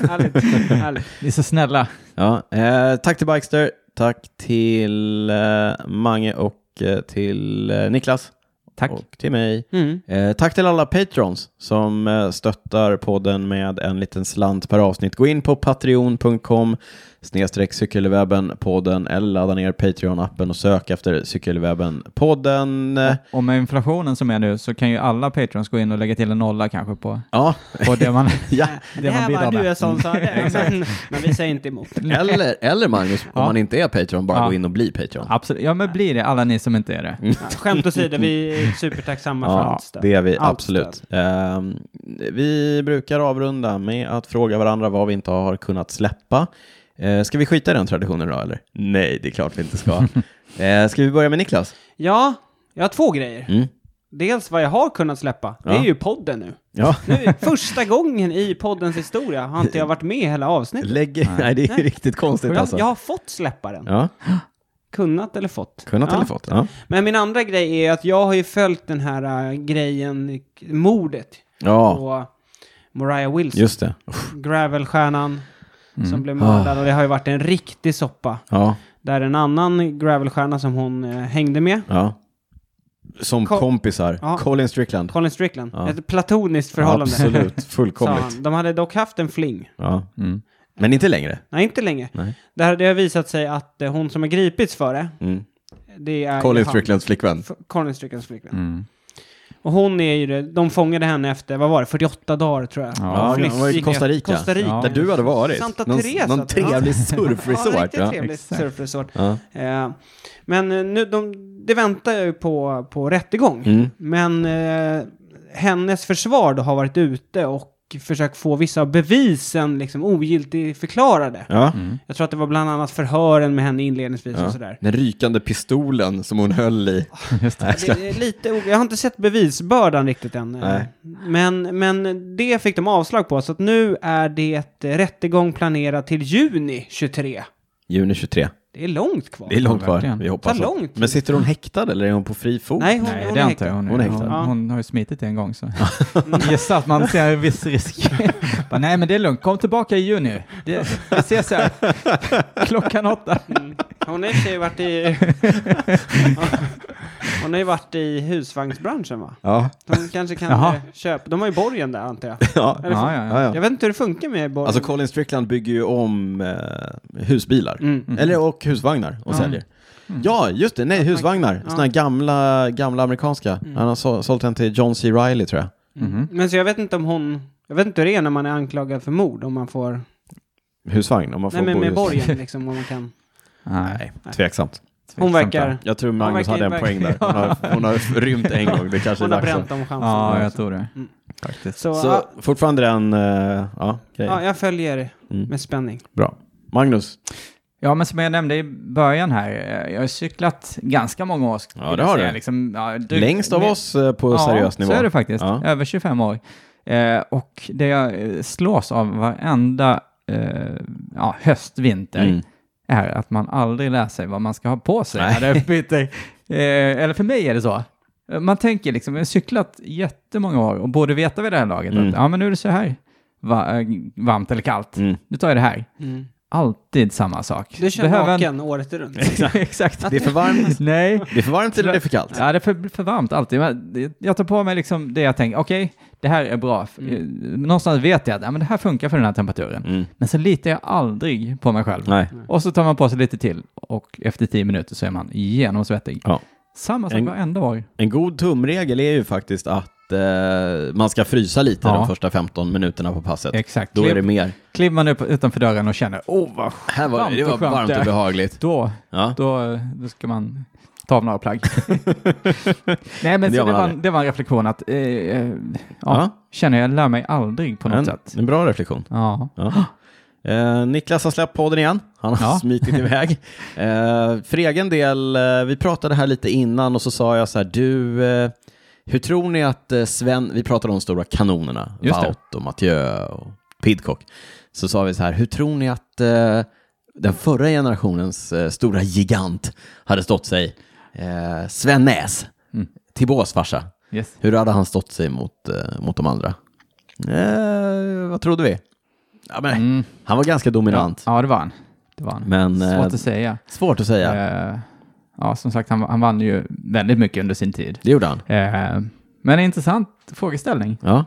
Speaker 2: härligt. härligt.
Speaker 3: Ni är så snälla.
Speaker 1: Ja. Eh, tack till Bikester, tack till eh, Mange och eh, till eh, Niklas
Speaker 3: Tack.
Speaker 1: och till mig.
Speaker 2: Mm.
Speaker 1: Eh, tack till alla patrons som eh, stöttar podden med en liten slant per avsnitt. Gå in på patreon.com snedstreck cykelwebben-podden eller ladda ner Patreon-appen och sök efter cykelwebben-podden. Eh,
Speaker 3: Och med inflationen som är nu så kan ju alla patrons gå in och lägga till en nolla kanske på,
Speaker 1: Ja,
Speaker 3: på det man...
Speaker 1: ja.
Speaker 2: Det,
Speaker 3: var
Speaker 2: här var
Speaker 3: bidragande.
Speaker 2: du är som sa det. men, men vi säger inte emot.
Speaker 1: Eller, eller Magnus, om
Speaker 3: Ja.
Speaker 1: man inte är Patreon, bara
Speaker 3: Ja.
Speaker 1: gå in och bli Patreon.
Speaker 3: Absolut. Ja men blir det, alla ni som inte är det.
Speaker 2: Ja, skämt åsido, vi är supertacksamma för allt stöd.
Speaker 1: det är vi
Speaker 2: Allt
Speaker 1: absolut.
Speaker 2: stöd.
Speaker 1: Ehm, vi brukar avrunda med att fråga varandra vad vi inte har kunnat släppa. Uh, ska vi skita i den traditionen då, eller? Nej, det är klart vi inte ska. uh, ska vi börja med Niklas?
Speaker 2: Ja, jag har två grejer.
Speaker 1: Mm.
Speaker 2: Dels vad jag har kunnat släppa, det
Speaker 1: Ja.
Speaker 2: är ju podden nu.
Speaker 1: Ja.
Speaker 2: Nu är första gången i poddens historia har inte jag varit med i hela avsnittet.
Speaker 1: Lägg... Nej. det är
Speaker 2: Nej.
Speaker 1: riktigt konstigt
Speaker 2: Jag,
Speaker 1: alltså.
Speaker 2: jag har fått släppa den.
Speaker 1: Ja,
Speaker 2: Kunnat eller fått.
Speaker 1: kunnat
Speaker 2: ja.
Speaker 1: eller fått. Ja.
Speaker 2: Men min andra grej är att jag har ju följt den här äh, grejen, k- mordet
Speaker 1: ja,
Speaker 2: på Mariah Wilson,
Speaker 1: just Mm. Ah. det.
Speaker 2: Gravelstjärnan som blev mördad. Och det har ju varit en riktig soppa.
Speaker 1: Ja,
Speaker 2: Där en annan Gravelstjärna som hon eh, hängde med,
Speaker 1: ja. Som
Speaker 2: Col-
Speaker 1: kompisar.
Speaker 2: Ja.
Speaker 1: Colin Strickland.
Speaker 2: Colin Strickland,
Speaker 1: Ja.
Speaker 2: ett platoniskt förhållande.
Speaker 1: Absolut,
Speaker 2: Sa
Speaker 1: fullkomligt.
Speaker 2: han. De hade dock haft en fling.
Speaker 1: Ja. Men inte längre.
Speaker 2: Nej, inte länge.
Speaker 1: Nej.
Speaker 2: Det, här, det har visat sig att eh, hon som har gripits för det,
Speaker 1: Mm.
Speaker 2: det är ju
Speaker 1: Colin
Speaker 2: han.
Speaker 1: Stricklands flickvän.
Speaker 2: F- Colin Stricklands flickvän.
Speaker 1: mm,
Speaker 2: Och hon är ju det, de fångade henne efter, vad var det, 48 dagar tror jag.
Speaker 3: Ja.
Speaker 1: Ja,
Speaker 2: Hon
Speaker 1: det var i
Speaker 2: gick-
Speaker 1: Costa Rica.
Speaker 2: Costa Rica.
Speaker 3: Ja.
Speaker 1: Där du hade varit.
Speaker 2: Santa
Speaker 1: någon,
Speaker 2: Teresa,
Speaker 1: någon
Speaker 2: tror jag.
Speaker 1: trevlig surfresort.
Speaker 2: Ja,
Speaker 1: ja.
Speaker 2: riktigt trevligt
Speaker 3: Exakt.
Speaker 2: surfresort.
Speaker 1: Ja.
Speaker 2: Eh, men eh, nu, de, det väntar jag ju på, på rättegång.
Speaker 1: Mm.
Speaker 2: Men eh, hennes försvar då har varit ute och försökt få vissa av bevisen liksom ogiltigförklarade.
Speaker 1: Ja.
Speaker 2: Jag tror att det var bland annat förhören med henne inledningsvis och
Speaker 1: Ja.
Speaker 2: sådär.
Speaker 1: Den rykande pistolen som hon höll i.
Speaker 3: Just det.
Speaker 2: Det är lite, o- jag har inte sett bevisbördan riktigt än. eh,
Speaker 1: Nej.
Speaker 2: Men, men det fick de avslag på, så att nu är det eh, rättegång planerad till juni 23.
Speaker 1: Juni 23.
Speaker 2: Det är långt kvar.
Speaker 1: Det är långt kvar.
Speaker 3: verkligen.
Speaker 1: Vi hoppas
Speaker 2: Ta
Speaker 1: att-
Speaker 2: lång tid.
Speaker 1: Men sitter hon häktad eller är hon på fri fot?
Speaker 2: Nej, hon,
Speaker 3: Nej,
Speaker 2: hon
Speaker 3: det
Speaker 2: är
Speaker 3: antar
Speaker 2: häktad.
Speaker 3: jag. Hon,
Speaker 1: Hon är
Speaker 3: hon,
Speaker 1: häktad.
Speaker 3: hon,
Speaker 2: Ja.
Speaker 3: hon har ju smitit en gång så. Jag Gissar att man ser en viss risk. Bara, Nej men det är lugnt, kom tillbaka i juni. Det, vi ses här. Klockan åtta.
Speaker 2: Mm. Hon har i och för sig varit i... Hon har ju varit i husvagnsbranschen va?
Speaker 1: Ja.
Speaker 2: De kanske kan
Speaker 3: Jaha.
Speaker 2: eh, köpa... De har ju borgen där antar jag.
Speaker 1: ja.
Speaker 2: Eller
Speaker 3: Ja,
Speaker 2: fun-
Speaker 3: ja, ja.
Speaker 1: ja, ja.
Speaker 2: Jag vet inte hur det funkar med borgen.
Speaker 1: Alltså Colin Strickland bygger ju om eh, husbilar.
Speaker 2: Mm.
Speaker 1: Eller och husvagnar och säljer.
Speaker 3: Mm.
Speaker 1: Ja, just det. Nej, husvagnar.
Speaker 2: Ja. Mm.
Speaker 1: Sådana här gamla, gamla amerikanska. Han har så, sålt den till John C. Riley tror jag.
Speaker 2: Men så jag vet inte om hon... Jag vet inte hur det är när man är anklagad för mord, om man får...
Speaker 1: Husvagn, om man får
Speaker 2: Nej, men
Speaker 1: bo i
Speaker 2: med
Speaker 1: hus.
Speaker 2: borgen liksom, om man kan...
Speaker 3: Nej,
Speaker 1: Nej, tveksamt.
Speaker 2: Hon
Speaker 3: tveksamt
Speaker 2: verkar...
Speaker 3: där.
Speaker 1: Jag tror Magnus
Speaker 2: verkar-
Speaker 1: hade en poäng där. Hon har, hon har rymt en gång. Det kanske
Speaker 2: Hon
Speaker 1: är
Speaker 2: har
Speaker 1: dags.
Speaker 2: bränt
Speaker 1: då.
Speaker 2: om chansen.
Speaker 3: Ja, jag tror det.
Speaker 2: Mm.
Speaker 3: Faktiskt.
Speaker 2: Så,
Speaker 1: Så
Speaker 2: ja,
Speaker 1: fortfarande den eh, ja, grejen.
Speaker 2: ja, jag följer
Speaker 1: Mm.
Speaker 2: med spänning.
Speaker 1: Bra. Magnus.
Speaker 3: Ja, men som jag nämnde i början här, eh, jag har cyklat ganska många år. skulle
Speaker 1: Ja, det
Speaker 3: jag
Speaker 1: har
Speaker 3: säga.
Speaker 1: du.
Speaker 3: Liksom, ja, drygt-
Speaker 1: Längst av
Speaker 3: mer-
Speaker 1: oss eh, på seriös nivå.
Speaker 3: så är det faktiskt.
Speaker 1: Ja.
Speaker 3: Över 25 år. Eh, och det jag eh, slås av varenda eh, ja, höst, vinter,
Speaker 1: Mm.
Speaker 3: är att man aldrig lär sig vad man ska ha på sig
Speaker 1: Nej.
Speaker 3: när det byter. Eh, eller för mig är det så. Eh, Man tänker liksom, jag har cyklat jättemånga år och borde veta vid det här laget
Speaker 1: Mm.
Speaker 3: att ja, men nu är det så här va- eh, varmt eller kallt.
Speaker 1: Mm.
Speaker 3: Nu tar jag det här.
Speaker 2: Mm.
Speaker 3: Alltid samma sak.
Speaker 2: Du kör
Speaker 3: Behöver en-
Speaker 2: naken året runt.
Speaker 3: Exakt.
Speaker 1: Det är för varmt.
Speaker 3: Nej.
Speaker 1: Det är för varmt eller det är för kallt?
Speaker 3: Ja, det är för, för varmt alltid. Men det- Jag tar på mig liksom det jag tänker, okej, det här är bra. Eh, Någonstans vet jag att ja, men det här funkar för den här temperaturen.
Speaker 1: Mm.
Speaker 3: Men så litar jag aldrig på mig själv.
Speaker 1: Nej.
Speaker 3: Och så tar man på sig lite till och efter tio minuter så är man genomsvettig.
Speaker 1: Ja.
Speaker 3: Samma sak
Speaker 1: En-
Speaker 3: varenda år.
Speaker 1: En god tumregel är ju faktiskt att att eh, man ska frysa lite
Speaker 3: Ja.
Speaker 1: de första 15 minuterna på passet.
Speaker 3: Exakt.
Speaker 1: Då är det mer.
Speaker 3: Kliver man upp utanför dörren och känner, åh vad skönt
Speaker 1: Här var det, det var
Speaker 3: och skönt
Speaker 1: varmt
Speaker 3: det
Speaker 1: och
Speaker 3: är."
Speaker 1: behagligt.
Speaker 3: Då,
Speaker 1: Ja.
Speaker 3: då, då ska man ta av några plagg. Nej, men
Speaker 1: Det gör
Speaker 3: det, så det,
Speaker 1: man
Speaker 3: var,
Speaker 1: aldrig.
Speaker 3: en- det var en reflektion att, eh, eh, ja,
Speaker 1: Ja.
Speaker 3: känner jag lär mig aldrig på något
Speaker 1: En,
Speaker 3: sätt.
Speaker 1: en bra reflektion.
Speaker 3: Ja.
Speaker 1: Ja. Eh, Niklas har släppt podden igen. Han har
Speaker 3: Ja.
Speaker 1: smitit iväg. Eh, för egen del, eh, vi pratade här lite innan och så sa jag så här, du, eh, hur tror ni att eh, Sven, vi pratade om de stora kanonerna,
Speaker 3: Just det.
Speaker 1: Wout och Mathieu och Pidcock. Så sa vi så här, hur tror ni att eh, den förra generationens eh, stora gigant hade stått sig? Eh, Sven Näs,
Speaker 3: Mm.
Speaker 1: Thibauts farsa.
Speaker 3: Yes.
Speaker 1: Hur hade han stått sig mot, eh, mot de andra? Eh, vad trodde vi? Ja, men,
Speaker 3: Mm.
Speaker 1: Han var ganska dominant.
Speaker 3: Ja, det var han. Det var han.
Speaker 1: Men, eh,
Speaker 3: Svårt att säga.
Speaker 1: Svårt att säga.
Speaker 3: Eh, ja, som sagt, han, han vann ju väldigt mycket under sin tid.
Speaker 1: Det gjorde han.
Speaker 3: Eh, men en intressant frågeställning.
Speaker 1: Ja.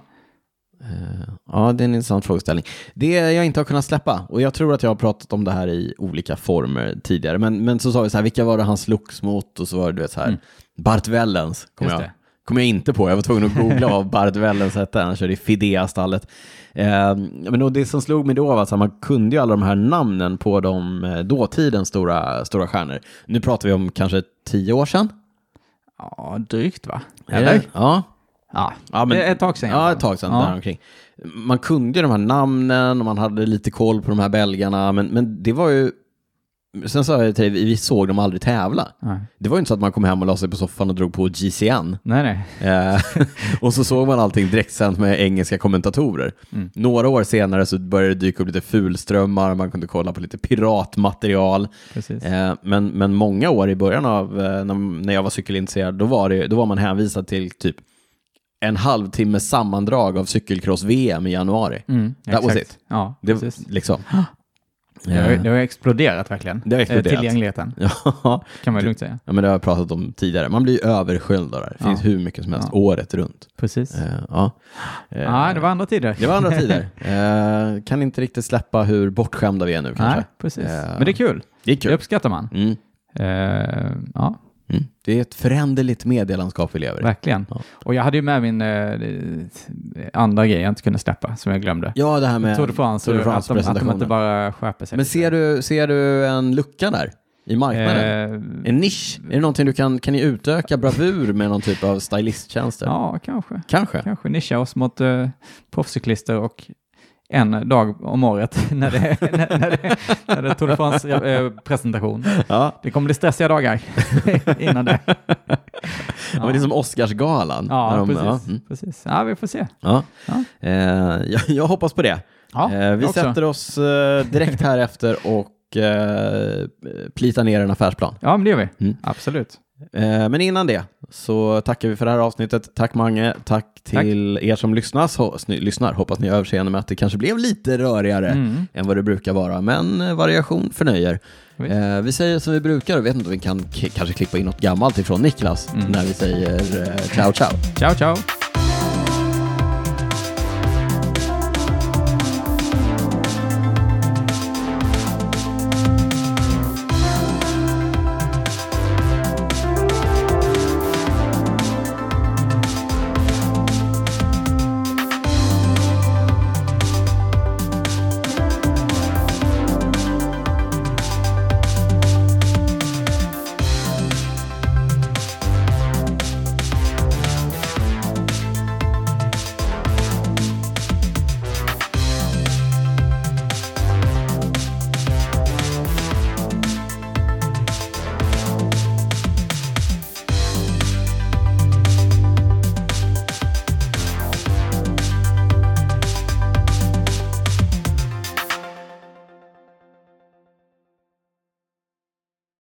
Speaker 1: Eh, Ja, det är en intressant frågeställning. Det jag inte har kunnat släppa, och jag tror att jag har pratat om det här i olika former tidigare, men, men så sa vi så här, vilka var det han slogs mot? Och så var det, du vet, så här,
Speaker 3: Mm.
Speaker 1: Bart Wellens, kom
Speaker 3: Just
Speaker 1: jag,
Speaker 3: det.
Speaker 1: kom jag inte på. Jag var tvungen att googla vad Bart Wellens hette, han körde i Fidea-stallet. Eh, men då det som slog mig då var att så här, man kunde ju alla de här namnen på de eh, dåtidens stora, stora stjärnor. Nu pratar vi om kanske tio år sedan.
Speaker 3: Ja, drygt va? Eller?
Speaker 1: Ja,
Speaker 3: Ja,
Speaker 1: Ja, men-
Speaker 3: det är ett tag sedan. i alla
Speaker 1: Ja,
Speaker 3: fall.
Speaker 1: ett tag sedan
Speaker 3: Ja.
Speaker 1: däromkring. Man kunde ju de här namnen och man hade lite koll på de här belgarna, men, men det var ju... Sen sa jag till dig, vi såg dem aldrig tävla.
Speaker 3: Nej.
Speaker 1: Det var ju inte så att man kom hem och la sig på soffan och drog på GCN.
Speaker 3: Nej, nej.
Speaker 1: Eh, och så såg man allting direktsänt med engelska kommentatorer.
Speaker 3: Mm.
Speaker 1: Några år senare så började det dyka upp lite fulströmmar, man kunde kolla på lite piratmaterial.
Speaker 3: Precis.
Speaker 1: Eh, men, men många år i början av eh, när, när jag var cykelintresserad, då var, det, då var man hänvisad till typ en halvtimme sammandrag av cykelcross-VM i januari.
Speaker 3: Mm,
Speaker 1: That was
Speaker 3: exakt.
Speaker 1: it.
Speaker 3: Ja,
Speaker 1: Det,
Speaker 3: precis.
Speaker 1: liksom.
Speaker 3: Det har, ju-
Speaker 1: Eh,
Speaker 3: det har ju exploderat verkligen.
Speaker 1: Det har
Speaker 3: Eh,
Speaker 1: exploderat.
Speaker 3: Tillgängligheten,
Speaker 1: ja,
Speaker 3: kan man ju lugnt säga.
Speaker 1: men det har jag pratat om tidigare. Man blir ju översköljd av det här. Det finns
Speaker 3: Ja.
Speaker 1: hur mycket som helst
Speaker 3: Ja.
Speaker 1: året runt.
Speaker 3: Precis.
Speaker 1: Eh, ja. Eh,
Speaker 3: Ja, det var andra tider.
Speaker 1: det var andra tider. Eh, kan inte riktigt släppa hur bortskämda vi är nu kanske.
Speaker 3: Nej, precis.
Speaker 1: Eh,
Speaker 3: Men det är kul.
Speaker 1: Det är kul.
Speaker 3: Det uppskattar man.
Speaker 1: Mm.
Speaker 3: Eh, ja,
Speaker 1: Mm. Det är ett föränderligt medielandskap vi lever i.
Speaker 3: verkligen.
Speaker 1: Ja.
Speaker 3: Och jag hade ju med min eh, andra grej jag inte kunde släppa, som jag glömde.
Speaker 1: Ja, det här med
Speaker 3: Tour de France,
Speaker 1: Tour de
Speaker 3: att, de, att de
Speaker 1: France-presentationen.
Speaker 3: inte bara skärper sig.
Speaker 1: Men ser du, ser du en lucka där i marknaden?
Speaker 3: Eh,
Speaker 1: En nisch? Är det någonting du kan, kan ni utöka bravur med någon typ av stylisttjänster?
Speaker 3: ja, kanske.
Speaker 1: Kanske.
Speaker 3: Kanske nischa oss mot eh, proffscyklister och en dag om året när det, när, när det, när det är Tour de France-presentation.
Speaker 1: Ja.
Speaker 3: Det kommer bli stressiga dagar innan det.
Speaker 1: Ja, men det är som Oscarsgalan.
Speaker 3: Ja,
Speaker 1: När de-
Speaker 3: precis.
Speaker 1: Ja,
Speaker 3: Ja,
Speaker 1: mm.
Speaker 3: precis. Ja, vi får se.
Speaker 1: ja.
Speaker 3: Ja.
Speaker 1: Eh, jag, jag hoppas på det.
Speaker 3: Ja,
Speaker 1: eh, vi
Speaker 3: jag också.
Speaker 1: sätter oss eh, direkt här efter och eh, plitar ner en affärsplan.
Speaker 3: Ja, men det gör vi.
Speaker 1: Mm.
Speaker 3: Absolut.
Speaker 1: Eh, men innan det så tackar vi för det här avsnittet. Tack Mange, tack till er som lyssnas, ho- sny- lyssnar. Hoppas ni har överseende med att det kanske blev lite rörigare.
Speaker 3: Mm.
Speaker 1: än vad det brukar vara, men eh, variation förnöjer.
Speaker 3: Visst.
Speaker 1: Eh, vi säger som vi brukar och vet
Speaker 3: Mm.
Speaker 1: inte om vi kan k- kanske klippa in något gammalt ifrån Niklas när vi säger eh, ciao ciao.
Speaker 3: Ciao, ciao.